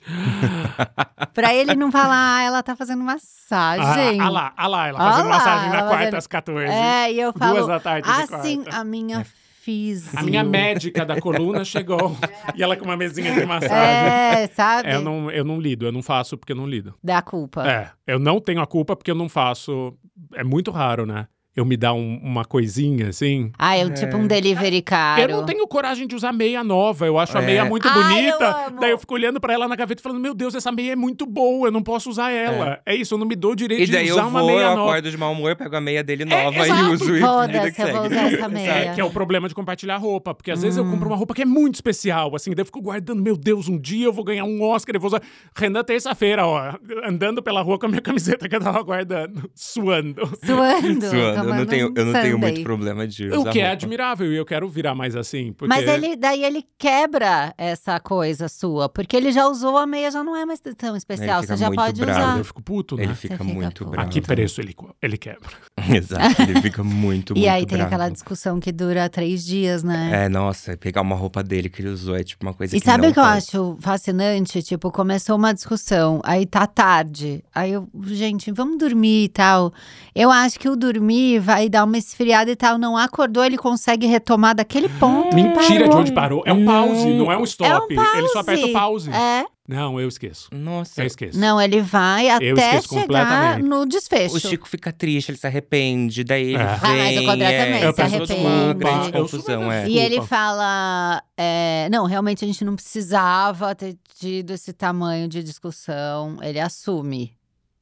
Speaker 1: pra ele não falar, ah, ela tá fazendo massagem.
Speaker 4: Ah, ah lá, ah lá, ela
Speaker 1: Ah
Speaker 4: fazendo
Speaker 1: lá,
Speaker 4: massagem na
Speaker 1: ela
Speaker 4: quarta
Speaker 1: fazendo-
Speaker 4: às 14.
Speaker 1: é, e eu
Speaker 4: Duas
Speaker 1: falo:
Speaker 4: da tarde de
Speaker 1: Assim,
Speaker 4: quarta.
Speaker 1: a
Speaker 5: É.
Speaker 1: minha físio.
Speaker 4: A minha médica da coluna
Speaker 1: (laughs)
Speaker 4: chegou. e ela com uma mesinha de massagem.
Speaker 1: É, Tá. sabe?
Speaker 4: É, eu, não, eu não lido, eu não faço porque eu não lido.
Speaker 1: Dá culpa.
Speaker 4: É, eu não tenho a culpa porque eu não faço. É muito raro, né? Eu me dar um- uma coisinha assim.
Speaker 1: Ah, eu tipo um delivery caro.
Speaker 4: Eu não tenho coragem de usar meia nova. Eu acho a
Speaker 5: É.
Speaker 4: meia muito
Speaker 1: Ai,
Speaker 4: bonita.
Speaker 1: Ah, eu amo.
Speaker 4: daí eu fico olhando pra ela na gaveta e falando: Meu Deus, essa meia é muito boa, eu não posso usar ela. É, isso, eu não me dou o direito
Speaker 5: E
Speaker 4: de
Speaker 5: daí
Speaker 4: usar
Speaker 5: eu
Speaker 4: uma
Speaker 5: vou,
Speaker 4: meia
Speaker 5: eu
Speaker 4: nova.
Speaker 5: acordo de mau humor, pego a meia dele nova e
Speaker 1: É, exato.
Speaker 5: uso. e
Speaker 1: Foda-se,
Speaker 5: vida que
Speaker 1: eu vou
Speaker 5: segue.
Speaker 1: usar essa meia.
Speaker 5: Sabe?
Speaker 4: É, que é o problema de compartilhar roupa, porque às vezes eu
Speaker 5: Hum.
Speaker 4: compro uma roupa que é muito especial, assim, daí eu fico guardando, meu Deus, um dia eu vou ganhar um Oscar, eu vou usar. Renan, terça-feira, ó, andando pela rua com a minha (laughs) camiseta que eu tava guardando, suando.
Speaker 1: Suando.
Speaker 5: Suando, eu não
Speaker 1: tomando
Speaker 5: tenho,
Speaker 1: um
Speaker 5: eu não tenho
Speaker 1: sundae.
Speaker 5: muito problema de usar
Speaker 4: O que é
Speaker 5: roupa.
Speaker 4: admirável, e eu quero virar mais assim. Porque...
Speaker 1: Mas ele, daí ele quebra essa coisa sua, porque ele já usou a meia, já não é mais tão especial.
Speaker 5: fica
Speaker 1: Você já
Speaker 5: muito
Speaker 1: pode
Speaker 5: bravo,
Speaker 1: usar.
Speaker 4: Eu fico puto, né?
Speaker 5: Ele fica
Speaker 1: fica
Speaker 5: muito
Speaker 1: puto.
Speaker 5: bravo.
Speaker 4: A que preço ele, co- ele quebra?
Speaker 5: (laughs) Exato, ele fica muito, muito
Speaker 1: E aí tem
Speaker 5: bravo.
Speaker 1: aquela discussão que dura três dias, né?
Speaker 5: É, nossa, pegar uma roupa dele que ele usou é tipo uma coisa
Speaker 1: E
Speaker 5: que
Speaker 1: sabe
Speaker 5: não
Speaker 1: o que eu
Speaker 5: pode.
Speaker 1: acho fascinante? Tipo, começou uma discussão, aí tá tarde. Aí eu, gente, vamos dormir e tal. Eu acho que o dormir vai dar uma esfriada e tal. Não acordou, ele consegue retomar daquele ponto. que
Speaker 4: (gasps) Mentira de
Speaker 1: É um parou.
Speaker 4: onde parou. É um pause, não é um stop. Ele só aperta o pause.
Speaker 1: É.
Speaker 4: Não, eu esqueço.
Speaker 5: Nossa,
Speaker 4: Eu esqueço.
Speaker 1: Não, ele vai
Speaker 4: Eu
Speaker 1: até
Speaker 4: esqueço
Speaker 1: chegar
Speaker 4: completamente.
Speaker 1: no desfecho.
Speaker 5: o Chico fica triste, ele se arrepende, daí ele
Speaker 4: É. Ah,
Speaker 5: vem,
Speaker 1: mas o Codré
Speaker 5: é,
Speaker 1: também
Speaker 5: é
Speaker 1: se
Speaker 5: todo mundo uma
Speaker 1: arrepende.
Speaker 5: grande
Speaker 4: Eu sou
Speaker 5: confusão,
Speaker 4: uma
Speaker 5: é.
Speaker 4: das-
Speaker 1: E ele
Speaker 4: Desculpa.
Speaker 1: fala: é, não, realmente a gente não precisava ter tido esse tamanho de discussão. Ele assume.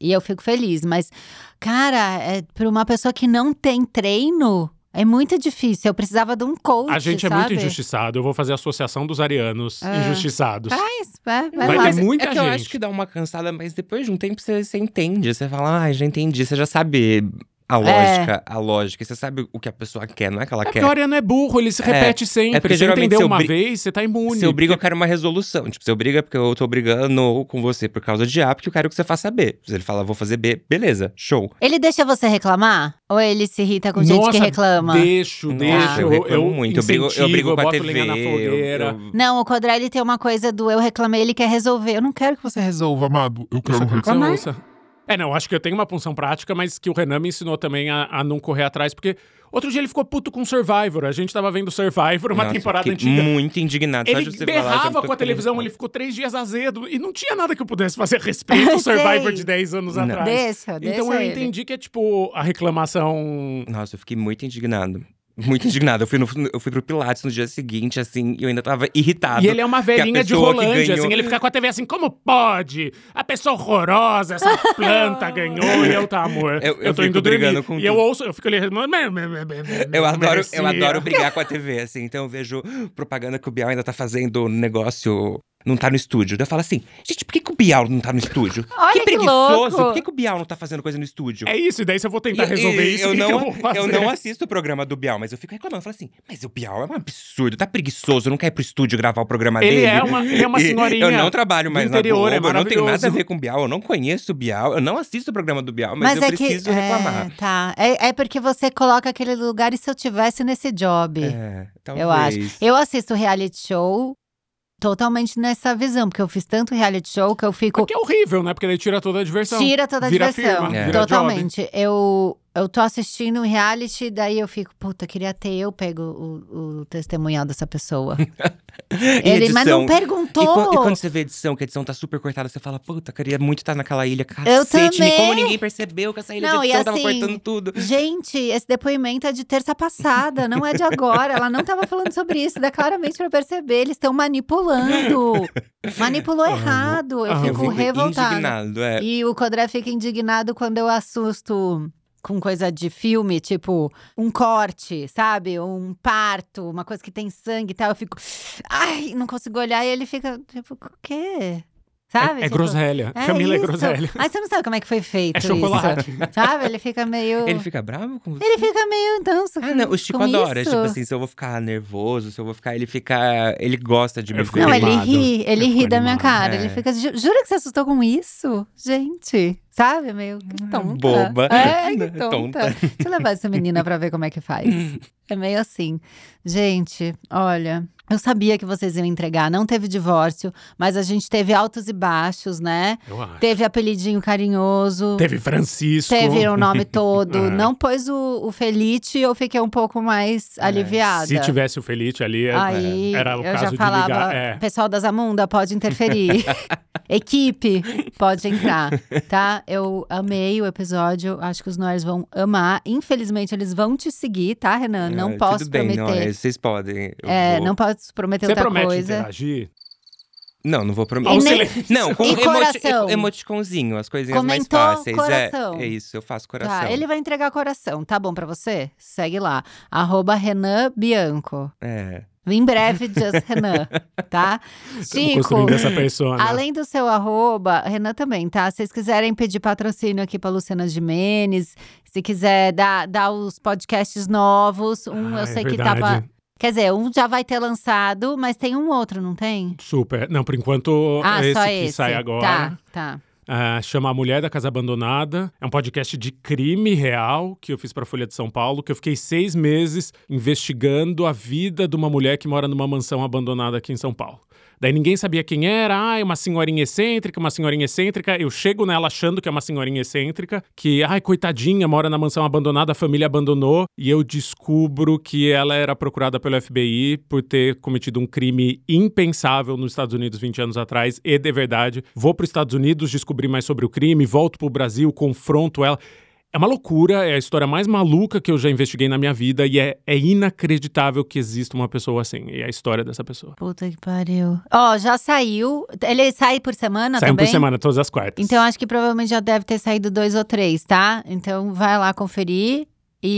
Speaker 1: E eu fico feliz. Mas, cara, é, para uma pessoa que não tem treino, é muito difícil. Eu precisava de um coach.
Speaker 4: A gente é
Speaker 1: sabe?
Speaker 4: muito injustiçado. Eu vou fazer a associação dos arianos
Speaker 1: É.
Speaker 4: injustiçados.
Speaker 1: Faz, vai, vai
Speaker 4: Vai
Speaker 1: lá.
Speaker 4: ter
Speaker 5: mas
Speaker 4: muita
Speaker 5: é que eu
Speaker 4: gente.
Speaker 5: acho que dá uma cansada, mas depois de um tempo você, você entende. Você fala, ah, já entendi. Você já sabe
Speaker 1: É.
Speaker 5: a lógica, a lógica. Você sabe o que a pessoa quer, não é que ela
Speaker 4: É porque
Speaker 5: quer.
Speaker 4: o ariano é burro, ele se
Speaker 5: É.
Speaker 4: repete sempre.
Speaker 5: É porque
Speaker 4: você
Speaker 5: geralmente
Speaker 4: entendeu
Speaker 5: se eu
Speaker 4: uma
Speaker 5: bri-
Speaker 4: vez, você tá imune.
Speaker 5: Se eu brigo, eu quero uma resolução. Tipo, se eu brigo é porque eu tô brigando com você por causa de A, porque eu quero que você faça B. Se ele fala, vou fazer B, beleza, show.
Speaker 1: Ele deixa você reclamar? Ou ele se irrita com gente que
Speaker 4: Nossa,
Speaker 1: reclama?
Speaker 4: Deixo,
Speaker 5: Nossa,
Speaker 4: deixo.
Speaker 5: eu
Speaker 4: Eu,
Speaker 5: reclamo muito. Eu brigo, eu
Speaker 4: incentivo,
Speaker 5: brigo com a
Speaker 4: boto
Speaker 5: TV.
Speaker 4: lenha na
Speaker 5: eu-
Speaker 4: fogueira.
Speaker 5: eu-
Speaker 1: Não, o Codré ele tem uma coisa do eu reclamei, ele quer resolver. Eu não quero que você.
Speaker 6: Você resolva, amado. Eu quero um
Speaker 4: Isso
Speaker 6: ver.
Speaker 4: aconteceu, ouça. É, não, acho que eu tenho uma função prática, mas que o Renan me ensinou também a, a não correr atrás, porque outro dia ele ficou puto com Survivor. A gente tava vendo Survivor, uma
Speaker 5: Nossa, eu
Speaker 4: temporada
Speaker 5: fiquei
Speaker 4: antiga.
Speaker 5: Muito indignado. Só de
Speaker 4: Ele
Speaker 5: você falar, já
Speaker 4: berrava
Speaker 5: tô
Speaker 4: com a televisão,
Speaker 5: ficando-
Speaker 4: ele ficou três dias azedo e não tinha nada que eu pudesse fazer a
Speaker 1: (laughs)
Speaker 4: respeito do Survivor
Speaker 1: Sei.
Speaker 4: de 10 anos
Speaker 5: Não.
Speaker 4: atrás.
Speaker 1: Deixa, deixa.
Speaker 4: então eu
Speaker 1: ele.
Speaker 4: entendi que é tipo a reclamação.
Speaker 5: Nossa, eu fiquei muito indignado. Muito indignado. Eu fui, no, eu fui pro Pilates no dia seguinte, assim, e eu ainda tava irritado.
Speaker 4: E ele é uma velhinha de
Speaker 5: pessoa que
Speaker 4: Rolândia,
Speaker 5: ganhou-
Speaker 4: assim, ele fica com a TV assim, como pode? A pessoa horrorosa, essa
Speaker 1: (laughs)
Speaker 4: planta ganhou e eu tá, amor.
Speaker 5: Eu-
Speaker 4: Eu,
Speaker 5: eu
Speaker 4: tô
Speaker 5: fico
Speaker 4: indo
Speaker 5: brigando
Speaker 4: dormir.
Speaker 5: com
Speaker 4: e eu
Speaker 5: tudo.
Speaker 4: ouço, eu fico ali. é
Speaker 5: Eu adoro, eu adoro brigar com a TV, assim. Então eu vejo propaganda que o Bial ainda tá fazendo um negócio. Não tá no estúdio. Daí Eu falo assim, gente, por que, que o Bial não tá no estúdio?
Speaker 1: Olha que
Speaker 5: preguiçoso!
Speaker 1: louco.
Speaker 5: Por que, que o Bial não tá fazendo coisa no estúdio?
Speaker 4: É isso, e daí se eu (laughs) vou tentar
Speaker 5: E-
Speaker 4: resolver
Speaker 5: e-
Speaker 4: isso,
Speaker 5: eu
Speaker 4: o que
Speaker 5: não,
Speaker 4: que eu vou fazer?
Speaker 5: eu não assisto o programa do Bial, mas eu fico reclamando. Eu falo assim, mas o Bial é um absurdo, tá preguiçoso, não quer ir pro estúdio gravar o programa
Speaker 4: Ele
Speaker 5: dele.
Speaker 4: é uma- ele é uma
Speaker 5: (laughs) E
Speaker 4: senhorinha
Speaker 5: Eu não trabalho
Speaker 4: do
Speaker 5: mais na
Speaker 4: interior, é
Speaker 5: Globo, eu não tenho nada a
Speaker 4: maravilhoso.
Speaker 5: ver com o Bial, eu não conheço o Bial, eu não assisto o programa do Bial, mas, eu preciso reclamar.
Speaker 1: É, tá. É, é porque você coloca aquele lugar e se eu tivesse nesse job.
Speaker 5: É, talvez.
Speaker 1: eu acho. Eu assisto reality show totalmente nessa visão, porque eu fiz tanto reality show que eu fico.
Speaker 4: Porque é horrível, né? Porque ele tira toda a diversão.
Speaker 1: Tira toda a
Speaker 4: Vira
Speaker 1: diversão.
Speaker 4: firma,
Speaker 5: É.
Speaker 4: vira job.
Speaker 1: Totalmente. Eu eu tô assistindo um reality, daí eu fico, puta, queria ter eu pego o, o testemunhal dessa pessoa.
Speaker 5: (laughs) E
Speaker 1: Ele, mas não
Speaker 5: edição?
Speaker 1: perguntou.
Speaker 5: E, quan- e quando você vê a edição, que a edição tá super cortada, você fala, puta, queria muito estar naquela ilha,
Speaker 1: Eu
Speaker 5: cacete. nem Como
Speaker 1: também.
Speaker 5: ninguém percebeu que essa ilha
Speaker 1: Não,
Speaker 5: de
Speaker 1: e
Speaker 5: edição tava
Speaker 1: assim,
Speaker 5: cortando tudo.
Speaker 1: Gente, esse depoimento é de terça passada, não é de agora. Ela não tava falando sobre isso, dá claramente pra perceber. Eles estão manipulando. Manipulou
Speaker 5: Amo,
Speaker 1: errado. Eu
Speaker 4: amo.
Speaker 1: fico revoltada.
Speaker 5: Indignado, é.
Speaker 1: E o Codré fica indignado quando eu assusto com coisa de filme, tipo um corte, sabe? Um parto, uma coisa que tem sangue e tal. Eu fico, ai, não consigo olhar. E ele fica, tipo, o quê? Sabe?
Speaker 4: É, é
Speaker 1: Tipo,
Speaker 4: groselha.
Speaker 1: é
Speaker 4: Camila
Speaker 1: isso.
Speaker 4: é groselha.
Speaker 1: Mas você não sabe como é que foi feito
Speaker 4: É chocolate.
Speaker 1: isso. Sabe? Ele fica meio…
Speaker 5: Ele fica bravo com você?
Speaker 1: Ele fica meio danço.
Speaker 5: Ah, não, o
Speaker 1: Tá
Speaker 5: Chico
Speaker 1: com
Speaker 5: adora.
Speaker 1: isso.
Speaker 5: Tipo assim, se eu vou ficar nervoso, se eu vou ficar. Ele fica. Ele gosta de me
Speaker 4: Eu fico
Speaker 5: ver.
Speaker 1: Não, ele
Speaker 4: animado.
Speaker 1: ri, ele
Speaker 4: Eu
Speaker 1: ri
Speaker 4: fico
Speaker 1: da minha
Speaker 4: animado,
Speaker 1: cara.
Speaker 5: é.
Speaker 1: Ele fica. "Ju- Jura que você assustou com isso? Gente, sabe? Meio que tonta.
Speaker 5: Hum, boba. (laughs) Né,
Speaker 1: É, que
Speaker 5: Tonta.
Speaker 1: tonta. Deixa eu levar essa menina pra ver como é que
Speaker 5: (laughs)
Speaker 1: faz. É meio assim. Gente, olha. Eu sabia que vocês iam entregar, não teve divórcio, mas a gente teve altos e baixos, né?
Speaker 4: Eu acho.
Speaker 1: Teve apelidinho carinhoso.
Speaker 4: Teve Francisco.
Speaker 1: Teve um o
Speaker 5: (laughs)
Speaker 1: nome todo.
Speaker 4: É.
Speaker 1: Não pôs o, o Felite, eu fiquei um pouco
Speaker 5: É.
Speaker 1: mais aliviada.
Speaker 4: Se tivesse o Felite ali, é-
Speaker 1: Aí
Speaker 4: era o
Speaker 1: eu
Speaker 4: caso
Speaker 1: já
Speaker 4: de
Speaker 1: falava,
Speaker 4: ligar, é.
Speaker 1: pessoal das Amunda pode
Speaker 4: (laughs)
Speaker 1: interferir. Equipe pode entrar, tá? Eu amei o episódio, acho que os Noirs vão amar. Infelizmente eles vão te seguir, tá, Renan? Não
Speaker 5: Ah,
Speaker 1: posso
Speaker 5: Tudo bem,
Speaker 1: prometer.
Speaker 5: não, é, vocês podem. eu
Speaker 1: É,
Speaker 5: vou-
Speaker 1: não posso prometer
Speaker 4: Você
Speaker 1: outra
Speaker 4: promete
Speaker 1: coisa. É
Speaker 4: interagir?
Speaker 5: Não, não vou prometer.
Speaker 4: Ao
Speaker 1: E nem-
Speaker 4: (laughs) silêncio.
Speaker 5: Não, com
Speaker 1: E
Speaker 5: emoti-
Speaker 1: coração.
Speaker 5: emoticonzinho, as coisinhas
Speaker 1: Comentou,
Speaker 5: mais fáceis. é.
Speaker 1: coração.
Speaker 5: É, isso, eu faço coração.
Speaker 1: Tá, ele vai entregar coração, tá bom pra você? Segue lá, arroba Renan Bianco.
Speaker 5: É.
Speaker 1: Em breve, Just Renan,
Speaker 4: (laughs)
Speaker 1: tá?
Speaker 4: Estamos
Speaker 1: Chico,
Speaker 4: construindo essa persona.
Speaker 1: Além do seu arroba, Renan também, tá? Se vocês quiserem pedir patrocínio aqui pra Luciana Jimenez, se quiser dar, dar os podcasts novos, um
Speaker 4: Ah,
Speaker 1: eu
Speaker 4: é
Speaker 1: sei que tá
Speaker 4: verdade.
Speaker 1: pra. Quer dizer, um já vai ter lançado, mas tem um outro, não tem?
Speaker 4: Super. Não, por enquanto,
Speaker 1: ah,
Speaker 4: esse
Speaker 1: só
Speaker 4: que
Speaker 1: esse.
Speaker 4: sai agora.
Speaker 1: Tá, tá.
Speaker 4: Ah, chama A Mulher da Casa Abandonada. É um podcast de crime real que eu fiz para a Folha de São Paulo, que eu fiquei seis meses investigando a vida de uma mulher que mora numa mansão abandonada aqui em São Paulo. Daí ninguém sabia quem era, ai, uma senhorinha excêntrica, uma senhorinha excêntrica. Eu chego nela achando que é uma senhorinha excêntrica, que, ai, coitadinha, mora na mansão abandonada, a família abandonou. E eu descubro que ela era procurada pelo FBI por ter cometido um crime impensável nos Estados Unidos 20 anos atrás, e de verdade. Vou para os Estados Unidos descobrir mais sobre o crime, volto para o Brasil, confronto ela. É uma loucura, é a história mais maluca que eu já investiguei na minha vida e é, é inacreditável que exista uma pessoa assim. E é a história dessa pessoa.
Speaker 1: Puta que pariu. Ó, já saiu. Ele sai por semana
Speaker 4: Saem
Speaker 1: também?
Speaker 4: por semana, todas as quartas.
Speaker 1: Então acho que provavelmente já deve ter saído dois ou três, tá? Então vai lá conferir.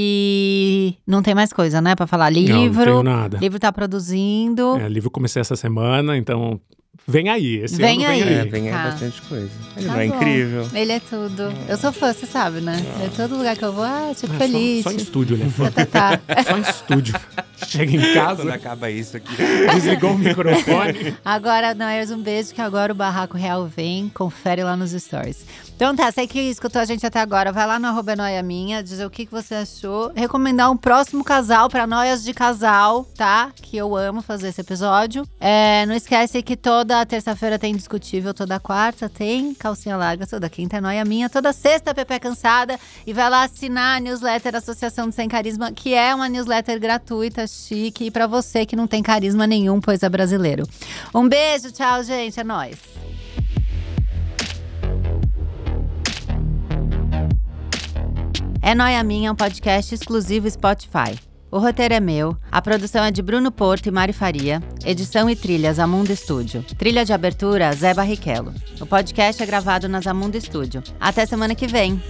Speaker 1: E não tem mais coisa, né, pra falar.
Speaker 4: Não, não
Speaker 1: Livro.
Speaker 4: tenho nada.
Speaker 1: livro tá produzindo.
Speaker 4: É, livro eu comecei essa semana, então vem aí. Esse
Speaker 1: Vem
Speaker 4: ano
Speaker 1: aí.
Speaker 4: vem
Speaker 5: É,
Speaker 4: aí.
Speaker 5: vem aí
Speaker 1: Tá.
Speaker 5: bastante coisa. Ele
Speaker 1: Tá
Speaker 5: não é
Speaker 1: bom.
Speaker 5: incrível.
Speaker 1: Ele é tudo. Eu sou fã, você sabe, né? É todo lugar que eu vou, ah, tipo
Speaker 4: É,
Speaker 1: feliz.
Speaker 4: Só, só em estúdio, ele é fã.
Speaker 1: tá, tá.
Speaker 4: Só em
Speaker 1: (laughs)
Speaker 4: estúdio. Chega em
Speaker 5: Quando é
Speaker 4: casa,
Speaker 5: acaba isso aqui.
Speaker 4: desligou o microfone.
Speaker 1: Agora, Noyers, um beijo, que agora o Barraco Real vem. Confere lá nos stories. Então tá, sei que escutou a gente até agora. Vai lá no arroba Noia Minha, dizer o que, que você achou. Recomendar um próximo casal pra Noias de Casal, tá? Que eu amo fazer esse episódio. É, não esquece que toda terça-feira tem Discutível, toda quarta tem Calcinha Larga, toda quinta é Noia Minha, toda sexta é Pepe Cansada. E vai lá assinar a newsletter Associação do Sem Carisma, que é uma newsletter gratuita, chique, e pra você que não tem carisma nenhum, pois é brasileiro. Um beijo, tchau, gente. É nóis. É Noia Minha é um podcast exclusivo Spotify. O roteiro é meu, a produção é de Bruno Porto e Mari Faria, edição e trilhas Amundo Estúdio. Trilha de abertura Zé Barrichello. O podcast é gravado nas Amundo Estúdio. Até semana que vem.